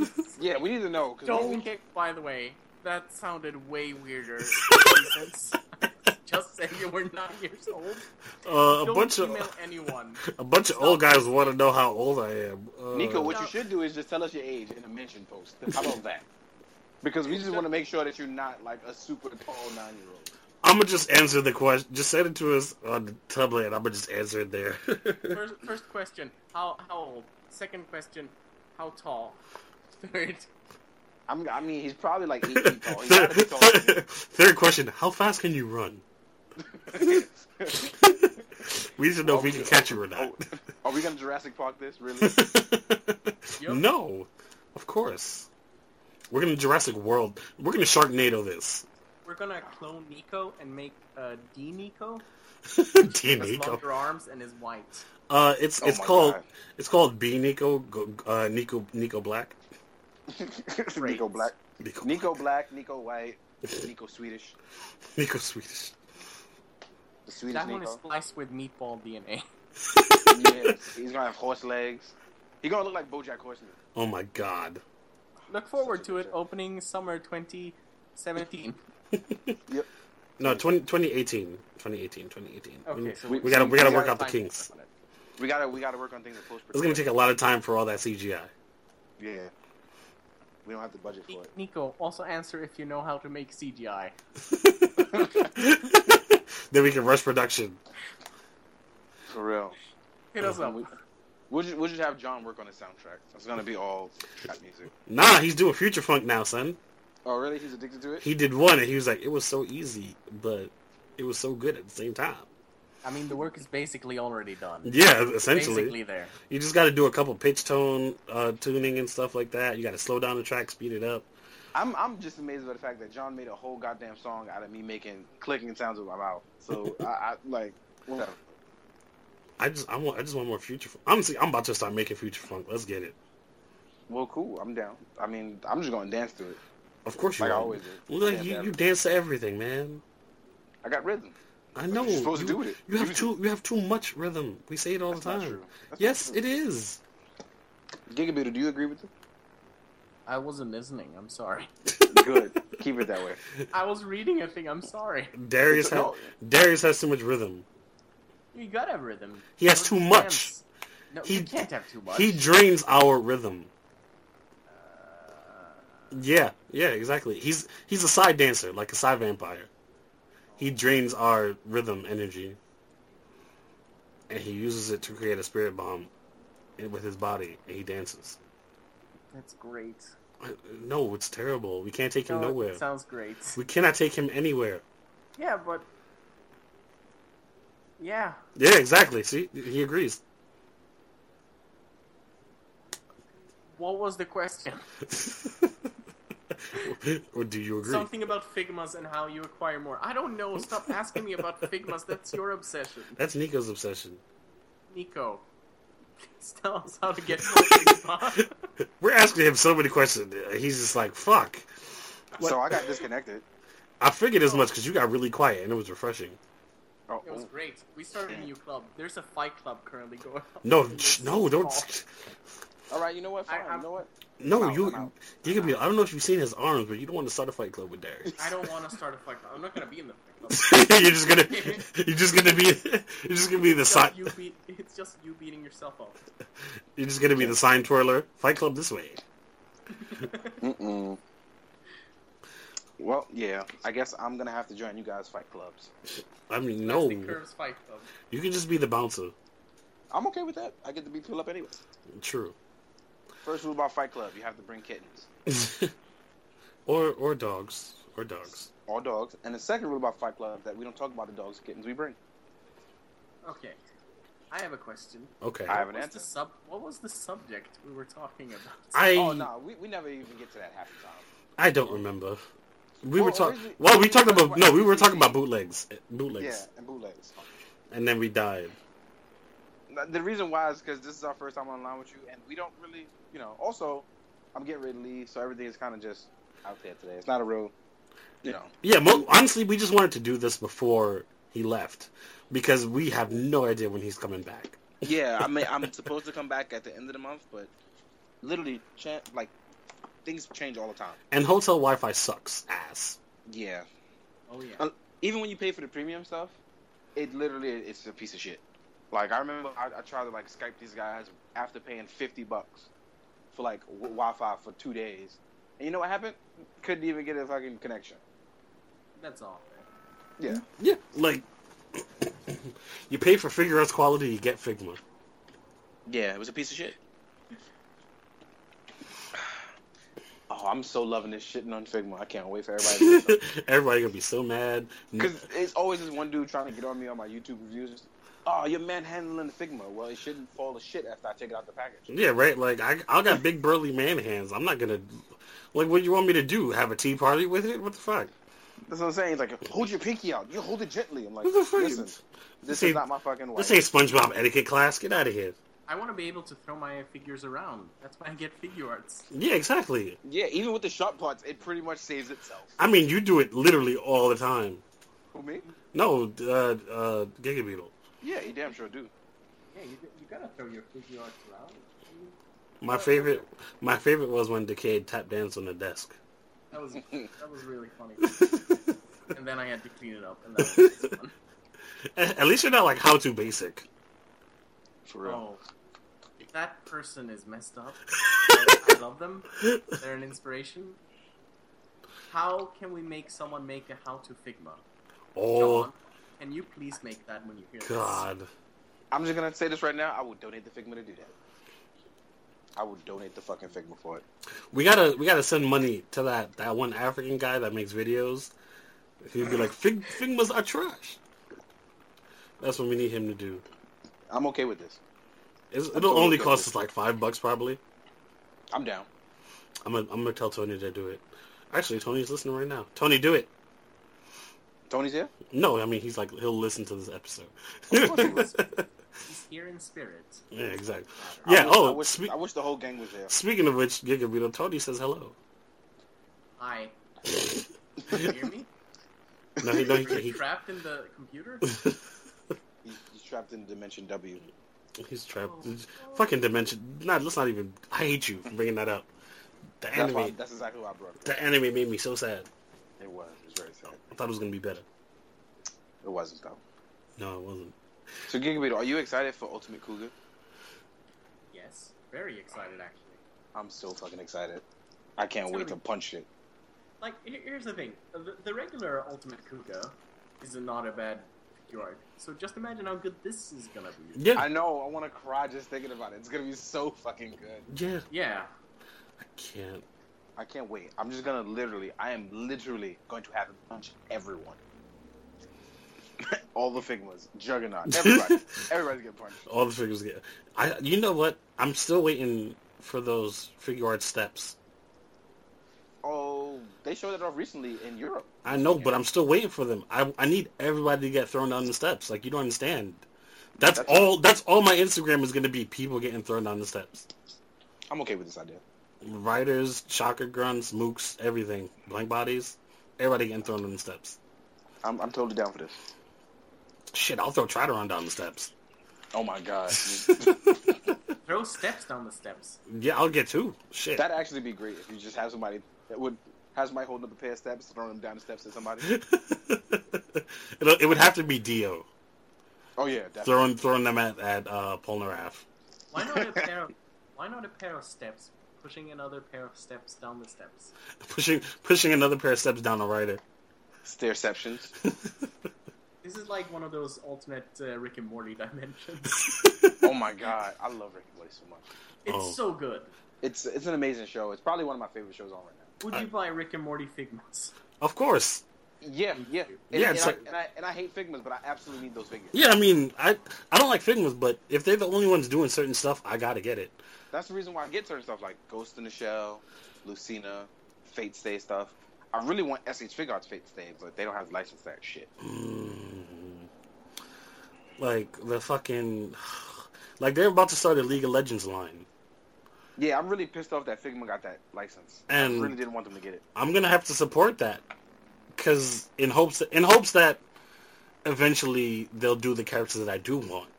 Speaker 2: size.
Speaker 1: Yeah, we need to know. Cause we-
Speaker 2: Don't. By the way, that sounded way weirder. Since I just said you were nine years old.
Speaker 3: Uh, a
Speaker 2: Don't
Speaker 3: bunch
Speaker 2: email
Speaker 3: of
Speaker 2: anyone.
Speaker 3: a bunch of old guys want to know how old I am. Uh,
Speaker 1: Nico, what
Speaker 2: No.
Speaker 1: you should do is just tell us your age in a mention post. How about that? Because we just want to make sure that you're not like a super tall nine year old.
Speaker 3: I'm gonna just answer the question. Just send it to us on the tablet, and I'm gonna just answer it there.
Speaker 2: First, first question: How how old? Second question: How tall? Third.
Speaker 1: I'm, I mean, he's probably like eight feet
Speaker 2: Oh,
Speaker 1: tall. He's gotta be taller than
Speaker 3: Third question: How fast can you run?
Speaker 1: me.
Speaker 3: We need to know if we can catch you or
Speaker 1: Oh,
Speaker 3: not.
Speaker 1: are we gonna Jurassic Park this? Really?
Speaker 2: Yep.
Speaker 3: No, of course. We're gonna Jurassic World. We're gonna Sharknado this.
Speaker 2: We're gonna clone Nico and make uh, D Nico.
Speaker 3: Team
Speaker 2: Has
Speaker 3: Nico.
Speaker 2: longer arms and is white.
Speaker 3: Uh, it's
Speaker 1: Oh
Speaker 3: it's
Speaker 1: my
Speaker 3: called
Speaker 1: God.
Speaker 3: it's called B Nico go- uh, Nico Nico Black.
Speaker 1: Nico Black,
Speaker 3: Nico
Speaker 1: Nico Black, Nico White, Nico Swedish,
Speaker 3: Nico Swedish.
Speaker 1: the Swedish
Speaker 2: That one is
Speaker 1: Nico.
Speaker 2: spliced with meatball DNA.
Speaker 1: Yeah, he's gonna have horse legs. He's gonna look like BoJack Horseman.
Speaker 3: Oh my god.
Speaker 2: Look forward
Speaker 1: Such a
Speaker 2: to it
Speaker 1: good job.
Speaker 2: opening summer 2017.
Speaker 1: Yep.
Speaker 3: No, 20, 2018. 2018, 2018.
Speaker 2: Okay, so
Speaker 1: We-
Speaker 3: Mm. we gotta- we gotta work out the
Speaker 2: find
Speaker 3: kinks.
Speaker 2: stuff on it.
Speaker 1: We gotta we gotta work on things in post
Speaker 3: It's gonna take a lot of time for all that CGI.
Speaker 1: Yeah. We don't have the budget for it.
Speaker 2: Nico, also answer if you know how to make CGI.
Speaker 3: then we can rush production.
Speaker 1: For real.
Speaker 2: Hit us up.
Speaker 1: We- We'll just, we'll just have John work on his soundtrack. It's gonna be all trap music.
Speaker 3: Nah, he's doing future funk now, son.
Speaker 1: Oh really? He's addicted to it?
Speaker 3: He did one and he was like, it was so easy, but it was so good at the same time.
Speaker 2: I mean, the work is basically already done.
Speaker 3: Yeah, essentially.
Speaker 2: Basically there.
Speaker 3: You just got to do a couple pitch tone uh, tuning and stuff like that. You got to slow down the track, speed it up.
Speaker 1: I'm I'm just amazed by the fact that John made a whole goddamn song out of me making clicking sounds with my mouth. So I, I like whatever.
Speaker 3: I just I want I just want more future. Funk. Honestly, I'm about to start making future funk. Let's get it.
Speaker 1: Well, cool. I'm down. I mean, I'm just gonna dance to it.
Speaker 3: Of course you
Speaker 1: Like I
Speaker 3: are.
Speaker 1: always do.
Speaker 3: Look,
Speaker 1: Yeah,
Speaker 3: you,
Speaker 1: man.
Speaker 3: you dance to everything, man.
Speaker 1: I got rhythm.
Speaker 3: I know.
Speaker 1: you're supposed to
Speaker 3: you,
Speaker 1: do with it.
Speaker 3: you have
Speaker 1: Use
Speaker 3: too you have too much rhythm. We say it all
Speaker 1: That's
Speaker 3: the
Speaker 1: not
Speaker 3: time.
Speaker 1: true. That's
Speaker 3: yes,
Speaker 1: not true.
Speaker 3: it is.
Speaker 1: Gigabeater, do you agree with it?
Speaker 2: I wasn't listening. I'm sorry.
Speaker 1: Good. Keep it that way.
Speaker 2: I was reading a thing. I'm sorry.
Speaker 3: Darius has
Speaker 1: No.
Speaker 3: Darius has too much rhythm.
Speaker 2: You gotta have rhythm.
Speaker 3: He has
Speaker 2: Don't
Speaker 3: too much.
Speaker 2: dance. No,
Speaker 3: He-
Speaker 2: you can't have too much.
Speaker 3: He drains our rhythm.
Speaker 2: Uh,
Speaker 3: Yeah, yeah, exactly. He's he's a side dancer, like a side vampire. He drains our rhythm energy, and he uses it to create a spirit bomb in- with his body, and he dances.
Speaker 2: that's great.
Speaker 3: No, it's terrible. We can't take him
Speaker 2: No, it
Speaker 3: nowhere.
Speaker 2: Sounds great.
Speaker 3: We cannot take him anywhere.
Speaker 2: Yeah, but yeah,
Speaker 3: Yeah, exactly. See, he agrees.
Speaker 2: what was the question?
Speaker 3: or do you agree?
Speaker 2: Something about Figmas and how you acquire more. I don't know. Stop asking me about Figmas. That's your obsession,
Speaker 3: That's Nico's obsession.
Speaker 2: Nico. Please tell us how to get more Figma.
Speaker 3: We're asking him so many questions. uh, He's just like, "Fuck." What-
Speaker 1: So I got disconnected.
Speaker 3: I figured as much because you got really quiet and it was refreshing.
Speaker 1: Oh,
Speaker 2: it was
Speaker 1: oh.
Speaker 2: great. We started a new club. There's a fight club currently going. on.
Speaker 3: No,
Speaker 2: in
Speaker 3: sh-
Speaker 2: this
Speaker 3: no,
Speaker 2: hall.
Speaker 3: don't.
Speaker 1: all right. You know what?
Speaker 2: I-
Speaker 1: Fine.
Speaker 2: I'm-
Speaker 1: you know what?
Speaker 3: No,
Speaker 1: I'm out,
Speaker 3: you.
Speaker 1: I'm out.
Speaker 3: You could be. I don't know if you've seen his arms, but you don't want to start a fight club with Darius.
Speaker 2: I don't want to start a fight club. I'm not gonna be in the fight club.
Speaker 3: you're just gonna. You're just gonna be. You're just gonna be the
Speaker 2: It's
Speaker 3: sign.
Speaker 2: just you beat, it's just you beating yourself up.
Speaker 3: You're just gonna be the sign twirler. Fight club this way.
Speaker 1: Mm-mm. Well, yeah. I guess I'm gonna have to join you guys fight clubs.
Speaker 3: I mean, no,
Speaker 2: Plastic Curves Fight Club.
Speaker 3: you can just be the bouncer.
Speaker 1: I'm okay with that. I get to beat people up anyway.
Speaker 3: True.
Speaker 1: First rule about Fight Club: you have to bring kittens
Speaker 3: or or dogs or dogs.
Speaker 1: or dogs. And the second rule about Fight Club: that we don't talk about the dogs, or kittens we bring.
Speaker 2: Okay, I have a question.
Speaker 3: Okay.
Speaker 1: I
Speaker 3: I,
Speaker 1: have an
Speaker 2: What's the
Speaker 1: answer.
Speaker 2: sub? What was the subject we were talking about?
Speaker 1: Oh no, we, we never even get to that half the time.
Speaker 3: I don't remember. We
Speaker 1: Well,
Speaker 3: were talking.
Speaker 1: originally-
Speaker 3: Well, we talked about
Speaker 1: Well,
Speaker 3: no. We were talking
Speaker 1: SCC.
Speaker 3: about bootlegs, eh, bootlegs,
Speaker 1: Yeah, and bootlegs.
Speaker 3: and then we died.
Speaker 1: Now, The reason why is because this is our first time online with you, and we don't really, you know. Also, I'm getting ready to leave, so everything is kind of just out there today. It's not a real, you know.
Speaker 3: Yeah. Mo- honestly, we just wanted to do this before he left because we have no idea when he's coming back.
Speaker 1: Yeah, I mean, I'm supposed to come back at the end of the month, but literally, cha- like things change all the time.
Speaker 3: And hotel Wi-Fi sucks ass.
Speaker 1: Yeah,
Speaker 2: Oh yeah.
Speaker 1: Uh, even when you pay for the premium stuff, it literally it's a piece of shit. Like I remember I, I tried to like Skype these guys after paying fifty bucks for like w- Wi-Fi for two days, and you know what happened? Couldn't even get a fucking connection.
Speaker 2: That's all.
Speaker 1: Yeah,
Speaker 3: Yeah. Like you pay for Figure Out's quality, you get Figma.
Speaker 1: yeah, it was a piece of shit. Oh, I'm so loving this shitting on Figma. I can't wait for everybody. to
Speaker 3: Everybody gonna be so mad.
Speaker 1: Because it's always this one dude trying to get on me on my YouTube reviews. Oh, you're manhandling Figma. Well, it shouldn't fall to shit after I take it out the package.
Speaker 3: Yeah, right. Like I, I got big burly man hands. I'm not gonna. Like, what do you want me to do? Have a tea party with it? What the fuck?
Speaker 1: That's what I'm saying. It's like, hold your pinky out. You hold it gently. I'm like,
Speaker 3: What the fuck?
Speaker 1: listen, this
Speaker 3: See,
Speaker 1: is not my fucking wife.
Speaker 3: This ain't SpongeBob etiquette class. Get out of here.
Speaker 2: I want to be able to throw my figures around. That's why I get figure arts.
Speaker 3: Yeah, exactly.
Speaker 1: Yeah, even with the sharp parts, it pretty much saves itself.
Speaker 3: I mean, you do it literally all the time.
Speaker 1: Who, me?
Speaker 3: No, uh, uh, Giga Beetle.
Speaker 1: Yeah, you damn sure do.
Speaker 2: Yeah, you, you gotta throw your figure arts around.
Speaker 3: My favorite, my favorite was when Decade tap danced on the desk.
Speaker 2: That was that was really funny. and then I had to clean it up, and that was fun.
Speaker 3: At at least you're not like how to basic.
Speaker 1: For real.
Speaker 2: Oh, that person is messed up. I, I love them. They're an inspiration. How can we make someone make a how to Figma?
Speaker 3: Oh
Speaker 2: John, can you please make that when you hear
Speaker 3: God,
Speaker 1: I'm just going to say this right now. I would donate the Figma to do that. I would donate the fucking Figma for it.
Speaker 3: we gotta we gotta send money to that that one African guy that makes videos. He'd be like, Fig, "Figmas are trash." That's what we need him to do.
Speaker 1: I'm okay with this.
Speaker 3: It's, it'll only cost us like five bucks probably.
Speaker 1: I'm down.
Speaker 3: I'm gonna, I'm gonna tell Tony to do it. Actually, Tony's listening right now. Tony, do it.
Speaker 1: Tony's here?
Speaker 3: No, I mean he's like he'll listen to this episode.
Speaker 2: course he'll listen. this? He's here in spirit.
Speaker 3: yeah, exactly.
Speaker 1: I
Speaker 3: Yeah.
Speaker 1: wish- I
Speaker 3: Oh,
Speaker 1: wish,
Speaker 3: spe-
Speaker 1: I wish the whole gang was there.
Speaker 3: speaking of which, Giga Beetle, Tony says hello.
Speaker 2: Hi. Can you hear me?
Speaker 3: No, he, no, he,
Speaker 2: Are you
Speaker 3: he,
Speaker 2: trapped in the computer?
Speaker 1: He, he's trapped in Dimension W.
Speaker 3: he's trapped. Fucking dimension. Not. Let's not even. I hate you for bringing that up. The
Speaker 1: That's,
Speaker 3: anime.
Speaker 1: why, that's exactly why I brought it.
Speaker 3: The anime made me so sad.
Speaker 1: It was. It was very sad.
Speaker 3: I thought it was gonna be better.
Speaker 1: It wasn't though.
Speaker 3: No, it wasn't.
Speaker 1: So Gigabeetle, are you excited for Ultimate Cougar?
Speaker 2: Yes. Very excited, actually.
Speaker 1: I'm so fucking excited. I can't
Speaker 2: It's
Speaker 1: wait to
Speaker 2: gonna
Speaker 1: punch it.
Speaker 2: Like, here- here's the thing. The, the regular Ultimate Kuga is not a bad yard. So just imagine how good this is gonna be.
Speaker 3: Yeah.
Speaker 1: I know. I want to cry just thinking about it. It's gonna be so fucking good.
Speaker 3: yeah.
Speaker 2: Yeah.
Speaker 3: I can't.
Speaker 1: I can't wait. I'm just gonna literally. I am literally going to have to punch everyone. All the Figmas, Juggernaut, everybody, everybody's getting punched.
Speaker 3: All the figures get. I. You know what? I'm still waiting for those figure art steps.
Speaker 1: Oh, they showed it off recently in Europe.
Speaker 3: I know, but I'm still waiting for them. I I need everybody to get thrown down the steps. Like you don't understand. That's,
Speaker 1: That's-
Speaker 3: all. That's all my Instagram is going to be. People getting thrown down the steps.
Speaker 1: I'm okay with this idea.
Speaker 3: Riders, chakra grunts, mooks, everything. Blank bodies. Everybody getting thrown down the steps.
Speaker 1: I'm, I'm totally down for this.
Speaker 3: Shit, I'll throw Trideron down the steps.
Speaker 1: Oh my god,
Speaker 2: Throw steps down the steps.
Speaker 3: Yeah, I'll get two. Shit.
Speaker 1: that'd actually be great if you just have somebody that would have somebody holding up a pair of steps, throwing them down the steps at somebody.
Speaker 3: It'll, it would have to be Dio
Speaker 1: Oh yeah, definitely.
Speaker 3: throwing throwing them at at uh, Polnareff.
Speaker 2: Why not a pair of Why not a pair of steps pushing another pair of steps down the steps.
Speaker 3: pushing pushing another pair of steps down the rider.
Speaker 1: Stairceptions.
Speaker 2: This is like one of those alternate uh, Rick and Morty dimensions.
Speaker 1: oh my god, I love Rick and Morty so much.
Speaker 2: It's
Speaker 3: Oh.
Speaker 2: so good.
Speaker 1: It's it's an amazing show. It's probably one of my favorite shows on right now.
Speaker 2: Would you buy Rick and Morty figments?
Speaker 3: of course.
Speaker 1: Yeah, yeah, and,
Speaker 3: Yeah,
Speaker 1: And,
Speaker 3: it's
Speaker 1: I,
Speaker 3: like-
Speaker 1: and I and I hate Figmas, but I absolutely need those figures.
Speaker 3: Yeah, I mean, I I don't like Figmas, but if they're the only ones doing certain stuff, I gotta get it.
Speaker 1: That's the reason why I get certain stuff like Ghost in the Shell, Lucina, Fate Stay stuff. I really want SH Figure Arts Fate Stay, but they don't have license that shit.
Speaker 3: Mm. Like the fucking, like they're about to start a League of Legends line.
Speaker 1: Yeah, I'm really pissed off that Figma got that license. I
Speaker 3: And-
Speaker 1: really didn't want them to get it.
Speaker 3: I'm gonna have to support that because in hopes in hopes that eventually they'll do the characters that I do want.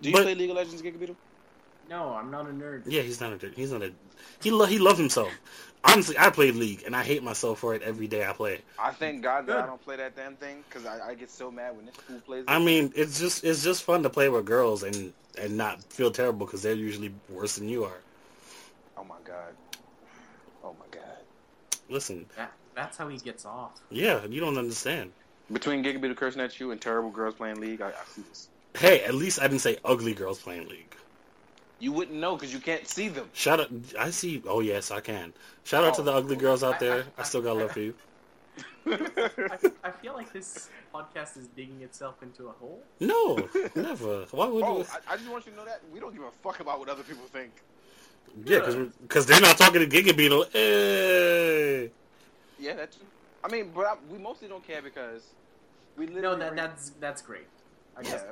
Speaker 1: Do you
Speaker 3: But-
Speaker 1: play League of Legends, Gigabeetle?
Speaker 2: No, I'm not a nerd.
Speaker 3: Yeah, he's not a he's not a he lo- he loves himself. Honestly, I play League and I hate myself for it every day I play. it.
Speaker 1: I thank God that I
Speaker 2: Good.
Speaker 1: don't play that damn thing because I, I get so mad when this fool plays it.
Speaker 3: I mean, it's just it's just fun to play with girls and and not feel terrible because they're usually worse than you are.
Speaker 1: oh my god. Oh my god.
Speaker 3: Listen,
Speaker 2: That, that's how he gets off.
Speaker 3: yeah, you don't understand.
Speaker 1: Between Gigabeetle cursing at you and terrible girls playing League, I, I see this.
Speaker 3: Hey, at least I didn't say ugly girls playing League.
Speaker 1: You wouldn't know because you can't see them.
Speaker 3: Shout out, I see. Oh yes, I can. Shout out to
Speaker 1: Oh,
Speaker 3: the ugly
Speaker 1: cool.
Speaker 3: girls
Speaker 2: I-
Speaker 3: out there.
Speaker 2: I-
Speaker 3: I still got love for you. Oh,
Speaker 2: I, I feel like this podcast is digging itself into a hole.
Speaker 3: No, never. Why would
Speaker 1: Oh,
Speaker 3: you?
Speaker 1: I, I just want you to know that we don't give a fuck about what other people think.
Speaker 3: Yeah, because they're not talking to Giga Beetle. Eh, Hey.
Speaker 1: Yeah, that's. I mean, but I, we mostly don't care because we
Speaker 2: No,
Speaker 1: literally
Speaker 2: that that's that's great. I
Speaker 1: yeah.
Speaker 2: just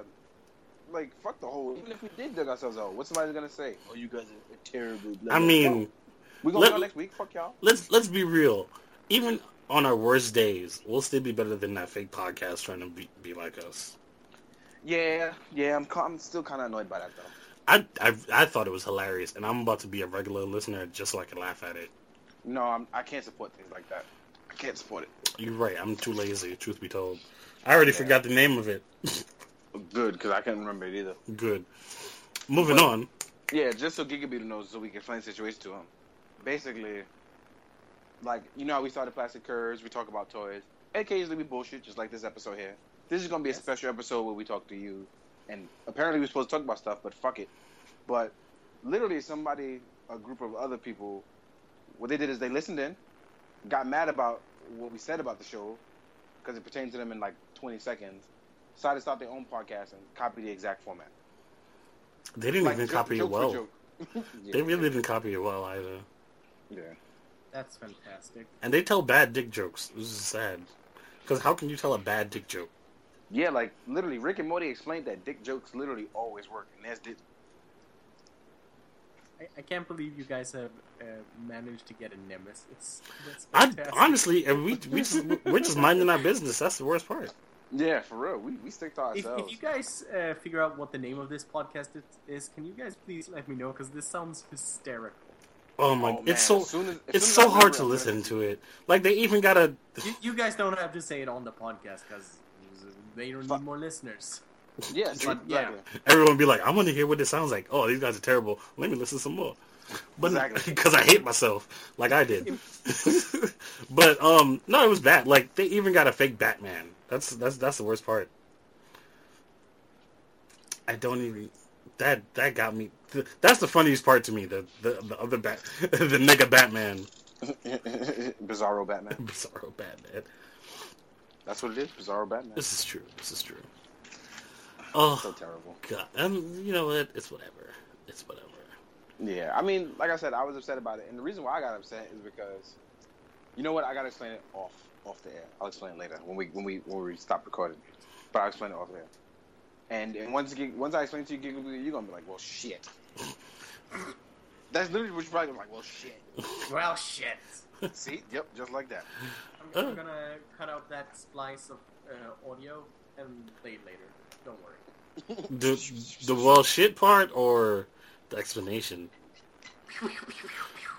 Speaker 1: Like fuck the whole. Even if we did dig ourselves out, what's somebody gonna say? Oh, you guys are, are terrible.
Speaker 3: I mean,
Speaker 1: we gonna
Speaker 3: let-
Speaker 1: go next week. Fuck y'all.
Speaker 3: let's let's be real. Even on our worst days, we'll still be better than that fake podcast trying to be, be like us.
Speaker 1: Yeah, yeah. I'm. ca- I'm still kind of annoyed by that though.
Speaker 3: I, I I thought it was hilarious, and I'm about to be a regular listener just so I can laugh at it.
Speaker 1: No, I'm, I can't support things like that. I can't support it.
Speaker 3: You're right. I'm too lazy. Truth be told, I already
Speaker 1: Yeah.
Speaker 3: forgot the name of it.
Speaker 1: Good, because I can't remember it either.
Speaker 3: Good. Moving
Speaker 1: But-
Speaker 3: on.
Speaker 1: Yeah, just so Gigabeetle knows, so we can explain the situation to him. Basically, like you know how we started plastic curves, we talk about toys. Occasionally we bullshit, just like this episode here. This is gonna be a special episode where we talk to you, and apparently we're supposed to talk about stuff, but fuck it. But literally, somebody, a group of other people, what they did is they listened in, got mad about what we said about the show because it pertained to them in like 20 seconds. Decided to start their own podcast and copy the exact format.
Speaker 3: They didn't even
Speaker 1: joke-
Speaker 3: copy it
Speaker 1: joke for
Speaker 3: well.
Speaker 1: joke. Yeah.
Speaker 3: They really didn't copy it well either.
Speaker 1: Yeah.
Speaker 2: that's fantastic.
Speaker 3: And they tell bad dick jokes. This is sad. Because how can you tell a bad dick joke?
Speaker 1: Yeah, like literally, Rick and Morty explained that dick jokes literally always work, and that's dick.
Speaker 2: I, I can't believe you guys have uh, managed to get a nemesis. It's that's
Speaker 3: I
Speaker 2: fantastic.
Speaker 3: honestly, and we we just we're just minding our business. That's the worst part.
Speaker 1: Yeah, for real, we, we stick to
Speaker 2: If,
Speaker 1: ourselves.
Speaker 2: if you guys uh, figure out what the name of this podcast is, is can you guys please let me know? Because this sounds hysterical.
Speaker 3: Oh my!
Speaker 1: Oh, man,
Speaker 3: it's so
Speaker 1: as soon as- as
Speaker 3: it's
Speaker 1: soon as
Speaker 3: so
Speaker 1: I
Speaker 3: hard
Speaker 1: remember,
Speaker 3: to
Speaker 1: I'm
Speaker 3: listen
Speaker 1: gonna-
Speaker 3: to it. Like they even got a
Speaker 2: You, you guys don't have to say it on the podcast because they don't need more listeners.
Speaker 1: Yeah, see,
Speaker 2: But, yeah.
Speaker 1: exactly.
Speaker 3: everyone be like, I want to hear what it sounds like. Oh, these guys are terrible. Let me listen some more. But
Speaker 1: Exactly.
Speaker 3: because I hate myself, like I did. but um, no, it was bad. Like they even got a fake Batman. That's that's that's the worst part. I don't even. That that got me. Th- that's the funniest part to me. The the, the other bat, the nigga Batman,
Speaker 1: Bizarro Batman.
Speaker 3: Bizarro Batman.
Speaker 1: That's what it is. Bizarro Batman.
Speaker 3: This is true. This is true. Oh
Speaker 1: So terrible.
Speaker 3: god. Um, you know what? It's whatever. It's whatever.
Speaker 1: Yeah, I mean, like I said, I was upset about it, and the reason why I got upset is because, you know what? I gotta explain it off off the air. I'll explain it later when we when we when we stop recording, but I'll explain it off the air. And, and once you get- once I explain it to you, Giggle, you're gonna be like, well, shit. That's literally what you're probably gonna be like. Well, shit.
Speaker 2: Well, shit.
Speaker 1: See, yep, just like that.
Speaker 2: I'm,
Speaker 3: Uh.
Speaker 2: I'm gonna cut out that splice of uh, audio and play it later. Don't worry.
Speaker 3: the the well shit part or the explanation?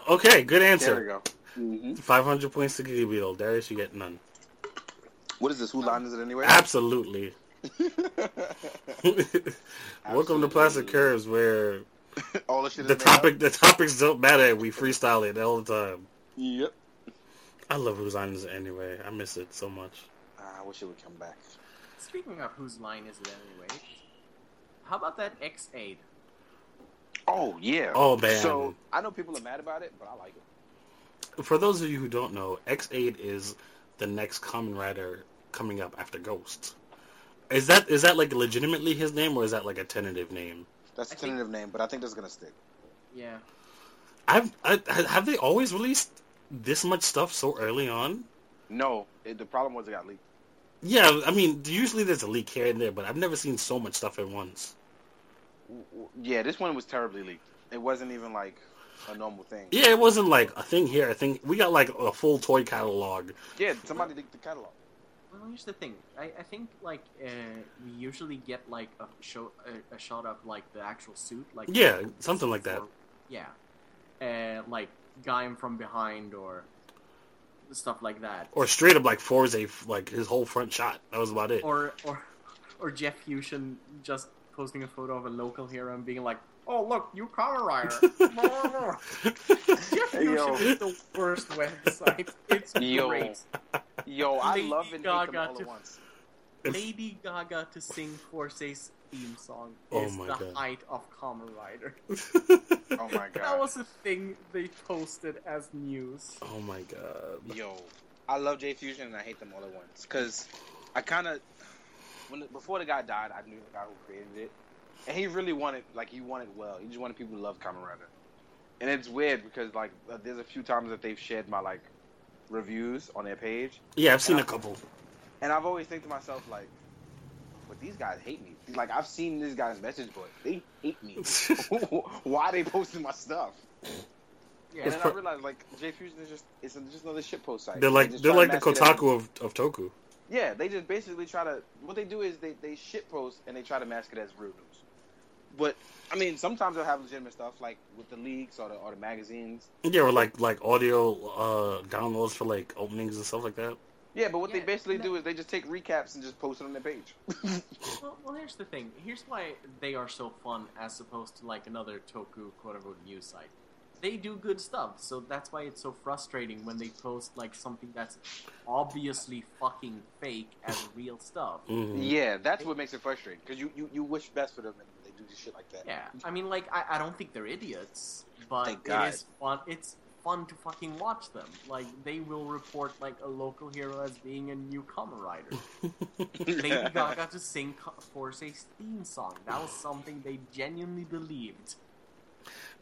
Speaker 3: Okay,
Speaker 1: There
Speaker 3: good
Speaker 1: we
Speaker 3: answer.
Speaker 1: go. Mm-hmm.
Speaker 3: Five hundred points to Giga Beetle. Darius, you get none.
Speaker 1: What is this? Who line is it anyway?
Speaker 3: Absolutely. Welcome to Plastic
Speaker 1: Absolutely.
Speaker 3: Curves, where
Speaker 1: all the shit.
Speaker 3: The
Speaker 1: is made up.
Speaker 3: topic, the topics don't matter. We freestyle it all the time.
Speaker 1: Yep.
Speaker 3: I love Who's Line Is It Anyway. I miss it so much.
Speaker 1: Ah, I wish it would come back.
Speaker 2: Speaking of whose line is it anyway? How about that X Aid?
Speaker 1: Oh yeah.
Speaker 3: Oh, man.
Speaker 1: So I know people are mad about it, but I like it.
Speaker 3: For those of you who don't know, X8 is the next Common Rider coming up after Ghost. Is that is that like legitimately his name or is that like a tentative name?
Speaker 1: That's a
Speaker 2: I think-
Speaker 1: tentative name, but I think that's gonna stick.
Speaker 2: Yeah,
Speaker 3: I've I, have they always released this much stuff so early on?
Speaker 1: No, it, the problem was it got leaked.
Speaker 3: Yeah, I mean usually there's a leak here and there, but I've never seen so much stuff at once.
Speaker 1: W- w- Yeah, this one was terribly leaked. It wasn't even like a normal thing.
Speaker 3: Yeah, it wasn't like a thing here. I think we got like a full toy catalog.
Speaker 1: Yeah, somebody leaked the catalog.
Speaker 2: Well, here's the thing. I, I think like uh, we usually get like a show a, a shot of like the actual suit, like
Speaker 3: Yeah, something like that.
Speaker 2: or- yeah, uh, like guy him from behind or stuff like that,
Speaker 3: Or straight up like Forza, like his whole front shot. That was about it.
Speaker 1: Oh.
Speaker 2: or or or Jeff Fusion just posting a photo of a local hero and being like, "Oh look, you Kamen Rider." Jeff
Speaker 1: Hey,
Speaker 2: Fusion
Speaker 1: yo.
Speaker 2: is the worst website. It's
Speaker 1: Yo.
Speaker 2: great.
Speaker 1: Yo, I
Speaker 2: Lady
Speaker 1: love and hate them
Speaker 2: Gaga
Speaker 1: all
Speaker 2: to-
Speaker 1: at once.
Speaker 2: Lady Gaga to sing Force's theme song
Speaker 3: Oh
Speaker 2: is
Speaker 3: my
Speaker 2: the
Speaker 3: God.
Speaker 2: height of Kamen Rider.
Speaker 1: Oh my god.
Speaker 2: That was a thing they posted as news.
Speaker 3: oh my god.
Speaker 1: Yo, I love J Fusion and I hate them all at once because I kind of when before the guy died, I knew the guy who created it, and he really wanted like he wanted well. He just wanted people to love Kamen Rider, and it's weird because like uh, there's a few times that they've shared my like reviews on their page,
Speaker 3: Yeah, I've seen a couple.
Speaker 1: and I've always think to myself like, but these guys hate me. Like I've seen this guy's message board, they hate me. Why they posting my stuff?
Speaker 2: Yeah,
Speaker 1: And
Speaker 3: It's
Speaker 1: then I
Speaker 3: pro-
Speaker 1: realized like J Fusion is just it's just another shitpost site.
Speaker 3: They're like
Speaker 1: just
Speaker 3: they're
Speaker 1: try
Speaker 3: like
Speaker 1: to
Speaker 3: the
Speaker 1: mask it as-
Speaker 3: Kotaku of, of Toku.
Speaker 1: Yeah, they just basically try to. What they do is they they shit post and they try to mask it as real news. But I mean, sometimes they'll have legitimate stuff like with the leaks or the or the magazines.
Speaker 3: Yeah, or like like audio uh, downloads for like openings and stuff like that.
Speaker 1: Yeah, but what they
Speaker 2: Yeah,
Speaker 1: basically
Speaker 2: no.
Speaker 1: do is they just take recaps and just post it on their page.
Speaker 2: uh, well, well, here's the thing. Here's why they are so fun as opposed to like another Toku quote unquote news site. They do good stuff, so that's why it's so frustrating when they post like something that's obviously fucking fake as real stuff.
Speaker 3: Mhm.
Speaker 1: yeah, that's what makes it frustrating because you, you you wish best for them and they do just shit like that.
Speaker 2: Yeah, I mean, like I, I don't think they're idiots, but
Speaker 1: Thank
Speaker 2: it
Speaker 1: God.
Speaker 2: is fun. It's fun to fucking watch them. Like they will report like a local hero as being a newcomer rider. Lady Gaga to sing co- Force's theme song. That was something they genuinely believed.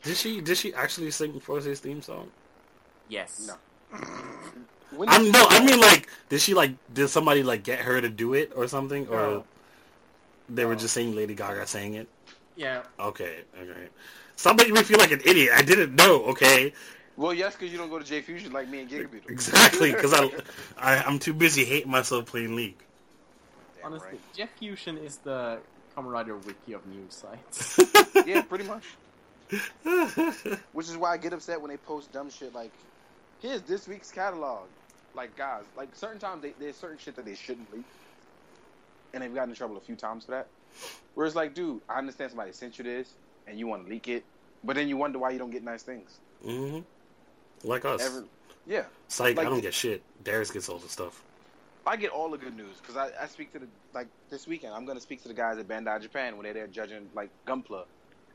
Speaker 3: Did she did she actually sing Forza's theme song?
Speaker 2: Yes.
Speaker 1: No. When
Speaker 3: I'm
Speaker 1: did-
Speaker 3: no, I mean like did she like did somebody like get her to do it or something or
Speaker 2: No.
Speaker 3: they were
Speaker 1: No.
Speaker 3: just saying Lady Gaga sang it?
Speaker 2: Yeah.
Speaker 3: Okay, okay. Stop making me feel like an idiot. I didn't know. Okay,
Speaker 1: Well, yes, because you don't go to J Fusion like me and Gigabeat.
Speaker 3: exactly. Because I, I I'm too busy hating myself playing League.
Speaker 2: Honestly, Jeff Fusion is the Kamen Rider wiki of news sites.
Speaker 1: yeah, pretty much.
Speaker 3: Mm-hmm.
Speaker 1: Which is why I get upset when they post dumb shit like, "Here's this week's catalog." Like guys, like certain times they, there's certain shit that they shouldn't leak, and they've gotten in trouble a few times for that. Where it's like, dude, I understand somebody sent you this and you want to leak it, but then you wonder why you don't get nice things.
Speaker 3: hmm Like us,
Speaker 1: Every, yeah,
Speaker 3: it's like,
Speaker 1: like-
Speaker 3: I don't get shit. Darius gets all the stuff.
Speaker 1: I get all the good news because I, I speak to the like this weekend. I'm gonna speak to the guys at Bandai Japan when they're there judging like Gunpla,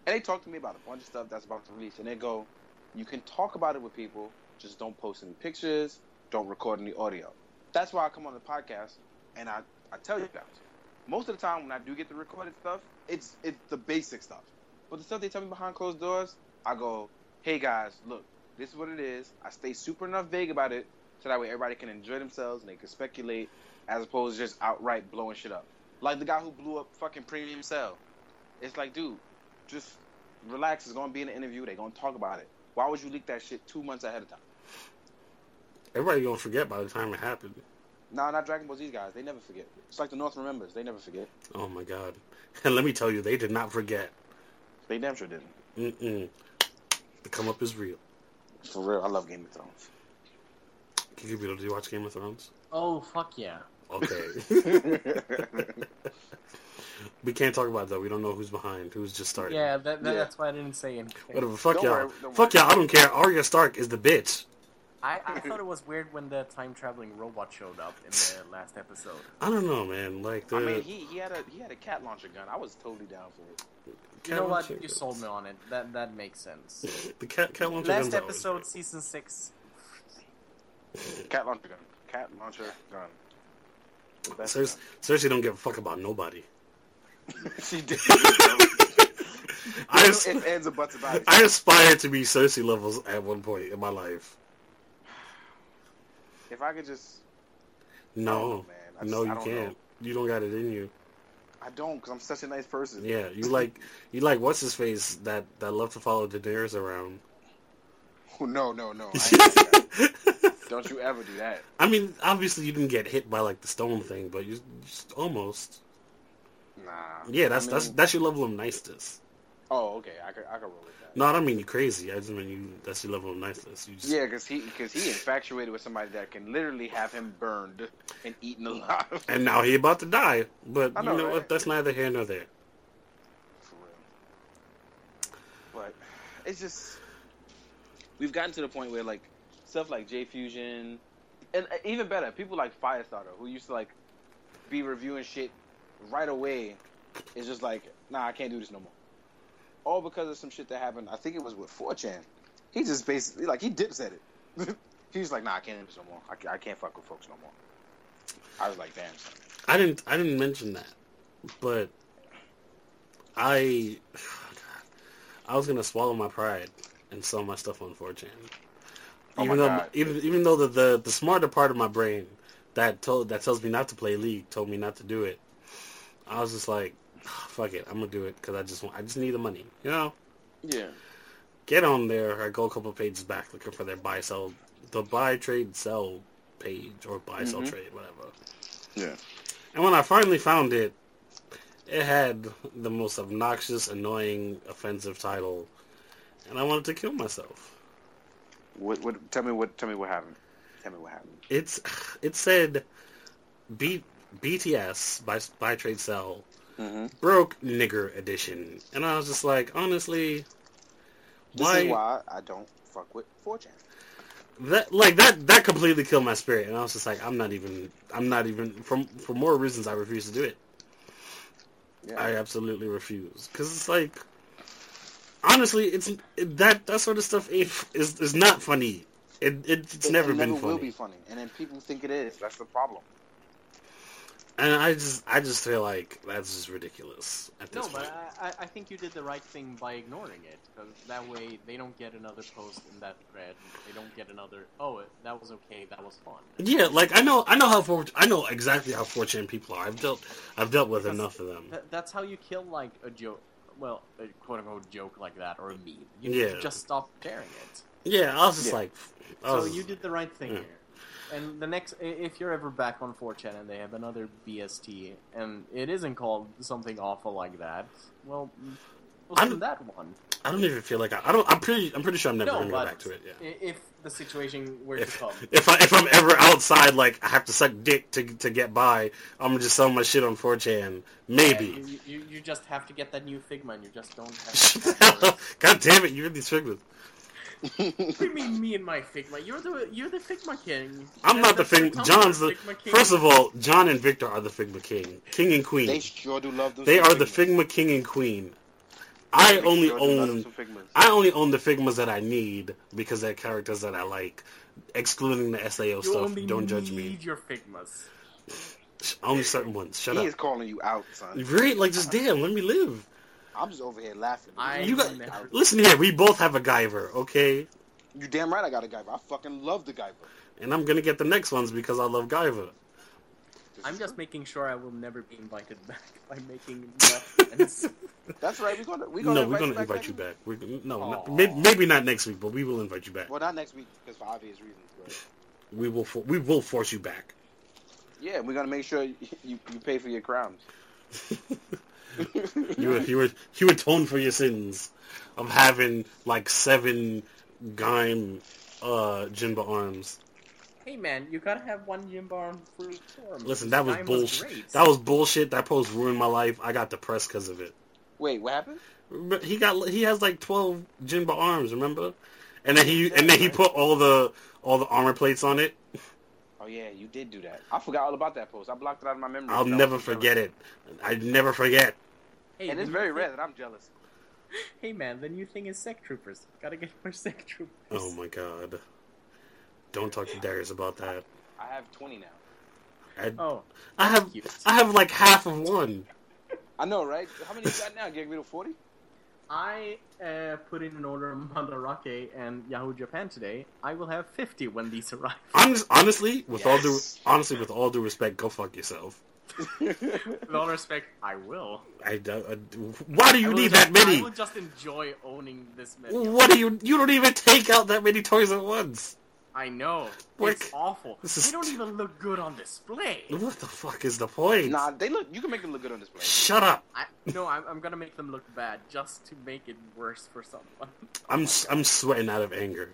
Speaker 1: and they talk to me about a bunch of stuff that's about to release. And they go, "You can talk about it with people, just don't post any pictures, don't record any audio." That's why I come on the podcast and I, I tell you guys. Most of the time when I do get the recorded stuff, it's it's the basic stuff. But the stuff they tell me behind closed doors, I go, "Hey guys, look, this is what it is." I stay super enough vague about it so that way everybody can enjoy themselves and they can speculate as opposed to just outright blowing shit up. Like the guy who blew up fucking Premium Cell. It's like, dude, just relax. It's gonna be in an interview. They're gonna talk about it. Why would you leak that shit two months ahead of time?
Speaker 3: Everybody gonna forget by the time it happened.
Speaker 1: Nah, not Dragon Ball Z guys. They never forget. It's like the North remembers. They never forget.
Speaker 3: Oh my god! And let me tell you, they did not forget.
Speaker 1: They damn sure didn't.
Speaker 3: Mm-mm. The come up is real.
Speaker 1: For real, I love Game of Thrones.
Speaker 3: Kikibito, do you watch Game of Thrones?
Speaker 2: oh fuck yeah!
Speaker 3: Okay. We can't talk about it, though. We don't know who's behind, who's just starting.
Speaker 2: Yeah, that, that,
Speaker 1: Yeah.
Speaker 2: that's why I didn't say anything.
Speaker 3: Whatever. Fuck
Speaker 1: Don't
Speaker 3: y'all.
Speaker 1: worry, don't
Speaker 3: Fuck
Speaker 1: worry.
Speaker 3: y'all. I don't care. Arya Stark is the bitch.
Speaker 2: I, I thought it was weird when the time traveling robot showed up in the last episode.
Speaker 3: I don't know, man. Like the
Speaker 1: I mean, he, he had a he had a cat launcher gun. I was totally down for it.
Speaker 2: You know
Speaker 3: Cat
Speaker 2: what?
Speaker 3: launcher
Speaker 2: You
Speaker 3: guns.
Speaker 2: sold me on it. That that makes sense.
Speaker 3: the cat cat launcher
Speaker 2: last
Speaker 3: guns are always
Speaker 2: episode, season six.
Speaker 1: Cat launcher gun. Cat launcher gun. The
Speaker 3: great.
Speaker 1: best
Speaker 3: Cer- Cersei don't give a fuck about nobody.
Speaker 1: gun. she did.
Speaker 3: I
Speaker 1: There's
Speaker 3: as-
Speaker 1: no ifs, ands, or buts about it.
Speaker 3: I aspire to be Cersei levels at one point in my life.
Speaker 1: if I could just, I don't
Speaker 3: No,
Speaker 1: know, man. I just-
Speaker 3: no,
Speaker 1: I
Speaker 3: you
Speaker 1: don't
Speaker 3: can't. You don't got it in you.
Speaker 1: I don't, because I'm such a nice person.
Speaker 3: Yeah, you like you like what's his face that that love to follow Daenerys around.
Speaker 1: Oh, no, no, no. I ain't gonna do that. don't you ever do that.
Speaker 3: I mean, obviously you didn't get hit by like the stone thing, but you just almost.
Speaker 1: Nah.
Speaker 3: Yeah,
Speaker 1: I
Speaker 3: that's
Speaker 1: mean-
Speaker 3: that's that's your level of niceness.
Speaker 1: Oh, okay. I could I could roll with that.
Speaker 3: No, I don't mean you crazy. I just mean you. That's your level of niceness. You just,
Speaker 1: Yeah, because he because he infatuated with somebody that can literally have him burned and eaten alive.
Speaker 3: And now he about to die, but
Speaker 1: I
Speaker 3: you
Speaker 1: know,
Speaker 3: know what?
Speaker 1: right?
Speaker 3: That's neither here nor there.
Speaker 1: For real. But it's just we've gotten to the point where like stuff like J Fusion, and uh, even better, people like Firestarter who used to like be reviewing shit right away is just like, nah, I can't do this no more. All because of some shit that happened. I think it was with 4chan. He just basically like he dips at it. He's like, nah, I can't do this no more. I, ca- I can't fuck with folks no more. I was like, damn. son.
Speaker 3: I didn't I didn't mention that, but I I was gonna swallow my pride and sell my stuff on 4chan.
Speaker 1: Oh my
Speaker 3: even though
Speaker 1: God.
Speaker 3: even even though the, the the smarter part of my brain that told that tells me not to play League told me not to do it. I was just like, fuck it, I'm gonna do it because I just want I just need the money, you know.
Speaker 1: Yeah.
Speaker 3: Get on there. I go a couple pages back looking for their buy sell the buy trade sell page or buy sell
Speaker 1: Mhm.
Speaker 3: trade whatever.
Speaker 1: Yeah.
Speaker 3: And when I finally found it, it had the most obnoxious, annoying, offensive title, and I wanted to kill myself.
Speaker 1: What? What? Tell me what? Tell me what happened. Tell me what happened.
Speaker 3: It's it said, "Beat BTS by by Trade Cell
Speaker 1: Mm-hmm.
Speaker 3: broke nigger edition," and I was just like, honestly,
Speaker 1: This
Speaker 3: why,
Speaker 1: is why I don't fuck with 4chan.
Speaker 3: that like that that completely killed my spirit, and I was just like, I'm not even I'm not even from for more reasons I refuse to do it.
Speaker 1: Yeah.
Speaker 3: I absolutely refuse because it's like, honestly, it's that that sort of stuff ain't, is is not funny. It, it it's
Speaker 1: It-
Speaker 3: never
Speaker 1: it
Speaker 3: been
Speaker 1: never will
Speaker 3: funny,
Speaker 1: be funny, and then people think it is. That's the problem.
Speaker 3: and I just I just feel like that's just ridiculous at this
Speaker 2: No,
Speaker 3: point.
Speaker 2: but I, I- I think you did the right thing by ignoring it. 'cause that way, they don't get another post in that thread. They don't get another. Oh, that was okay. That was fun.
Speaker 3: Yeah, like I know I know how four I know exactly how four chan people are. I've dealt I've dealt with
Speaker 2: Because
Speaker 3: enough of them.
Speaker 2: Th- that's how you kill like a joke. Well, a quote unquote joke like that or a meme. You
Speaker 3: Yeah.
Speaker 2: just stop sharing it.
Speaker 3: Yeah, I was just
Speaker 1: Yeah.
Speaker 3: like, I
Speaker 2: So
Speaker 3: was,
Speaker 2: you did the right thing
Speaker 3: yeah.
Speaker 2: here. And the next, i- if you're ever back on 4chan and they have another BST and it isn't called something awful like that, well, we'll
Speaker 3: I'm-
Speaker 2: send that one.
Speaker 3: I don't even feel like I, I don't. I'm pretty I'm pretty sure I'm never
Speaker 2: No,
Speaker 3: gonna go
Speaker 2: but
Speaker 3: back to it. Yeah.
Speaker 2: i- if the situation were to
Speaker 3: if
Speaker 2: come,
Speaker 3: if I if I'm ever outside, like I have to suck dick to to get by, I'm gonna just sell my shit on 4chan. Maybe.
Speaker 2: you, you, you just have to get that new Figma and you just don't have. to-
Speaker 3: God damn it! You're these figures.
Speaker 2: what do you mean, me and my Figma? You're the you're the Figma king.
Speaker 3: I'm not the
Speaker 2: That's your
Speaker 3: Figma.
Speaker 2: Tumblr,
Speaker 3: John's the.
Speaker 2: Figma king.
Speaker 3: First of all, John and Victor are the Figma King, King and Queen.
Speaker 1: They
Speaker 3: They,
Speaker 1: sure do love them.
Speaker 3: are the Figma King and Queen. I only own I only own the Figmas that I need because they're characters that I like. Excluding the SAO
Speaker 2: you
Speaker 3: stuff,
Speaker 2: only
Speaker 3: don't judge
Speaker 2: need
Speaker 3: me.
Speaker 2: your Figmas.
Speaker 3: Sh- Only certain ones. Shut
Speaker 1: he
Speaker 3: up.
Speaker 1: is calling you out, son.
Speaker 3: Right? Like, just damn. Let me live.
Speaker 1: I'm just over here laughing.
Speaker 2: I
Speaker 3: You got-
Speaker 2: never-
Speaker 3: Listen here, we both have a Guyver, okay?
Speaker 1: you damn right I got a Guyver. I fucking love the Guyver.
Speaker 3: And I'm gonna get the next ones because I love Guyver.
Speaker 1: This
Speaker 2: I'm
Speaker 1: is-
Speaker 2: just making sure I will never be invited back by making nonsense.
Speaker 1: That's right. We're gonna we're gonna
Speaker 3: No, we're
Speaker 1: invite
Speaker 3: gonna
Speaker 1: you back
Speaker 3: invite
Speaker 1: next
Speaker 3: you
Speaker 1: week.
Speaker 3: back. We're g- no,
Speaker 2: Aw.
Speaker 3: not, maybe, maybe not next week, but we will invite you back.
Speaker 1: Well, not next week because for obvious reasons. But
Speaker 3: We will for, we will force you back.
Speaker 1: yeah, we're gonna make sure you, you, you pay for your crimes.
Speaker 3: You you were you atone for your sins of having like seven Gaim uh Jinba arms.
Speaker 2: Hey man, you gotta have one Jim Barn free form.
Speaker 3: Listen, that was
Speaker 2: Time
Speaker 3: bullshit.
Speaker 2: great.
Speaker 3: that was bullshit. That post ruined my life. I got depressed because of it.
Speaker 1: Wait, what happened?
Speaker 3: But he got he has like twelve Jinba arms, remember? And then he and then he put all the all the armor plates on it.
Speaker 1: Oh yeah, you did do that. I forgot all about that post. I blocked it out of my memory.
Speaker 3: I'll
Speaker 1: That was
Speaker 3: never
Speaker 1: so jealous.
Speaker 3: forget it. I'd never forget.
Speaker 2: Hey,
Speaker 1: And
Speaker 2: the
Speaker 1: it's
Speaker 2: new
Speaker 1: very
Speaker 2: thing-
Speaker 1: rare that I'm jealous.
Speaker 2: Hey man, the new thing is sec troopers. Gotta get more sec troopers.
Speaker 3: Oh my god. Don't talk to Darius about that.
Speaker 1: I have 20 now.
Speaker 3: I,
Speaker 2: Oh,
Speaker 3: I have
Speaker 2: cute.
Speaker 3: I have like half of one.
Speaker 1: I know, right? How many you got now? Get rid of 40?
Speaker 2: I uh, put in an order on Mandarake and Yahoo Japan today. I will have 50 when these arrive.
Speaker 3: Honest, honestly, with all due
Speaker 1: Yes.
Speaker 3: honestly with all due respect, go fuck yourself.
Speaker 2: With all respect, I will.
Speaker 3: I, don't- I, why do
Speaker 2: I
Speaker 3: you
Speaker 2: will
Speaker 3: need
Speaker 2: just-
Speaker 3: that
Speaker 2: I
Speaker 3: many?
Speaker 2: will just enjoy owning this many.
Speaker 3: What do you? You don't even take out that many toys at once.
Speaker 2: I know.
Speaker 3: What?
Speaker 2: It's awful.
Speaker 3: This is
Speaker 2: They don't
Speaker 3: t-
Speaker 2: even look good on display.
Speaker 3: What the fuck is the point?
Speaker 1: nah, they look. You can make them look good on display.
Speaker 3: Shut up.
Speaker 2: I, no, I'm, I'm gonna make them look bad just to make it worse for someone.
Speaker 3: I'm s- I'm sweating out of anger.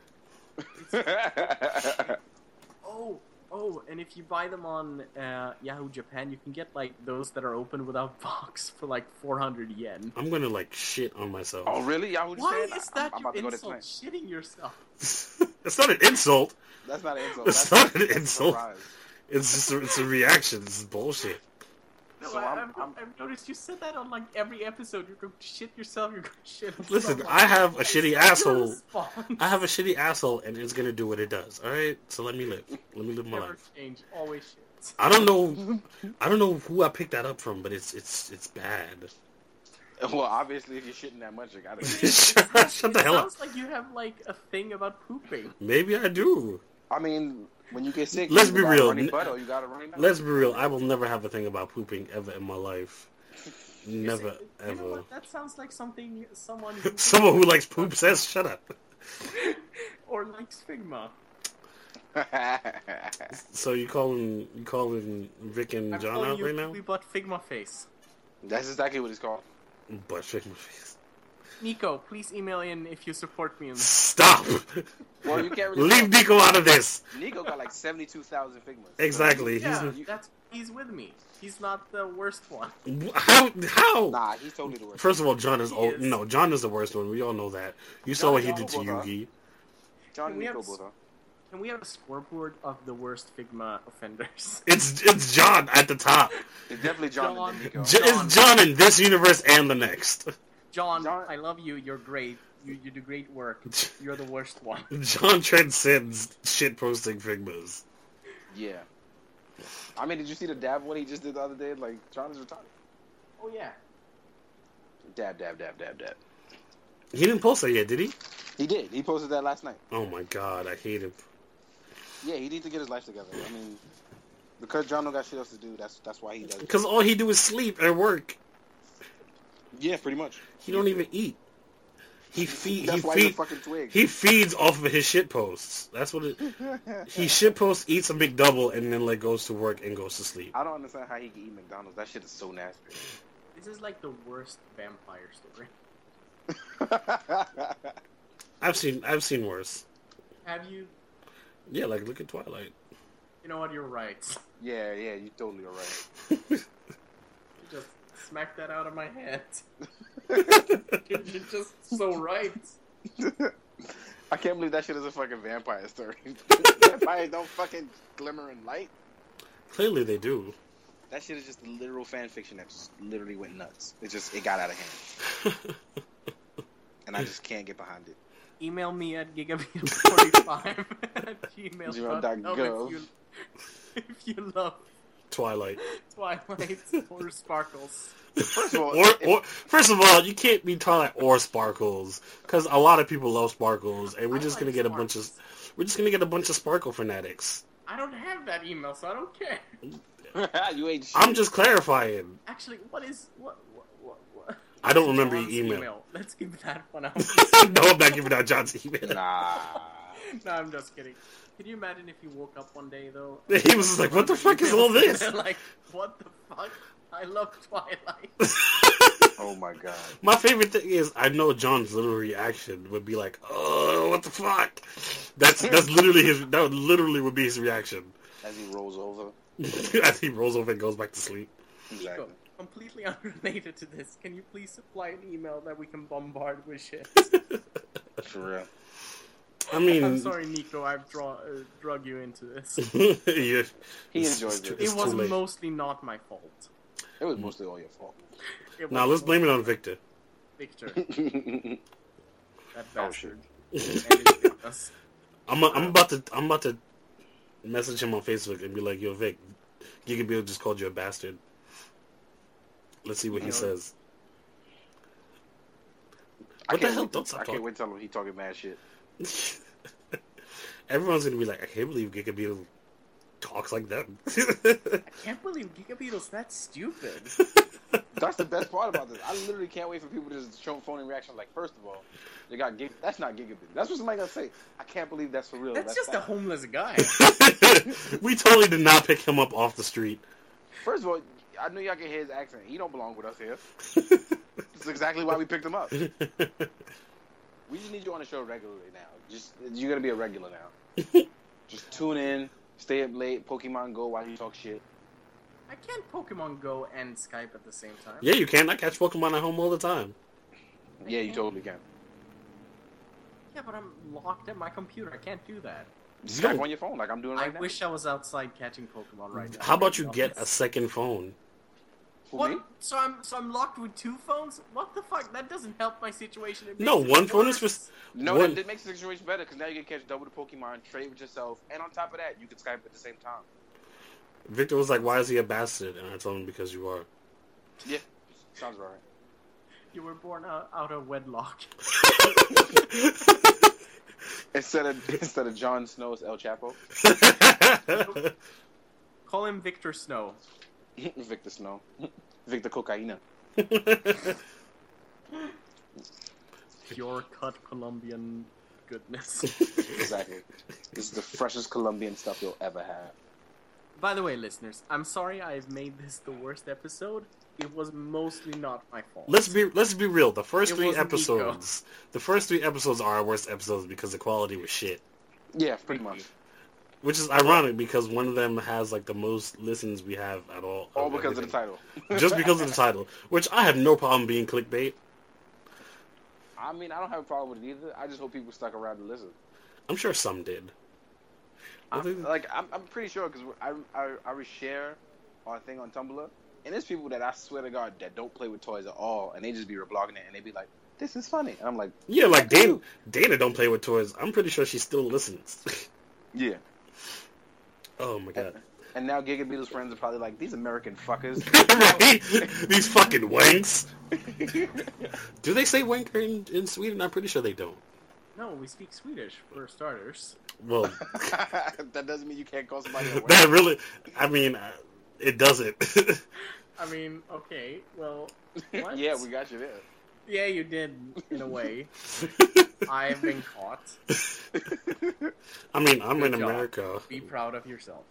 Speaker 2: Oh, oh, and if you buy them on uh, Yahoo Japan, you can get like those that are open without box for like 400 yen.
Speaker 3: I'm gonna like shit on myself.
Speaker 1: oh really? Yahoo
Speaker 2: Why
Speaker 1: Japan?
Speaker 2: is that
Speaker 1: I'm, I'm
Speaker 2: your
Speaker 1: about to go there
Speaker 2: insult?
Speaker 1: tonight.
Speaker 2: Shitting yourself.
Speaker 3: it's not an insult.
Speaker 1: That's not an insult.
Speaker 3: That's
Speaker 1: That's
Speaker 3: not an
Speaker 1: a
Speaker 3: insult.
Speaker 1: surprise.
Speaker 3: It's just a, it's a reaction. It's bullshit.
Speaker 2: No,
Speaker 1: So
Speaker 2: I,
Speaker 1: I'm-
Speaker 2: have
Speaker 1: I'm-
Speaker 2: I've noticed you said that on like every episode. You're going to shit yourself. You're going to shit.
Speaker 3: Listen,
Speaker 2: someone.
Speaker 3: I have a shitty asshole.
Speaker 2: Your response
Speaker 3: I have a shitty asshole, and it's gonna do what it does. All right, so let me live. Let me live my
Speaker 2: never
Speaker 3: life.
Speaker 2: change. Always shit.
Speaker 3: I don't know. I don't know who I picked that up from, but it's it's it's bad.
Speaker 1: Well, obviously, if you're shitting that much, you gotta.
Speaker 3: shut, shut the
Speaker 2: it
Speaker 3: hell up.
Speaker 2: sounds like you have like a thing about pooping.
Speaker 3: Maybe I do.
Speaker 1: I mean, when you get sick,
Speaker 3: Let's
Speaker 1: you
Speaker 3: be
Speaker 1: got
Speaker 3: real.
Speaker 1: Running butt or you gotta run out.
Speaker 3: Let's be real. I will never have a thing about pooping ever in my life.
Speaker 2: You're
Speaker 3: Never
Speaker 2: saying- You know
Speaker 3: ever.
Speaker 2: what? That sounds like something someone who-
Speaker 3: Someone who likes poop says, "Shut up."
Speaker 2: or like Figma.
Speaker 3: So you calling you calling Vic and
Speaker 2: I'm
Speaker 3: John
Speaker 2: calling
Speaker 3: out
Speaker 2: you
Speaker 3: right now?
Speaker 2: We bought Figma face.
Speaker 1: That's exactly what it's called.
Speaker 3: Butt shake my face.
Speaker 2: Nico, please email in if you support me in this.
Speaker 3: Stop.
Speaker 1: Well, you can't really.
Speaker 3: Leave Nico out of this.
Speaker 1: Nico got like seventy-two thousand figmas.
Speaker 3: Exactly.
Speaker 2: Yeah,
Speaker 1: he's-
Speaker 2: that's he's with me. He's not the worst one.
Speaker 3: He's how how.
Speaker 1: Nah, he's totally the worst.
Speaker 3: First of all, John is
Speaker 2: He
Speaker 3: old.
Speaker 2: is.
Speaker 3: No, John is the worst one. We all know that. You saw
Speaker 1: John
Speaker 3: what he
Speaker 1: is
Speaker 3: did to
Speaker 1: awful, huh?
Speaker 3: Yugi.
Speaker 1: John and
Speaker 2: we
Speaker 1: Nico
Speaker 2: have-
Speaker 1: both. Huh?
Speaker 2: Can we have a scoreboard of the worst Figma offenders?
Speaker 3: It's it's John at the top.
Speaker 1: It's definitely John,
Speaker 2: John.
Speaker 1: and Nico.
Speaker 3: J-
Speaker 2: John.
Speaker 3: It's John in this universe and the next.
Speaker 2: John,
Speaker 1: John-
Speaker 2: I love you. You're great. You, you do great work. You're the worst one.
Speaker 3: John transcends shit posting figmas.
Speaker 1: Yeah. I mean, did you see the dab one he just did the other day? Like, John is retarded.
Speaker 2: Oh yeah.
Speaker 1: Dab, dab, dab, dab, dab.
Speaker 3: He didn't post that yet, did he?
Speaker 1: He did. He posted that last night.
Speaker 3: Oh my god, I hate him.
Speaker 1: Yeah, he needs to get his life together. I mean, because John don't got shit else to do. That's that's why he does. it.
Speaker 3: Because all he do is sleep and work.
Speaker 1: Yeah, pretty much.
Speaker 3: He don't even eat. He feed. He
Speaker 1: That's why he's a
Speaker 3: feed.
Speaker 1: fucking twig.
Speaker 3: He feeds off of his shit posts. That's what it. He shit posts, eats a McDouble, and then like goes to work and goes to sleep.
Speaker 1: I don't understand how he can eat McDonald's. That shit is so nasty.
Speaker 2: This is like the worst vampire story.
Speaker 3: I've seen. I've seen worse.
Speaker 2: Have you?
Speaker 3: Yeah, like look at Twilight.
Speaker 2: You know what? You're right.
Speaker 1: yeah, yeah, you totally are right.
Speaker 2: You just smacked that out of my head. You're just so right.
Speaker 1: I can't believe that shit is a fucking vampire story. Vampires don't fucking glimmer in light.
Speaker 3: Clearly they do.
Speaker 1: That shit is just literal fan fiction that just literally went nuts. It just it got out of hand, and I just can't get behind it.
Speaker 2: Email me at gigabit45 at
Speaker 1: Gmail.gov.
Speaker 2: gmail.com if you, if you love
Speaker 3: Twilight.
Speaker 2: Twilight or Sparkles.
Speaker 1: First of all,
Speaker 3: Or,
Speaker 1: if-
Speaker 3: or first of all, you can't be Twilight or Sparkles because a lot of people love Sparkles, and we're
Speaker 2: I
Speaker 3: just
Speaker 2: like
Speaker 3: gonna get a bunch of
Speaker 2: Sparkles.
Speaker 3: we're just gonna get a bunch of Sparkle fanatics.
Speaker 2: I don't have that email, so I don't care.
Speaker 1: you ain't shit.
Speaker 3: I'm just clarifying.
Speaker 2: Actually, what is what what what? what?
Speaker 3: I don't remember
Speaker 2: John's
Speaker 3: the email.
Speaker 2: Let's give that one out.
Speaker 3: no, I'm not giving out John's email.
Speaker 1: nah.
Speaker 2: no, I'm just kidding. Can you imagine if you woke up one day though?
Speaker 3: He was just like, "What the fuck is all this?"
Speaker 2: like, what the fuck? I love Twilight.
Speaker 1: Oh my god.
Speaker 3: My favorite thing is I know John's little reaction would be like, "Oh, what the fuck." That's that's literally his. That would literally would be his reaction
Speaker 1: as he rolls over.
Speaker 3: as he rolls over and goes back to sleep.
Speaker 1: Exactly.
Speaker 2: Nico, completely unrelated to this, can you please supply an email that we can bombard with shit?
Speaker 1: For real.
Speaker 3: I mean,
Speaker 2: I'm sorry, Nico, I've draw, uh, drug you into this.
Speaker 3: yeah,
Speaker 1: He
Speaker 3: It's-
Speaker 1: enjoys
Speaker 3: it's
Speaker 1: it.
Speaker 3: true.
Speaker 1: It,
Speaker 2: It was
Speaker 3: late.
Speaker 2: mostly not my fault.
Speaker 1: was mostly all your fault.
Speaker 2: It
Speaker 3: Now
Speaker 2: was
Speaker 3: let's blame it on Victor.
Speaker 2: Victor, that
Speaker 1: Oh, shit.
Speaker 2: bastard. edited us.
Speaker 3: I'm I'm about to I'm about to message him on Facebook and be like, "Yo, Vic, Giga Bill just called you a bastard." Let's see what he
Speaker 2: No.
Speaker 3: says.
Speaker 1: I
Speaker 3: What the
Speaker 1: can't
Speaker 3: hell?
Speaker 1: wait-
Speaker 3: Don't stop
Speaker 1: I
Speaker 3: talking.
Speaker 1: can't wait till he talking mad shit.
Speaker 3: Everyone's gonna be like, "I can't believe Giga Bill talks like that."
Speaker 2: I can't believe Giga Beetle's that stupid.
Speaker 1: That's the best part about this. I literally can't wait for people to just show phony reactions. Like, first of all, they got gig. That's not gigabit. That's what somebody gonna say. I can't believe that's for real.
Speaker 2: That's just a
Speaker 1: not-
Speaker 2: homeless guy.
Speaker 3: we totally did not pick him up off the street.
Speaker 1: First of all, I knew y'all could hear his accent. He don't belong with us here. That's exactly why we picked him up. We just need you on the show regularly now. Just you're gonna be a regular now. just tune in, stay up late, Pokemon Go while you talk shit.
Speaker 2: I can't Pokemon Go and Skype at the same time.
Speaker 3: yeah, you can. I catch Pokemon at home all the time.
Speaker 1: Yeah,
Speaker 2: Mm-hmm.
Speaker 1: you totally can.
Speaker 2: Yeah, but I'm locked at my computer. I can't do that.
Speaker 1: Just
Speaker 3: Yo.
Speaker 1: Skype on your phone like I'm doing
Speaker 2: I
Speaker 1: right now.
Speaker 2: wish I was outside catching Pokemon right now.
Speaker 3: How about you get a
Speaker 2: Yes.
Speaker 3: second phone?
Speaker 1: Who, me?
Speaker 2: What? So I'm so I'm locked with two phones. What the fuck? That doesn't help my situation. It
Speaker 3: No,
Speaker 2: makes it
Speaker 3: one phone is for.
Speaker 2: worse.
Speaker 3: s-
Speaker 1: No,
Speaker 3: one-
Speaker 1: that, that makes the situation better because now you can catch double the Pokemon, trade with yourself, and on top of that, you can Skype at the same time.
Speaker 3: Victor was like, "Why is he a bastard?" And I told him because you are.
Speaker 1: Yeah, sounds right.
Speaker 2: You were born out, out of wedlock.
Speaker 1: Instead of instead of Jon Snow, it's El Chapo,
Speaker 2: Call him Victor Snow.
Speaker 1: Victor Snow, Victor Cocaina.
Speaker 2: Pure cut Colombian goodness.
Speaker 1: Exactly. this is the freshest Colombian stuff you'll ever have.
Speaker 2: By the way, listeners, I'm sorry I've made this the worst episode. It was mostly not my fault.
Speaker 3: let's be let's be real. The first
Speaker 2: It
Speaker 3: three
Speaker 2: wasn't Nico.
Speaker 3: episodes, the first three episodes are our worst episodes because the quality was shit.
Speaker 1: Yeah, pretty much.
Speaker 3: Which is ironic because one of them has like the most listens we have at all.
Speaker 1: All because of the title.
Speaker 3: title. Just because of the title, which I have no problem being clickbait.
Speaker 1: I mean, I don't have a problem with it either. I just hope people stuck around to listen.
Speaker 3: I'm sure some did. I
Speaker 1: I'm,
Speaker 3: think-
Speaker 1: like, I'm, I'm pretty sure because I, I, I reshare our thing on Tumblr, and there's people that I swear to God that don't play with toys at all, and they just be reblogging it, and they be like, "This is funny," and I'm like,
Speaker 3: Yeah, like
Speaker 1: That's
Speaker 3: Dana,
Speaker 1: you.
Speaker 3: Dana don't play with toys. I'm pretty sure she still listens.
Speaker 1: "Yeah."
Speaker 3: oh my god.
Speaker 1: And now Giga Beetle's friends are probably like, "These American fuckers."
Speaker 3: right? These fucking wanks. Do they say wanker in, in Sweden? I'm pretty sure they don't.
Speaker 2: No, we speak Swedish for starters.
Speaker 3: Well,
Speaker 1: that doesn't mean you can't call somebody. A
Speaker 3: that really, I mean, uh, it doesn't.
Speaker 2: I mean, okay, well,
Speaker 1: wanker.
Speaker 2: what?
Speaker 1: yeah, we got you there.
Speaker 2: yeah, you did in a way. I've been caught.
Speaker 3: I mean, I'm
Speaker 2: Good
Speaker 3: in
Speaker 2: job.
Speaker 3: America.
Speaker 2: Be proud of yourself.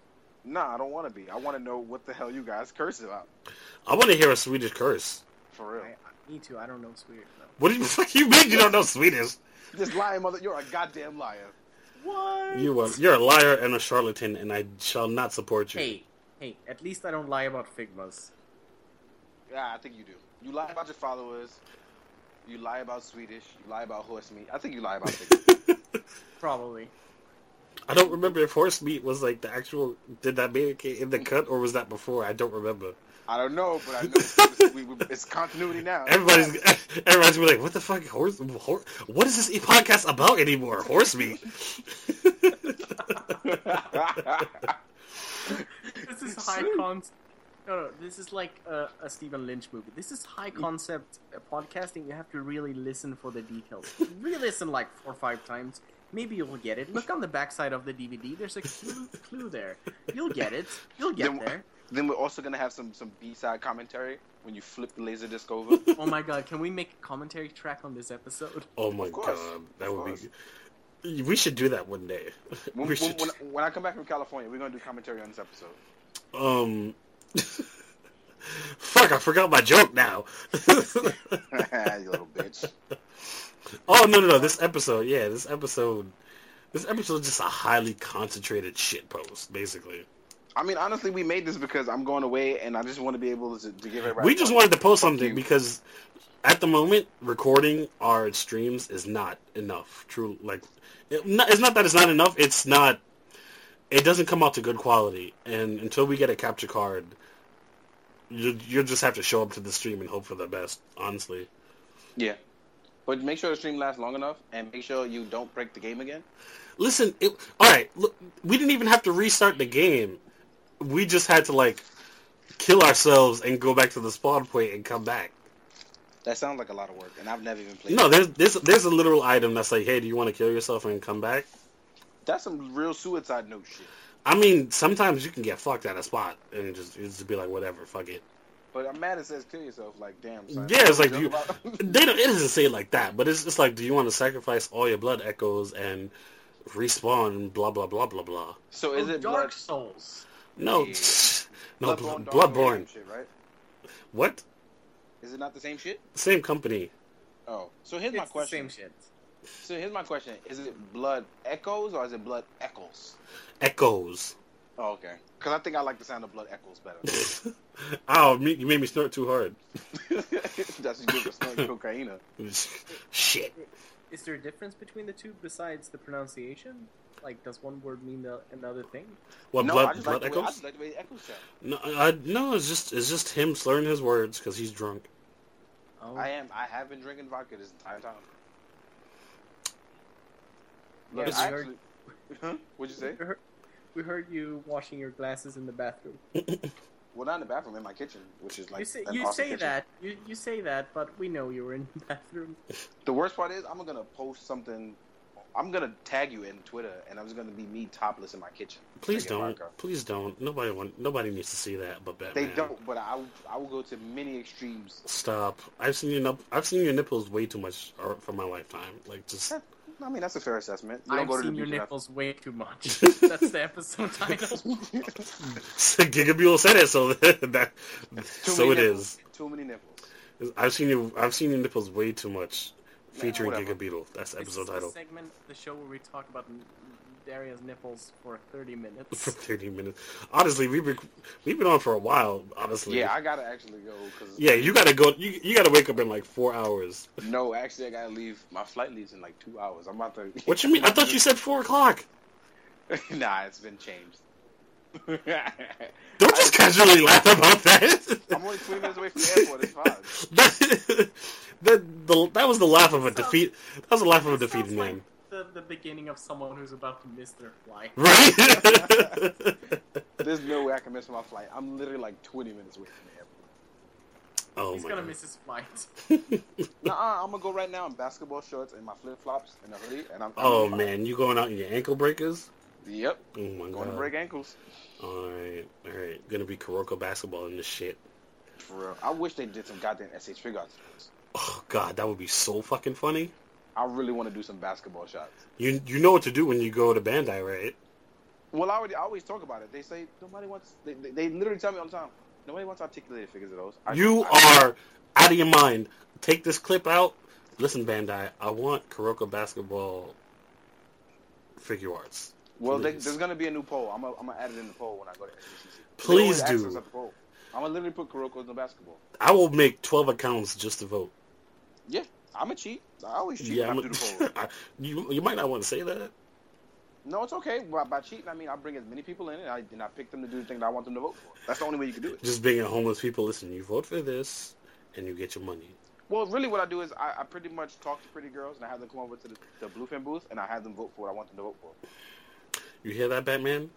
Speaker 1: Nah, I don't want to be. I want to know what the hell you guys curse about.
Speaker 3: I want to hear a Swedish curse.
Speaker 1: For real.
Speaker 2: I, I need to. I don't know Swedish though.
Speaker 3: What do you, you mean you don't know Swedish?
Speaker 1: This lying mother, you're a goddamn liar.
Speaker 2: What?
Speaker 3: You are, you're a liar and a charlatan, and I shall not support you.
Speaker 2: Hey, hey. At least I don't lie about Figmas.
Speaker 1: Yeah, I think you do. You lie about your followers. You lie about Swedish. You lie about horse meat. I think you lie about things.
Speaker 2: Probably.
Speaker 3: I don't remember if horse meat was like the actual. Did that make it in the cut, or was that before? I don't remember.
Speaker 1: I don't know, but I know it's, we, we, it's continuity now.
Speaker 3: Everybody's everybody's gonna be like, "What the fuck? Horse? Hor- what is this e- podcast about anymore? Horse meat?
Speaker 2: This is high concept. No, no. This is like a, a Stephen Lynch movie. This is high concept uh, podcasting. You have to really listen for the details. Re-listen like four or five times. Maybe you'll get it. Look on the backside of the DVD. There's a clue, clue there. You'll get it. You'll get
Speaker 1: Then-
Speaker 2: there.
Speaker 1: then we're also gonna have some some B side commentary when you flip the laser disc over.
Speaker 2: Oh my god, can we make a commentary track on this episode?
Speaker 3: Oh my
Speaker 1: Of course.
Speaker 3: god, that
Speaker 1: Of
Speaker 3: would
Speaker 1: course.
Speaker 3: be. We should do that one day.
Speaker 1: When, when,
Speaker 3: we should.
Speaker 1: when, when I come back from California, we're gonna do commentary on this episode.
Speaker 3: um. fuck! I forgot my joke now.
Speaker 1: you little bitch.
Speaker 3: oh no no no! This episode, yeah, this episode This episode is just a highly concentrated shit post, basically.
Speaker 1: I mean, honestly, we made this because I'm going away, and I just want to be able to, to give everybody.
Speaker 3: we just wanted to post something
Speaker 1: you.
Speaker 3: because at the moment recording our streams is not enough true like it- not- it's not that it's not enough it's not it doesn't come out to good quality and until we get a capture card you, you'll just have to show up to the stream and hope for the best honestly
Speaker 1: Yeah. But make sure the stream lasts long enough, and make sure you don't break the game again.
Speaker 3: listen it, all right look, we didn't even have to restart the game we just had to like kill ourselves and go back to the spawn point and come back
Speaker 1: That sounds like a lot of work, and I've never even played.
Speaker 3: no there's there's, there's a literal item that's like hey do you want to kill yourself and come back
Speaker 1: that's some real suicide note shit.
Speaker 3: I mean, sometimes you can get fucked at a spot and it just it just be like, whatever, fuck it.
Speaker 1: But I'm mad it says kill yourself. Like, damn. Son.
Speaker 3: Yeah, it's like
Speaker 1: Joke
Speaker 3: you.
Speaker 1: about-
Speaker 3: They don't. It doesn't say it like that, but it's just like, do you want to sacrifice all your blood echoes and respawn? Blah blah blah blah blah.
Speaker 1: so is
Speaker 2: Oh,
Speaker 1: it
Speaker 2: Dark
Speaker 1: blood?
Speaker 2: Souls?
Speaker 3: No,
Speaker 1: Yeah.
Speaker 3: no,
Speaker 1: Bloodborne,
Speaker 3: Bloodborne.
Speaker 1: Dark Souls, same
Speaker 3: Bloodborne.
Speaker 1: Shit, right?
Speaker 3: What?
Speaker 1: Is it not the same shit?
Speaker 3: Same company.
Speaker 1: Oh, so here's
Speaker 2: It's
Speaker 1: my
Speaker 2: the
Speaker 1: question.
Speaker 2: same shit.
Speaker 1: So here's my question: Is it blood echoes or is it blood echoes?
Speaker 3: Echoes.
Speaker 1: Oh, okay. Because I think I like the sound of blood echoes better.
Speaker 3: Ow! Oh, me- You made me snort too hard.
Speaker 1: That's good for snorting cocaine.
Speaker 3: Shit.
Speaker 2: Is there a difference between the two besides the pronunciation? Like, does one word mean the, another thing?
Speaker 3: What
Speaker 1: no, I
Speaker 3: blood?
Speaker 1: just
Speaker 3: Blood
Speaker 1: like the way, I
Speaker 3: echoes?
Speaker 1: just like the way it echoes sound.
Speaker 3: No, I, no. It's just it's just him slurring his words because he's drunk.
Speaker 2: Oh,
Speaker 1: I am. I have been drinking vodka this entire time.
Speaker 2: Yeah,
Speaker 1: Look,
Speaker 2: I
Speaker 1: I
Speaker 2: heard-
Speaker 1: actually- Huh? What'd you say?
Speaker 2: We heard- We heard you washing your glasses in the bathroom.
Speaker 1: Well, not in the bathroom, in my kitchen, which is like.
Speaker 2: you say,
Speaker 1: an
Speaker 2: you
Speaker 1: awesome
Speaker 2: say
Speaker 1: kitchen.
Speaker 2: that. You, you say that, but we know you were in the bathroom.
Speaker 1: The worst part is, I'm gonna post something. I'm gonna tag you in Twitter, and I'm just gonna be me topless in my kitchen.
Speaker 3: Please
Speaker 1: drinking
Speaker 3: don't.
Speaker 1: vodka.
Speaker 3: Please don't. Nobody want. Nobody needs to see that. But Batman.
Speaker 1: They don't, but I, I will go to many extremes.
Speaker 3: Stop. I've seen your nip- I've seen your nipples way too much or- for my lifetime. Like just
Speaker 1: That- I mean, that's a fair assessment. You don't
Speaker 2: I've
Speaker 1: go to
Speaker 2: seen
Speaker 1: the
Speaker 2: your
Speaker 1: beach enough.
Speaker 2: nipples way too much. That's the episode title.
Speaker 3: Gigabule said it, so that
Speaker 1: Too
Speaker 3: so it
Speaker 1: many nipples.
Speaker 3: is.
Speaker 1: Too many nipples.
Speaker 3: I've seen you. I've seen your nipples way too much. Featuring
Speaker 1: whatever.
Speaker 3: Gigabeetle. That's the
Speaker 2: this
Speaker 3: episode
Speaker 2: is
Speaker 3: title
Speaker 2: the segment, of the show where we talk about N- Daria's nipples for 30
Speaker 3: for
Speaker 2: minutes.
Speaker 3: thirty minutes. Honestly, we've been we've been on for a while. Honestly,
Speaker 1: Yeah, I gotta actually go because.
Speaker 3: yeah. You gotta go. You, you gotta wake up in like four hours.
Speaker 1: No, actually, I gotta leave. My flight leaves in like two hours. I'm about to.
Speaker 3: What you mean? I thought you said four o'clock.
Speaker 1: nah, it's been changed.
Speaker 3: Don't just casually laugh about that.
Speaker 1: I'm only 20 minutes away from the airport. It's fine.
Speaker 3: that, that, the, that was the laugh of a
Speaker 2: Sounds-
Speaker 3: defeat. That was the laugh of a
Speaker 2: It sounds
Speaker 3: defeated man,
Speaker 2: like the, the beginning of someone who's about to miss their flight.
Speaker 3: right?
Speaker 1: There's no way I can miss my flight. I'm literally like 20 minutes away from the airport.
Speaker 3: oh
Speaker 2: He's
Speaker 3: my
Speaker 2: gonna
Speaker 3: God.
Speaker 2: miss his flight.
Speaker 1: Nah, I'm gonna go right now in basketball shorts and my flip flops and a hoodie, and I'm.
Speaker 3: Oh
Speaker 1: I'm fine.
Speaker 3: man, you going out in your ankle breakers?
Speaker 1: Yep,
Speaker 3: Oh my
Speaker 1: going to
Speaker 3: God.
Speaker 1: break ankles.
Speaker 3: All right, all right. Gonna be Kuroko basketball in this shit.
Speaker 1: For real, I wish they did some goddamn SH figure outs.
Speaker 3: Oh God, that would be so fucking funny.
Speaker 1: I really want to do some basketball shots.
Speaker 3: You you know what to do when you go to Bandai, right?
Speaker 1: Well, I already I always talk about it. They say nobody wants. They, they, they literally tell me all the time. Nobody wants articulated figures of those. I-
Speaker 3: You
Speaker 1: I-
Speaker 3: are out of your mind. Take this clip out. Listen, Bandai, I want Kuroko basketball figure arts.
Speaker 1: Well, they,
Speaker 3: please.
Speaker 1: there's gonna be a new poll. I'm gonna, I'm gonna add it in the poll when I go to SCCC.
Speaker 3: Please
Speaker 1: They always ask
Speaker 3: do.
Speaker 1: us at the poll. I'm gonna literally put Kuroko in the basketball.
Speaker 3: I will make twelve accounts just to vote.
Speaker 1: Yeah, I'm a cheat. I always cheat
Speaker 3: Yeah,
Speaker 1: when I
Speaker 3: I'm a-
Speaker 1: do the poll.
Speaker 3: I- you you might not want to say that.
Speaker 1: No, it's okay. By, by cheating, I mean I bring as many people in, and I, and I pick them to do the thing that I want them to vote for. That's the only way you can do it.
Speaker 3: Just being a homeless people, listen, you vote for this, and you get your money.
Speaker 1: Well, really, what I do is I, I pretty much talk to pretty girls, and I have them come over to the, the Bluefin booth, and I have them vote for what I want them to vote for.
Speaker 3: You hear that, Batman?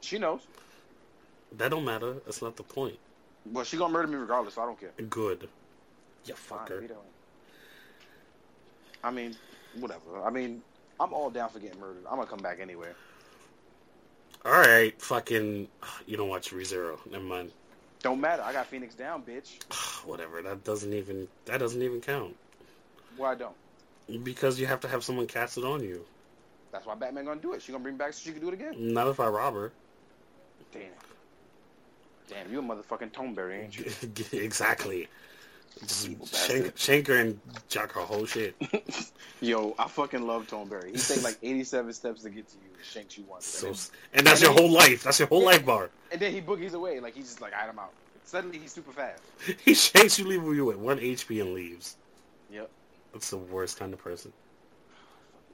Speaker 1: She knows.
Speaker 3: That don't matter. That's not the point.
Speaker 1: Well, she gonna murder me regardless, so I don't care.
Speaker 3: Good. You
Speaker 1: Fine,
Speaker 3: fucker.
Speaker 1: leave that one. I mean, whatever. I mean, I'm all down for getting murdered. I'm gonna come back anyway.
Speaker 3: All right, fucking. You don't watch ReZero. Never mind.
Speaker 1: Don't matter. I got Phoenix down, bitch.
Speaker 3: Whatever. That doesn't even. That doesn't even count
Speaker 1: Why don't?
Speaker 3: because you have to have someone cast it on you.
Speaker 1: That's why Batman gonna do it. She gonna bring back so she can do it again.
Speaker 3: Not if I rob her.
Speaker 1: Damn. Damn, you a motherfucking Toneberry, ain't you?
Speaker 3: exactly. Just
Speaker 1: Evil
Speaker 3: shank,
Speaker 1: bastard.
Speaker 3: shank her and jack her whole shit.
Speaker 1: Yo, I fucking love Tom Berry. He takes like 87 steps to get to you and shanks you once.
Speaker 3: So,
Speaker 1: and,
Speaker 3: s- and that's your whole life. That's your whole life bar.
Speaker 1: then, and then he boogies away. Like, he's just like, I'm out. Suddenly, he's super fast.
Speaker 3: He shakes you, leave you at one HP and leaves.
Speaker 1: Yep.
Speaker 3: That's the worst kind of person.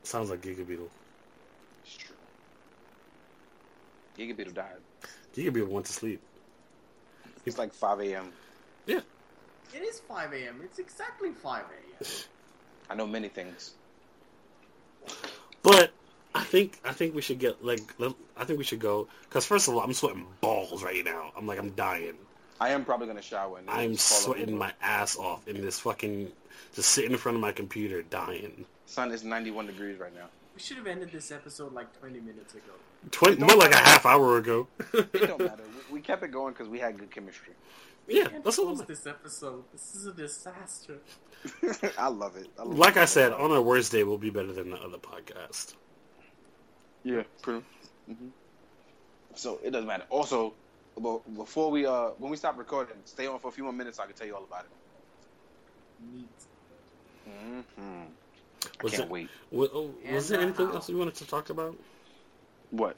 Speaker 3: Sounds like Giga Beetle.
Speaker 1: It's true. Giga Beetle died.
Speaker 3: Giga Beetle went to sleep.
Speaker 1: It's like 5 a.m.
Speaker 2: It is 5 a.m. It's exactly 5 a.m.
Speaker 1: I know many things.
Speaker 3: But I think I think we should get like let- I think we should go because first of all I'm sweating balls right now. I'm like I'm dying.
Speaker 1: I am probably going to shower. And
Speaker 3: I'm
Speaker 1: just fall over.
Speaker 3: sweating my ass off in this fucking just sitting in front of my computer dying.
Speaker 1: Sun is 91 degrees right now.
Speaker 2: We should have ended this episode like 20 minutes ago.
Speaker 3: Twen- more like a half hour ago.
Speaker 1: It don't matter. We, we kept it going because we had good chemistry.
Speaker 3: yeah,
Speaker 2: Can't
Speaker 3: that's all. I'm-
Speaker 2: close this episode. This is a disaster.
Speaker 1: I love it. I love
Speaker 3: Like
Speaker 1: it.
Speaker 3: I said, on our worst day, we'll be better than the other podcast.
Speaker 1: Yeah, true. hmm So it doesn't matter. Also, bo- before we uh when we stop recording, stay on for a few more minutes. So I can tell you all about it.
Speaker 2: Neat.
Speaker 1: Mm-hmm. I
Speaker 3: Was
Speaker 1: can't
Speaker 3: it-
Speaker 1: wait.
Speaker 3: Was, oh, was
Speaker 2: And,
Speaker 3: there
Speaker 2: uh,
Speaker 3: anything else you wanted to talk about?
Speaker 1: What?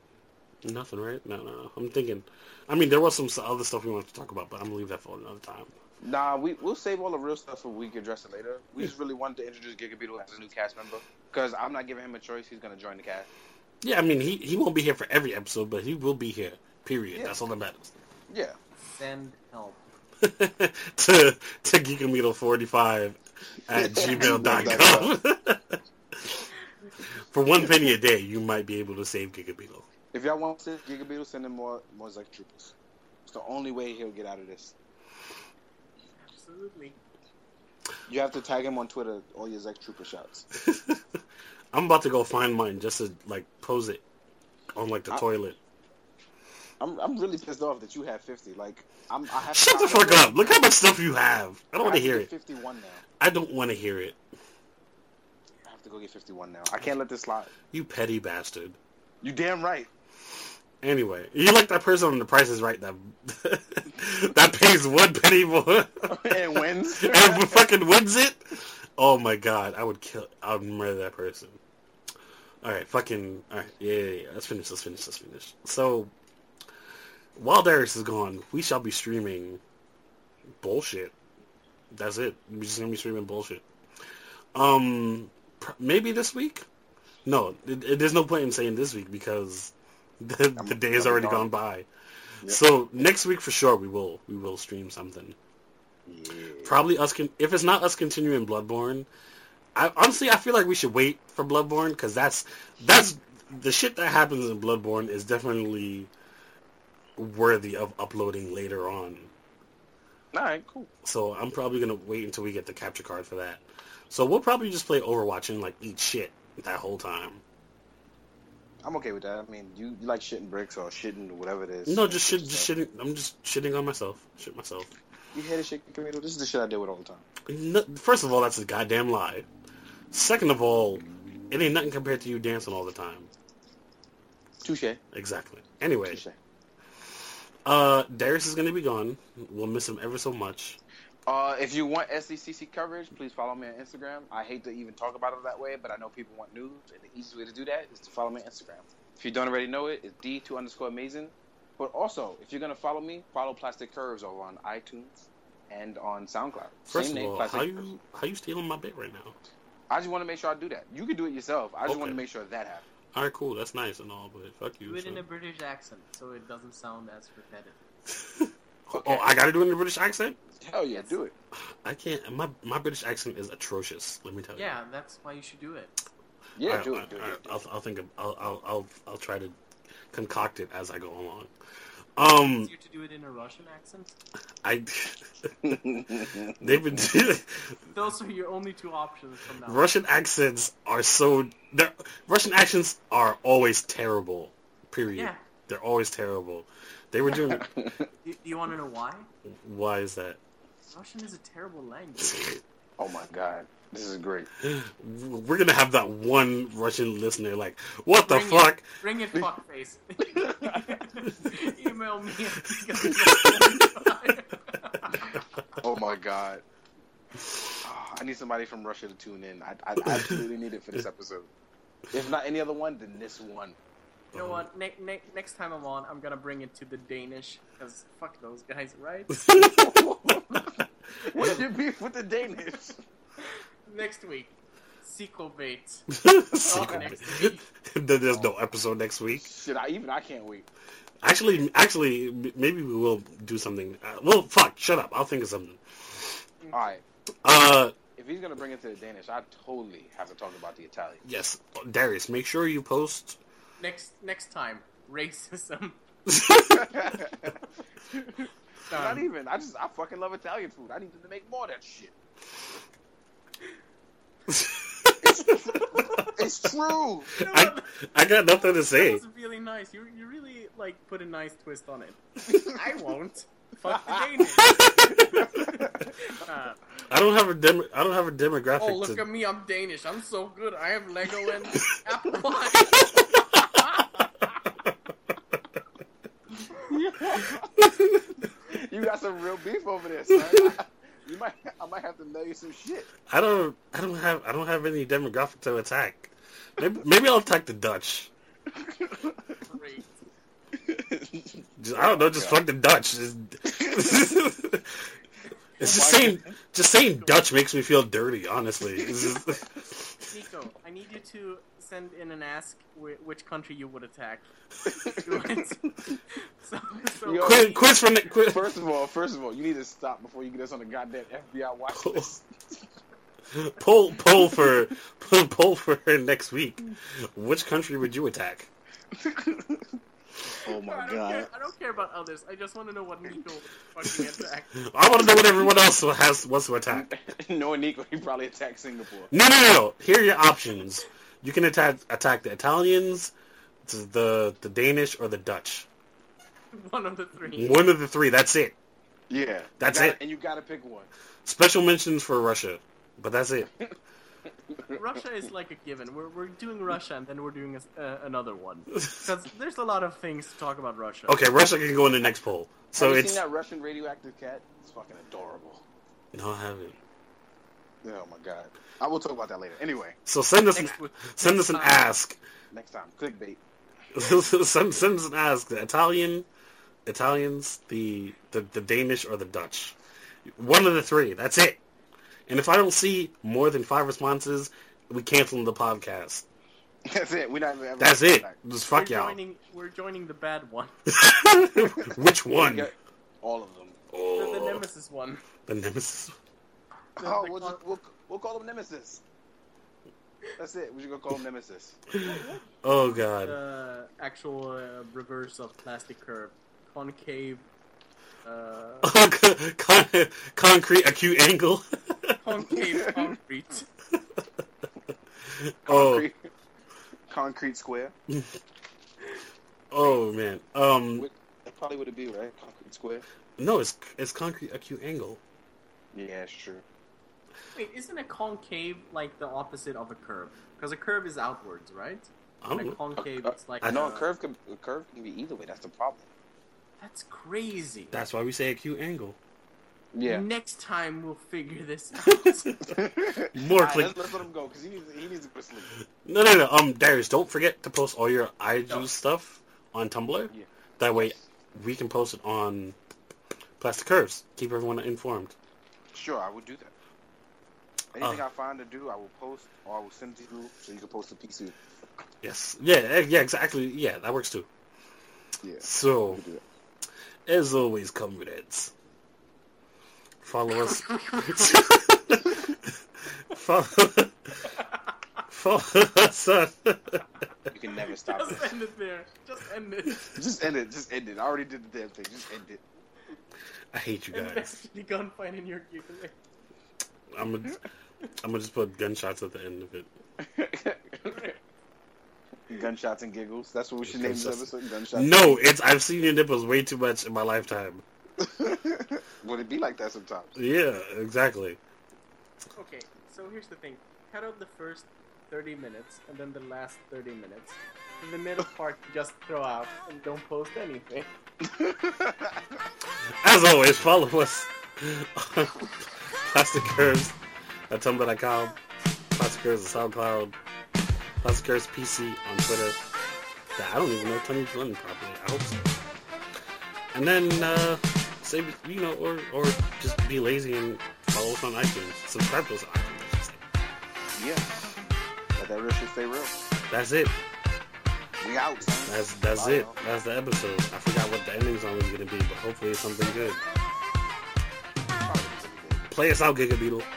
Speaker 3: Nothing, right? No, no. I'm thinking. I mean, there was some s- other stuff we wanted to talk about, but I'm gonna leave that for another time.
Speaker 1: Nah, we we'll save all the real stuff for we can address it later. We just really wanted to introduce Giga Beetle as a new cast member because I'm not giving him a choice. He's gonna join the cast.
Speaker 3: Yeah, I mean, he he won't be here for every episode, but he will be here. Period.
Speaker 1: Yeah.
Speaker 3: That's all that matters.
Speaker 1: Yeah.
Speaker 2: Send help.
Speaker 3: to to geekamito45 at gmail.com. for one penny a day, you might be able to save Gigabeetle.
Speaker 1: If y'all want to Giga Beetle, send him more more Zuck Troopers. It's the only way he'll get out of this.
Speaker 2: Absolutely.
Speaker 1: You have to tag him on Twitter. All your Zek Trooper shots.
Speaker 3: I'm about to go find mine just to like pose it on like the
Speaker 1: I-
Speaker 3: toilet.
Speaker 1: I'm I'm really pissed off that you have 50. Like I'm. I have
Speaker 3: Shut the fuck up! Look how much stuff you have. I don't want to
Speaker 1: have
Speaker 3: hear
Speaker 1: get
Speaker 3: it.
Speaker 1: 51 now.
Speaker 3: I don't want to hear it.
Speaker 1: I have to go get 51 now. I can't let this slide.
Speaker 3: You petty bastard.
Speaker 1: You damn right.
Speaker 3: Anyway, you like that person on The Price is Right that that pays one penny more.
Speaker 1: and wins.
Speaker 3: and fucking wins it. Oh my god, I would kill. I would murder that person. All right, fucking. All right, yeah, yeah, yeah. Let's finish. Let's finish. Let's finish. So, while Darius is gone, we shall be streaming bullshit. That's it. We're just gonna be streaming bullshit. Um, pr- maybe this week. No, it, it- there's no point in saying this week because the, the day has
Speaker 1: I'm
Speaker 3: already
Speaker 1: gone.
Speaker 3: gone by.
Speaker 1: Yep.
Speaker 3: So next week for sure we will we will stream something. Probably us. Con- if it's not us continuing Bloodborne, I honestly I feel like we should wait for Bloodborne because that's that's the shit that happens in Bloodborne is definitely worthy of uploading later on.
Speaker 1: All right, cool.
Speaker 3: So I'm probably gonna wait until we get the capture card for that. So we'll probably just play Overwatch and like eat shit that whole time.
Speaker 1: I'm okay with that. I mean, you, you like shitting bricks or shitting whatever it is.
Speaker 3: No, just shit, just
Speaker 1: Stuff.
Speaker 3: shitting. I'm just shitting on myself. Shit myself.
Speaker 1: You hate a shit, Camilo? This is the shit I deal with all the time.
Speaker 3: No, first of all, that's a goddamn lie. Second of all, it ain't nothing compared to you dancing all the time.
Speaker 1: Touche.
Speaker 3: Exactly. Anyway,
Speaker 1: Touche.
Speaker 3: uh, Darius is going to be gone. We'll miss him ever so much.
Speaker 1: Uh, if you want SECC coverage, please follow me on Instagram. I hate to even talk about it that way, but I know people want news, and the easiest way to do that is to follow me on Instagram. If you don't already know it, it's D2 underscore amazing. But also, if you're going to follow me, follow Plastic Curves over on iTunes and on SoundCloud.
Speaker 3: First
Speaker 1: Same
Speaker 3: of
Speaker 1: name,
Speaker 3: all,
Speaker 1: Plastic
Speaker 3: how
Speaker 1: Curves.
Speaker 3: you how you stealing my bit right now?
Speaker 1: I just want to make sure I do that. You can do it yourself. I just want
Speaker 3: Okay.
Speaker 1: to make sure that happens.
Speaker 3: All right, cool. That's nice and all, but fuck you.
Speaker 2: Do it in
Speaker 3: so-
Speaker 2: a British accent so it doesn't sound as repetitive.
Speaker 3: Oh, I got to do it in a British accent.
Speaker 1: Hell yeah, do it.
Speaker 3: I can't. My my British accent is atrocious. Let me tell you.
Speaker 2: Yeah, that's why you should do it.
Speaker 1: Yeah,
Speaker 3: I,
Speaker 1: do it. Do it. Do it, do it.
Speaker 3: will I'll think. Of, I'll, I'll I'll I'll try to concoct it as I go along. Um,
Speaker 2: Easier to do it in a Russian accent.
Speaker 3: I they've been
Speaker 2: Those are your only two options from now. on.
Speaker 3: Russian accents are so they're- Russian accents are always terrible. Period.
Speaker 2: Yeah.
Speaker 3: They're always terrible. They were doing.
Speaker 2: Do, do you want to know why?
Speaker 3: why is that?
Speaker 2: Russian is a terrible language.
Speaker 1: oh my god, this is great.
Speaker 3: We're gonna have that one Russian listener like, what the
Speaker 2: Bring
Speaker 3: fuck?
Speaker 2: It, bring it, fuckface. Email me.
Speaker 1: Oh my god. Ah, I need somebody from Russia to tune in. I, I absolutely need it for this episode. If not any other one, then this one.
Speaker 2: You know what? Ne- ne- next time I'm on, I'm gonna bring it to the Danish because fuck those guys, right?
Speaker 1: What's your beef with the Danish?
Speaker 2: next week, sequel bait.
Speaker 3: Sequel.
Speaker 2: Oh, next week. Oh.
Speaker 3: Then There's no episode next week.
Speaker 1: Shit, I even I can't wait.
Speaker 3: Actually, actually, m- maybe we will do something. Uh, well, fuck, shut up. I'll think of something.
Speaker 1: All right,
Speaker 3: Uh,
Speaker 1: if he's gonna bring it to the Danish, I totally have to talk about the Italian.
Speaker 3: yes, Darius, make sure you post.
Speaker 2: Next next time, racism.
Speaker 1: Not
Speaker 2: Um,
Speaker 1: even. I just I fucking love Italian food. I need them to make more of that shit. It's true.
Speaker 2: you know
Speaker 3: I,
Speaker 2: what?
Speaker 3: I got nothing to
Speaker 2: That
Speaker 3: say.
Speaker 2: was really nice. You you really like put a nice twist on it. I won't. Fuck the Danish. Uh,
Speaker 3: I don't have a dem. I don't have a demographic.
Speaker 2: oh look
Speaker 3: to-
Speaker 2: at me, I'm Danish. I'm so good. I have Lego and apple pie.
Speaker 1: You got some real beef over there, son. You might I might have to mail you some shit.
Speaker 3: I don't. I don't have. I don't have any demographic to attack. Maybe, maybe I'll attack the Dutch.
Speaker 2: Great.
Speaker 3: Just, I don't know.
Speaker 2: Oh,
Speaker 3: Just fuck the Dutch. Just- it's just saying. Just saying Dutch makes me feel dirty. Honestly, It's just-
Speaker 2: Nico, I need you to send in and ask whi which country you would attack. Do it. so, so
Speaker 1: Yo.
Speaker 3: quiz, quiz for ne- quiz,
Speaker 1: First of all, first of all, you need to stop before you get us on the goddamn FBI watch list.
Speaker 3: poll poll for poll, poll for next week. Which country would you attack?
Speaker 1: oh
Speaker 2: I don't, care, I don't care about others. I just want to know what Nico would fucking attack.
Speaker 3: I want to know what everyone else has wants to attack.
Speaker 1: Knowing Nico, he probably attacked Singapore.
Speaker 3: No, no, no, no. Here are your options. You can attack attack the Italians, the the Danish, or the Dutch.
Speaker 2: One of the three.
Speaker 3: One of the three. That's it.
Speaker 1: Yeah,
Speaker 3: That's
Speaker 1: You gotta-
Speaker 3: it.
Speaker 1: And you gotta pick one.
Speaker 3: Special mentions for Russia, but that's it.
Speaker 2: Russia is like a given. We're, we're doing Russia and then we're doing a s uh, another one. Because there's a lot of things to talk about Russia.
Speaker 3: Okay, Russia can go in the next poll. So
Speaker 1: have you
Speaker 3: it's
Speaker 1: seen that Russian radioactive cat? It's fucking adorable.
Speaker 3: no, I haven't.
Speaker 1: Oh my god. I will talk about that later. Anyway,
Speaker 3: So send us an,
Speaker 2: Next, week- Uh,
Speaker 3: send us an ask.
Speaker 1: next time, clickbait.
Speaker 3: send send us an ask. The Italian, Italians, the, the the Danish or the Dutch. One of the three. That's it. And if I don't see more than five responses, we cancel the podcast.
Speaker 1: That's it. We're not even ever
Speaker 3: That's it.
Speaker 1: back.
Speaker 3: Just
Speaker 2: we're
Speaker 3: fuck y'all.
Speaker 2: joining, we're joining the bad one.
Speaker 3: Which one?
Speaker 1: Yeah, all of them.
Speaker 2: The, the
Speaker 3: Oh,
Speaker 2: nemesis one.
Speaker 3: the nemesis.
Speaker 2: The-
Speaker 1: Oh,
Speaker 2: the
Speaker 1: we'll,
Speaker 2: con-
Speaker 1: just, we'll, we'll call them Nemesis. That's it. We're just gonna call them Nemesis.
Speaker 3: Oh
Speaker 1: Uh,
Speaker 3: god.
Speaker 2: the actual uh, reverse of plastic curve, concave, uh,
Speaker 3: Con- concrete acute angle.
Speaker 2: concave concrete.
Speaker 3: oh,
Speaker 1: Concrete, concrete square.
Speaker 3: oh man. Um,
Speaker 1: What- That probably would it be right. Concrete square.
Speaker 3: no, it's it's concrete acute angle.
Speaker 1: Yeah, it's true.
Speaker 2: Wait, isn't a concave like the opposite of a curve? Because a curve is outwards, right?
Speaker 3: I
Speaker 2: And a
Speaker 3: don't know.
Speaker 2: concave,
Speaker 1: Uh,
Speaker 2: it's like
Speaker 1: I know a
Speaker 2: uh,
Speaker 1: curve can a curve can be either way. That's the problem.
Speaker 2: That's crazy.
Speaker 3: That's why we say acute angle.
Speaker 1: Yeah.
Speaker 2: Next time we'll figure this out.
Speaker 3: More
Speaker 1: All right,
Speaker 3: click-
Speaker 1: let's, let's let him go because he needs he needs to go to sleep.
Speaker 3: No, no, no. Um, Darius, don't forget to post all your iJuice
Speaker 2: No.
Speaker 3: stuff on Tumblr.
Speaker 1: Oh. Yeah.
Speaker 3: That way, we can post it on Plastic Curves. Keep everyone informed.
Speaker 1: Sure, I will do that. Anything I find to do, I will post or I will send to you so you can post to PC.
Speaker 3: Yes. Yeah. eh, Yeah. Exactly. Yeah. That works too.
Speaker 1: Yeah.
Speaker 3: So.
Speaker 1: we'll do that.
Speaker 3: As always, comrades, follow us. follow, follow us on.
Speaker 1: You can never stop it.
Speaker 2: Just end it there. Just end it.
Speaker 1: Just end it. Just end it. I already did the damn thing. Just end it.
Speaker 3: I hate you guys.
Speaker 2: Invest the gunfight in your giveaway.
Speaker 3: I'm gonna, I'm gonna just put gunshots at the end of it.
Speaker 1: Gunshots and giggles. That's what we should name this
Speaker 3: Gunshots.
Speaker 1: episode. Gunshots.
Speaker 3: No, it's I've seen your nipples way too much in my lifetime.
Speaker 1: Would it be like that sometimes?
Speaker 3: Yeah, exactly.
Speaker 2: Okay, so here's the thing. Cut out the first 30 minutes and then the last 30 minutes. And the middle part, you just throw out and don't post anything.
Speaker 3: As always, follow us on Plastic Curves. at tumblr.com, Classic Curse on SoundCloud, Classic Curse PC on Twitter. Yeah, I don't even know Tony Glenn properly. I hope so. And then uh, say you know, or or just be lazy and follow us on iTunes. Subscribe to us on iTunes. I should say.
Speaker 1: Yeah. Let that real shit stay real.
Speaker 3: That's it.
Speaker 1: We out. son.
Speaker 3: That's that's
Speaker 1: Bye,
Speaker 3: it.
Speaker 1: y'all.
Speaker 3: That's the episode. I forgot what the ending song was gonna be, but hopefully it's something good.
Speaker 1: Probably pretty good.
Speaker 3: Play us out, Giga Beetle.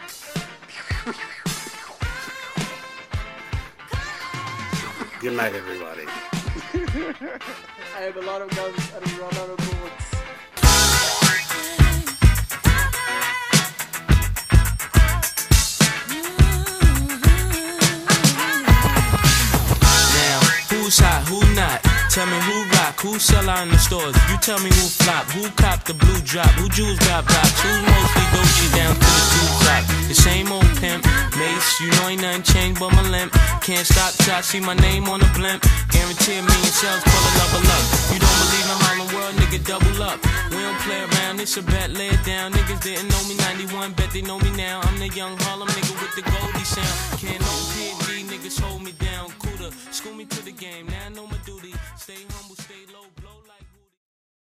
Speaker 3: Good night, everybody.
Speaker 2: I have a lot of guns and run out of bullets.
Speaker 4: Now, who's hot, who not? Tell me who rock, who sell out in the stores. You tell me who flop, who cop the blue drop, who jewels got box, who's mostly Dolce down to the two drop. The same old pimp, mace, you know ain't nothing changed but my limp. Can't stop till I see my name on the blimp. Guarantee me and shells pull a level up. You don't believe in Harlem World, nigga, double up. We don't play around, it's a bet, lay it down. Niggas didn't know me 91, bet they know me now. I'm the young Harlem nigga with the Goldie sound. Can't no PD, niggas hold me down. Cuda, school me to the game, now I know my duty. Stay humble, stay low, blow.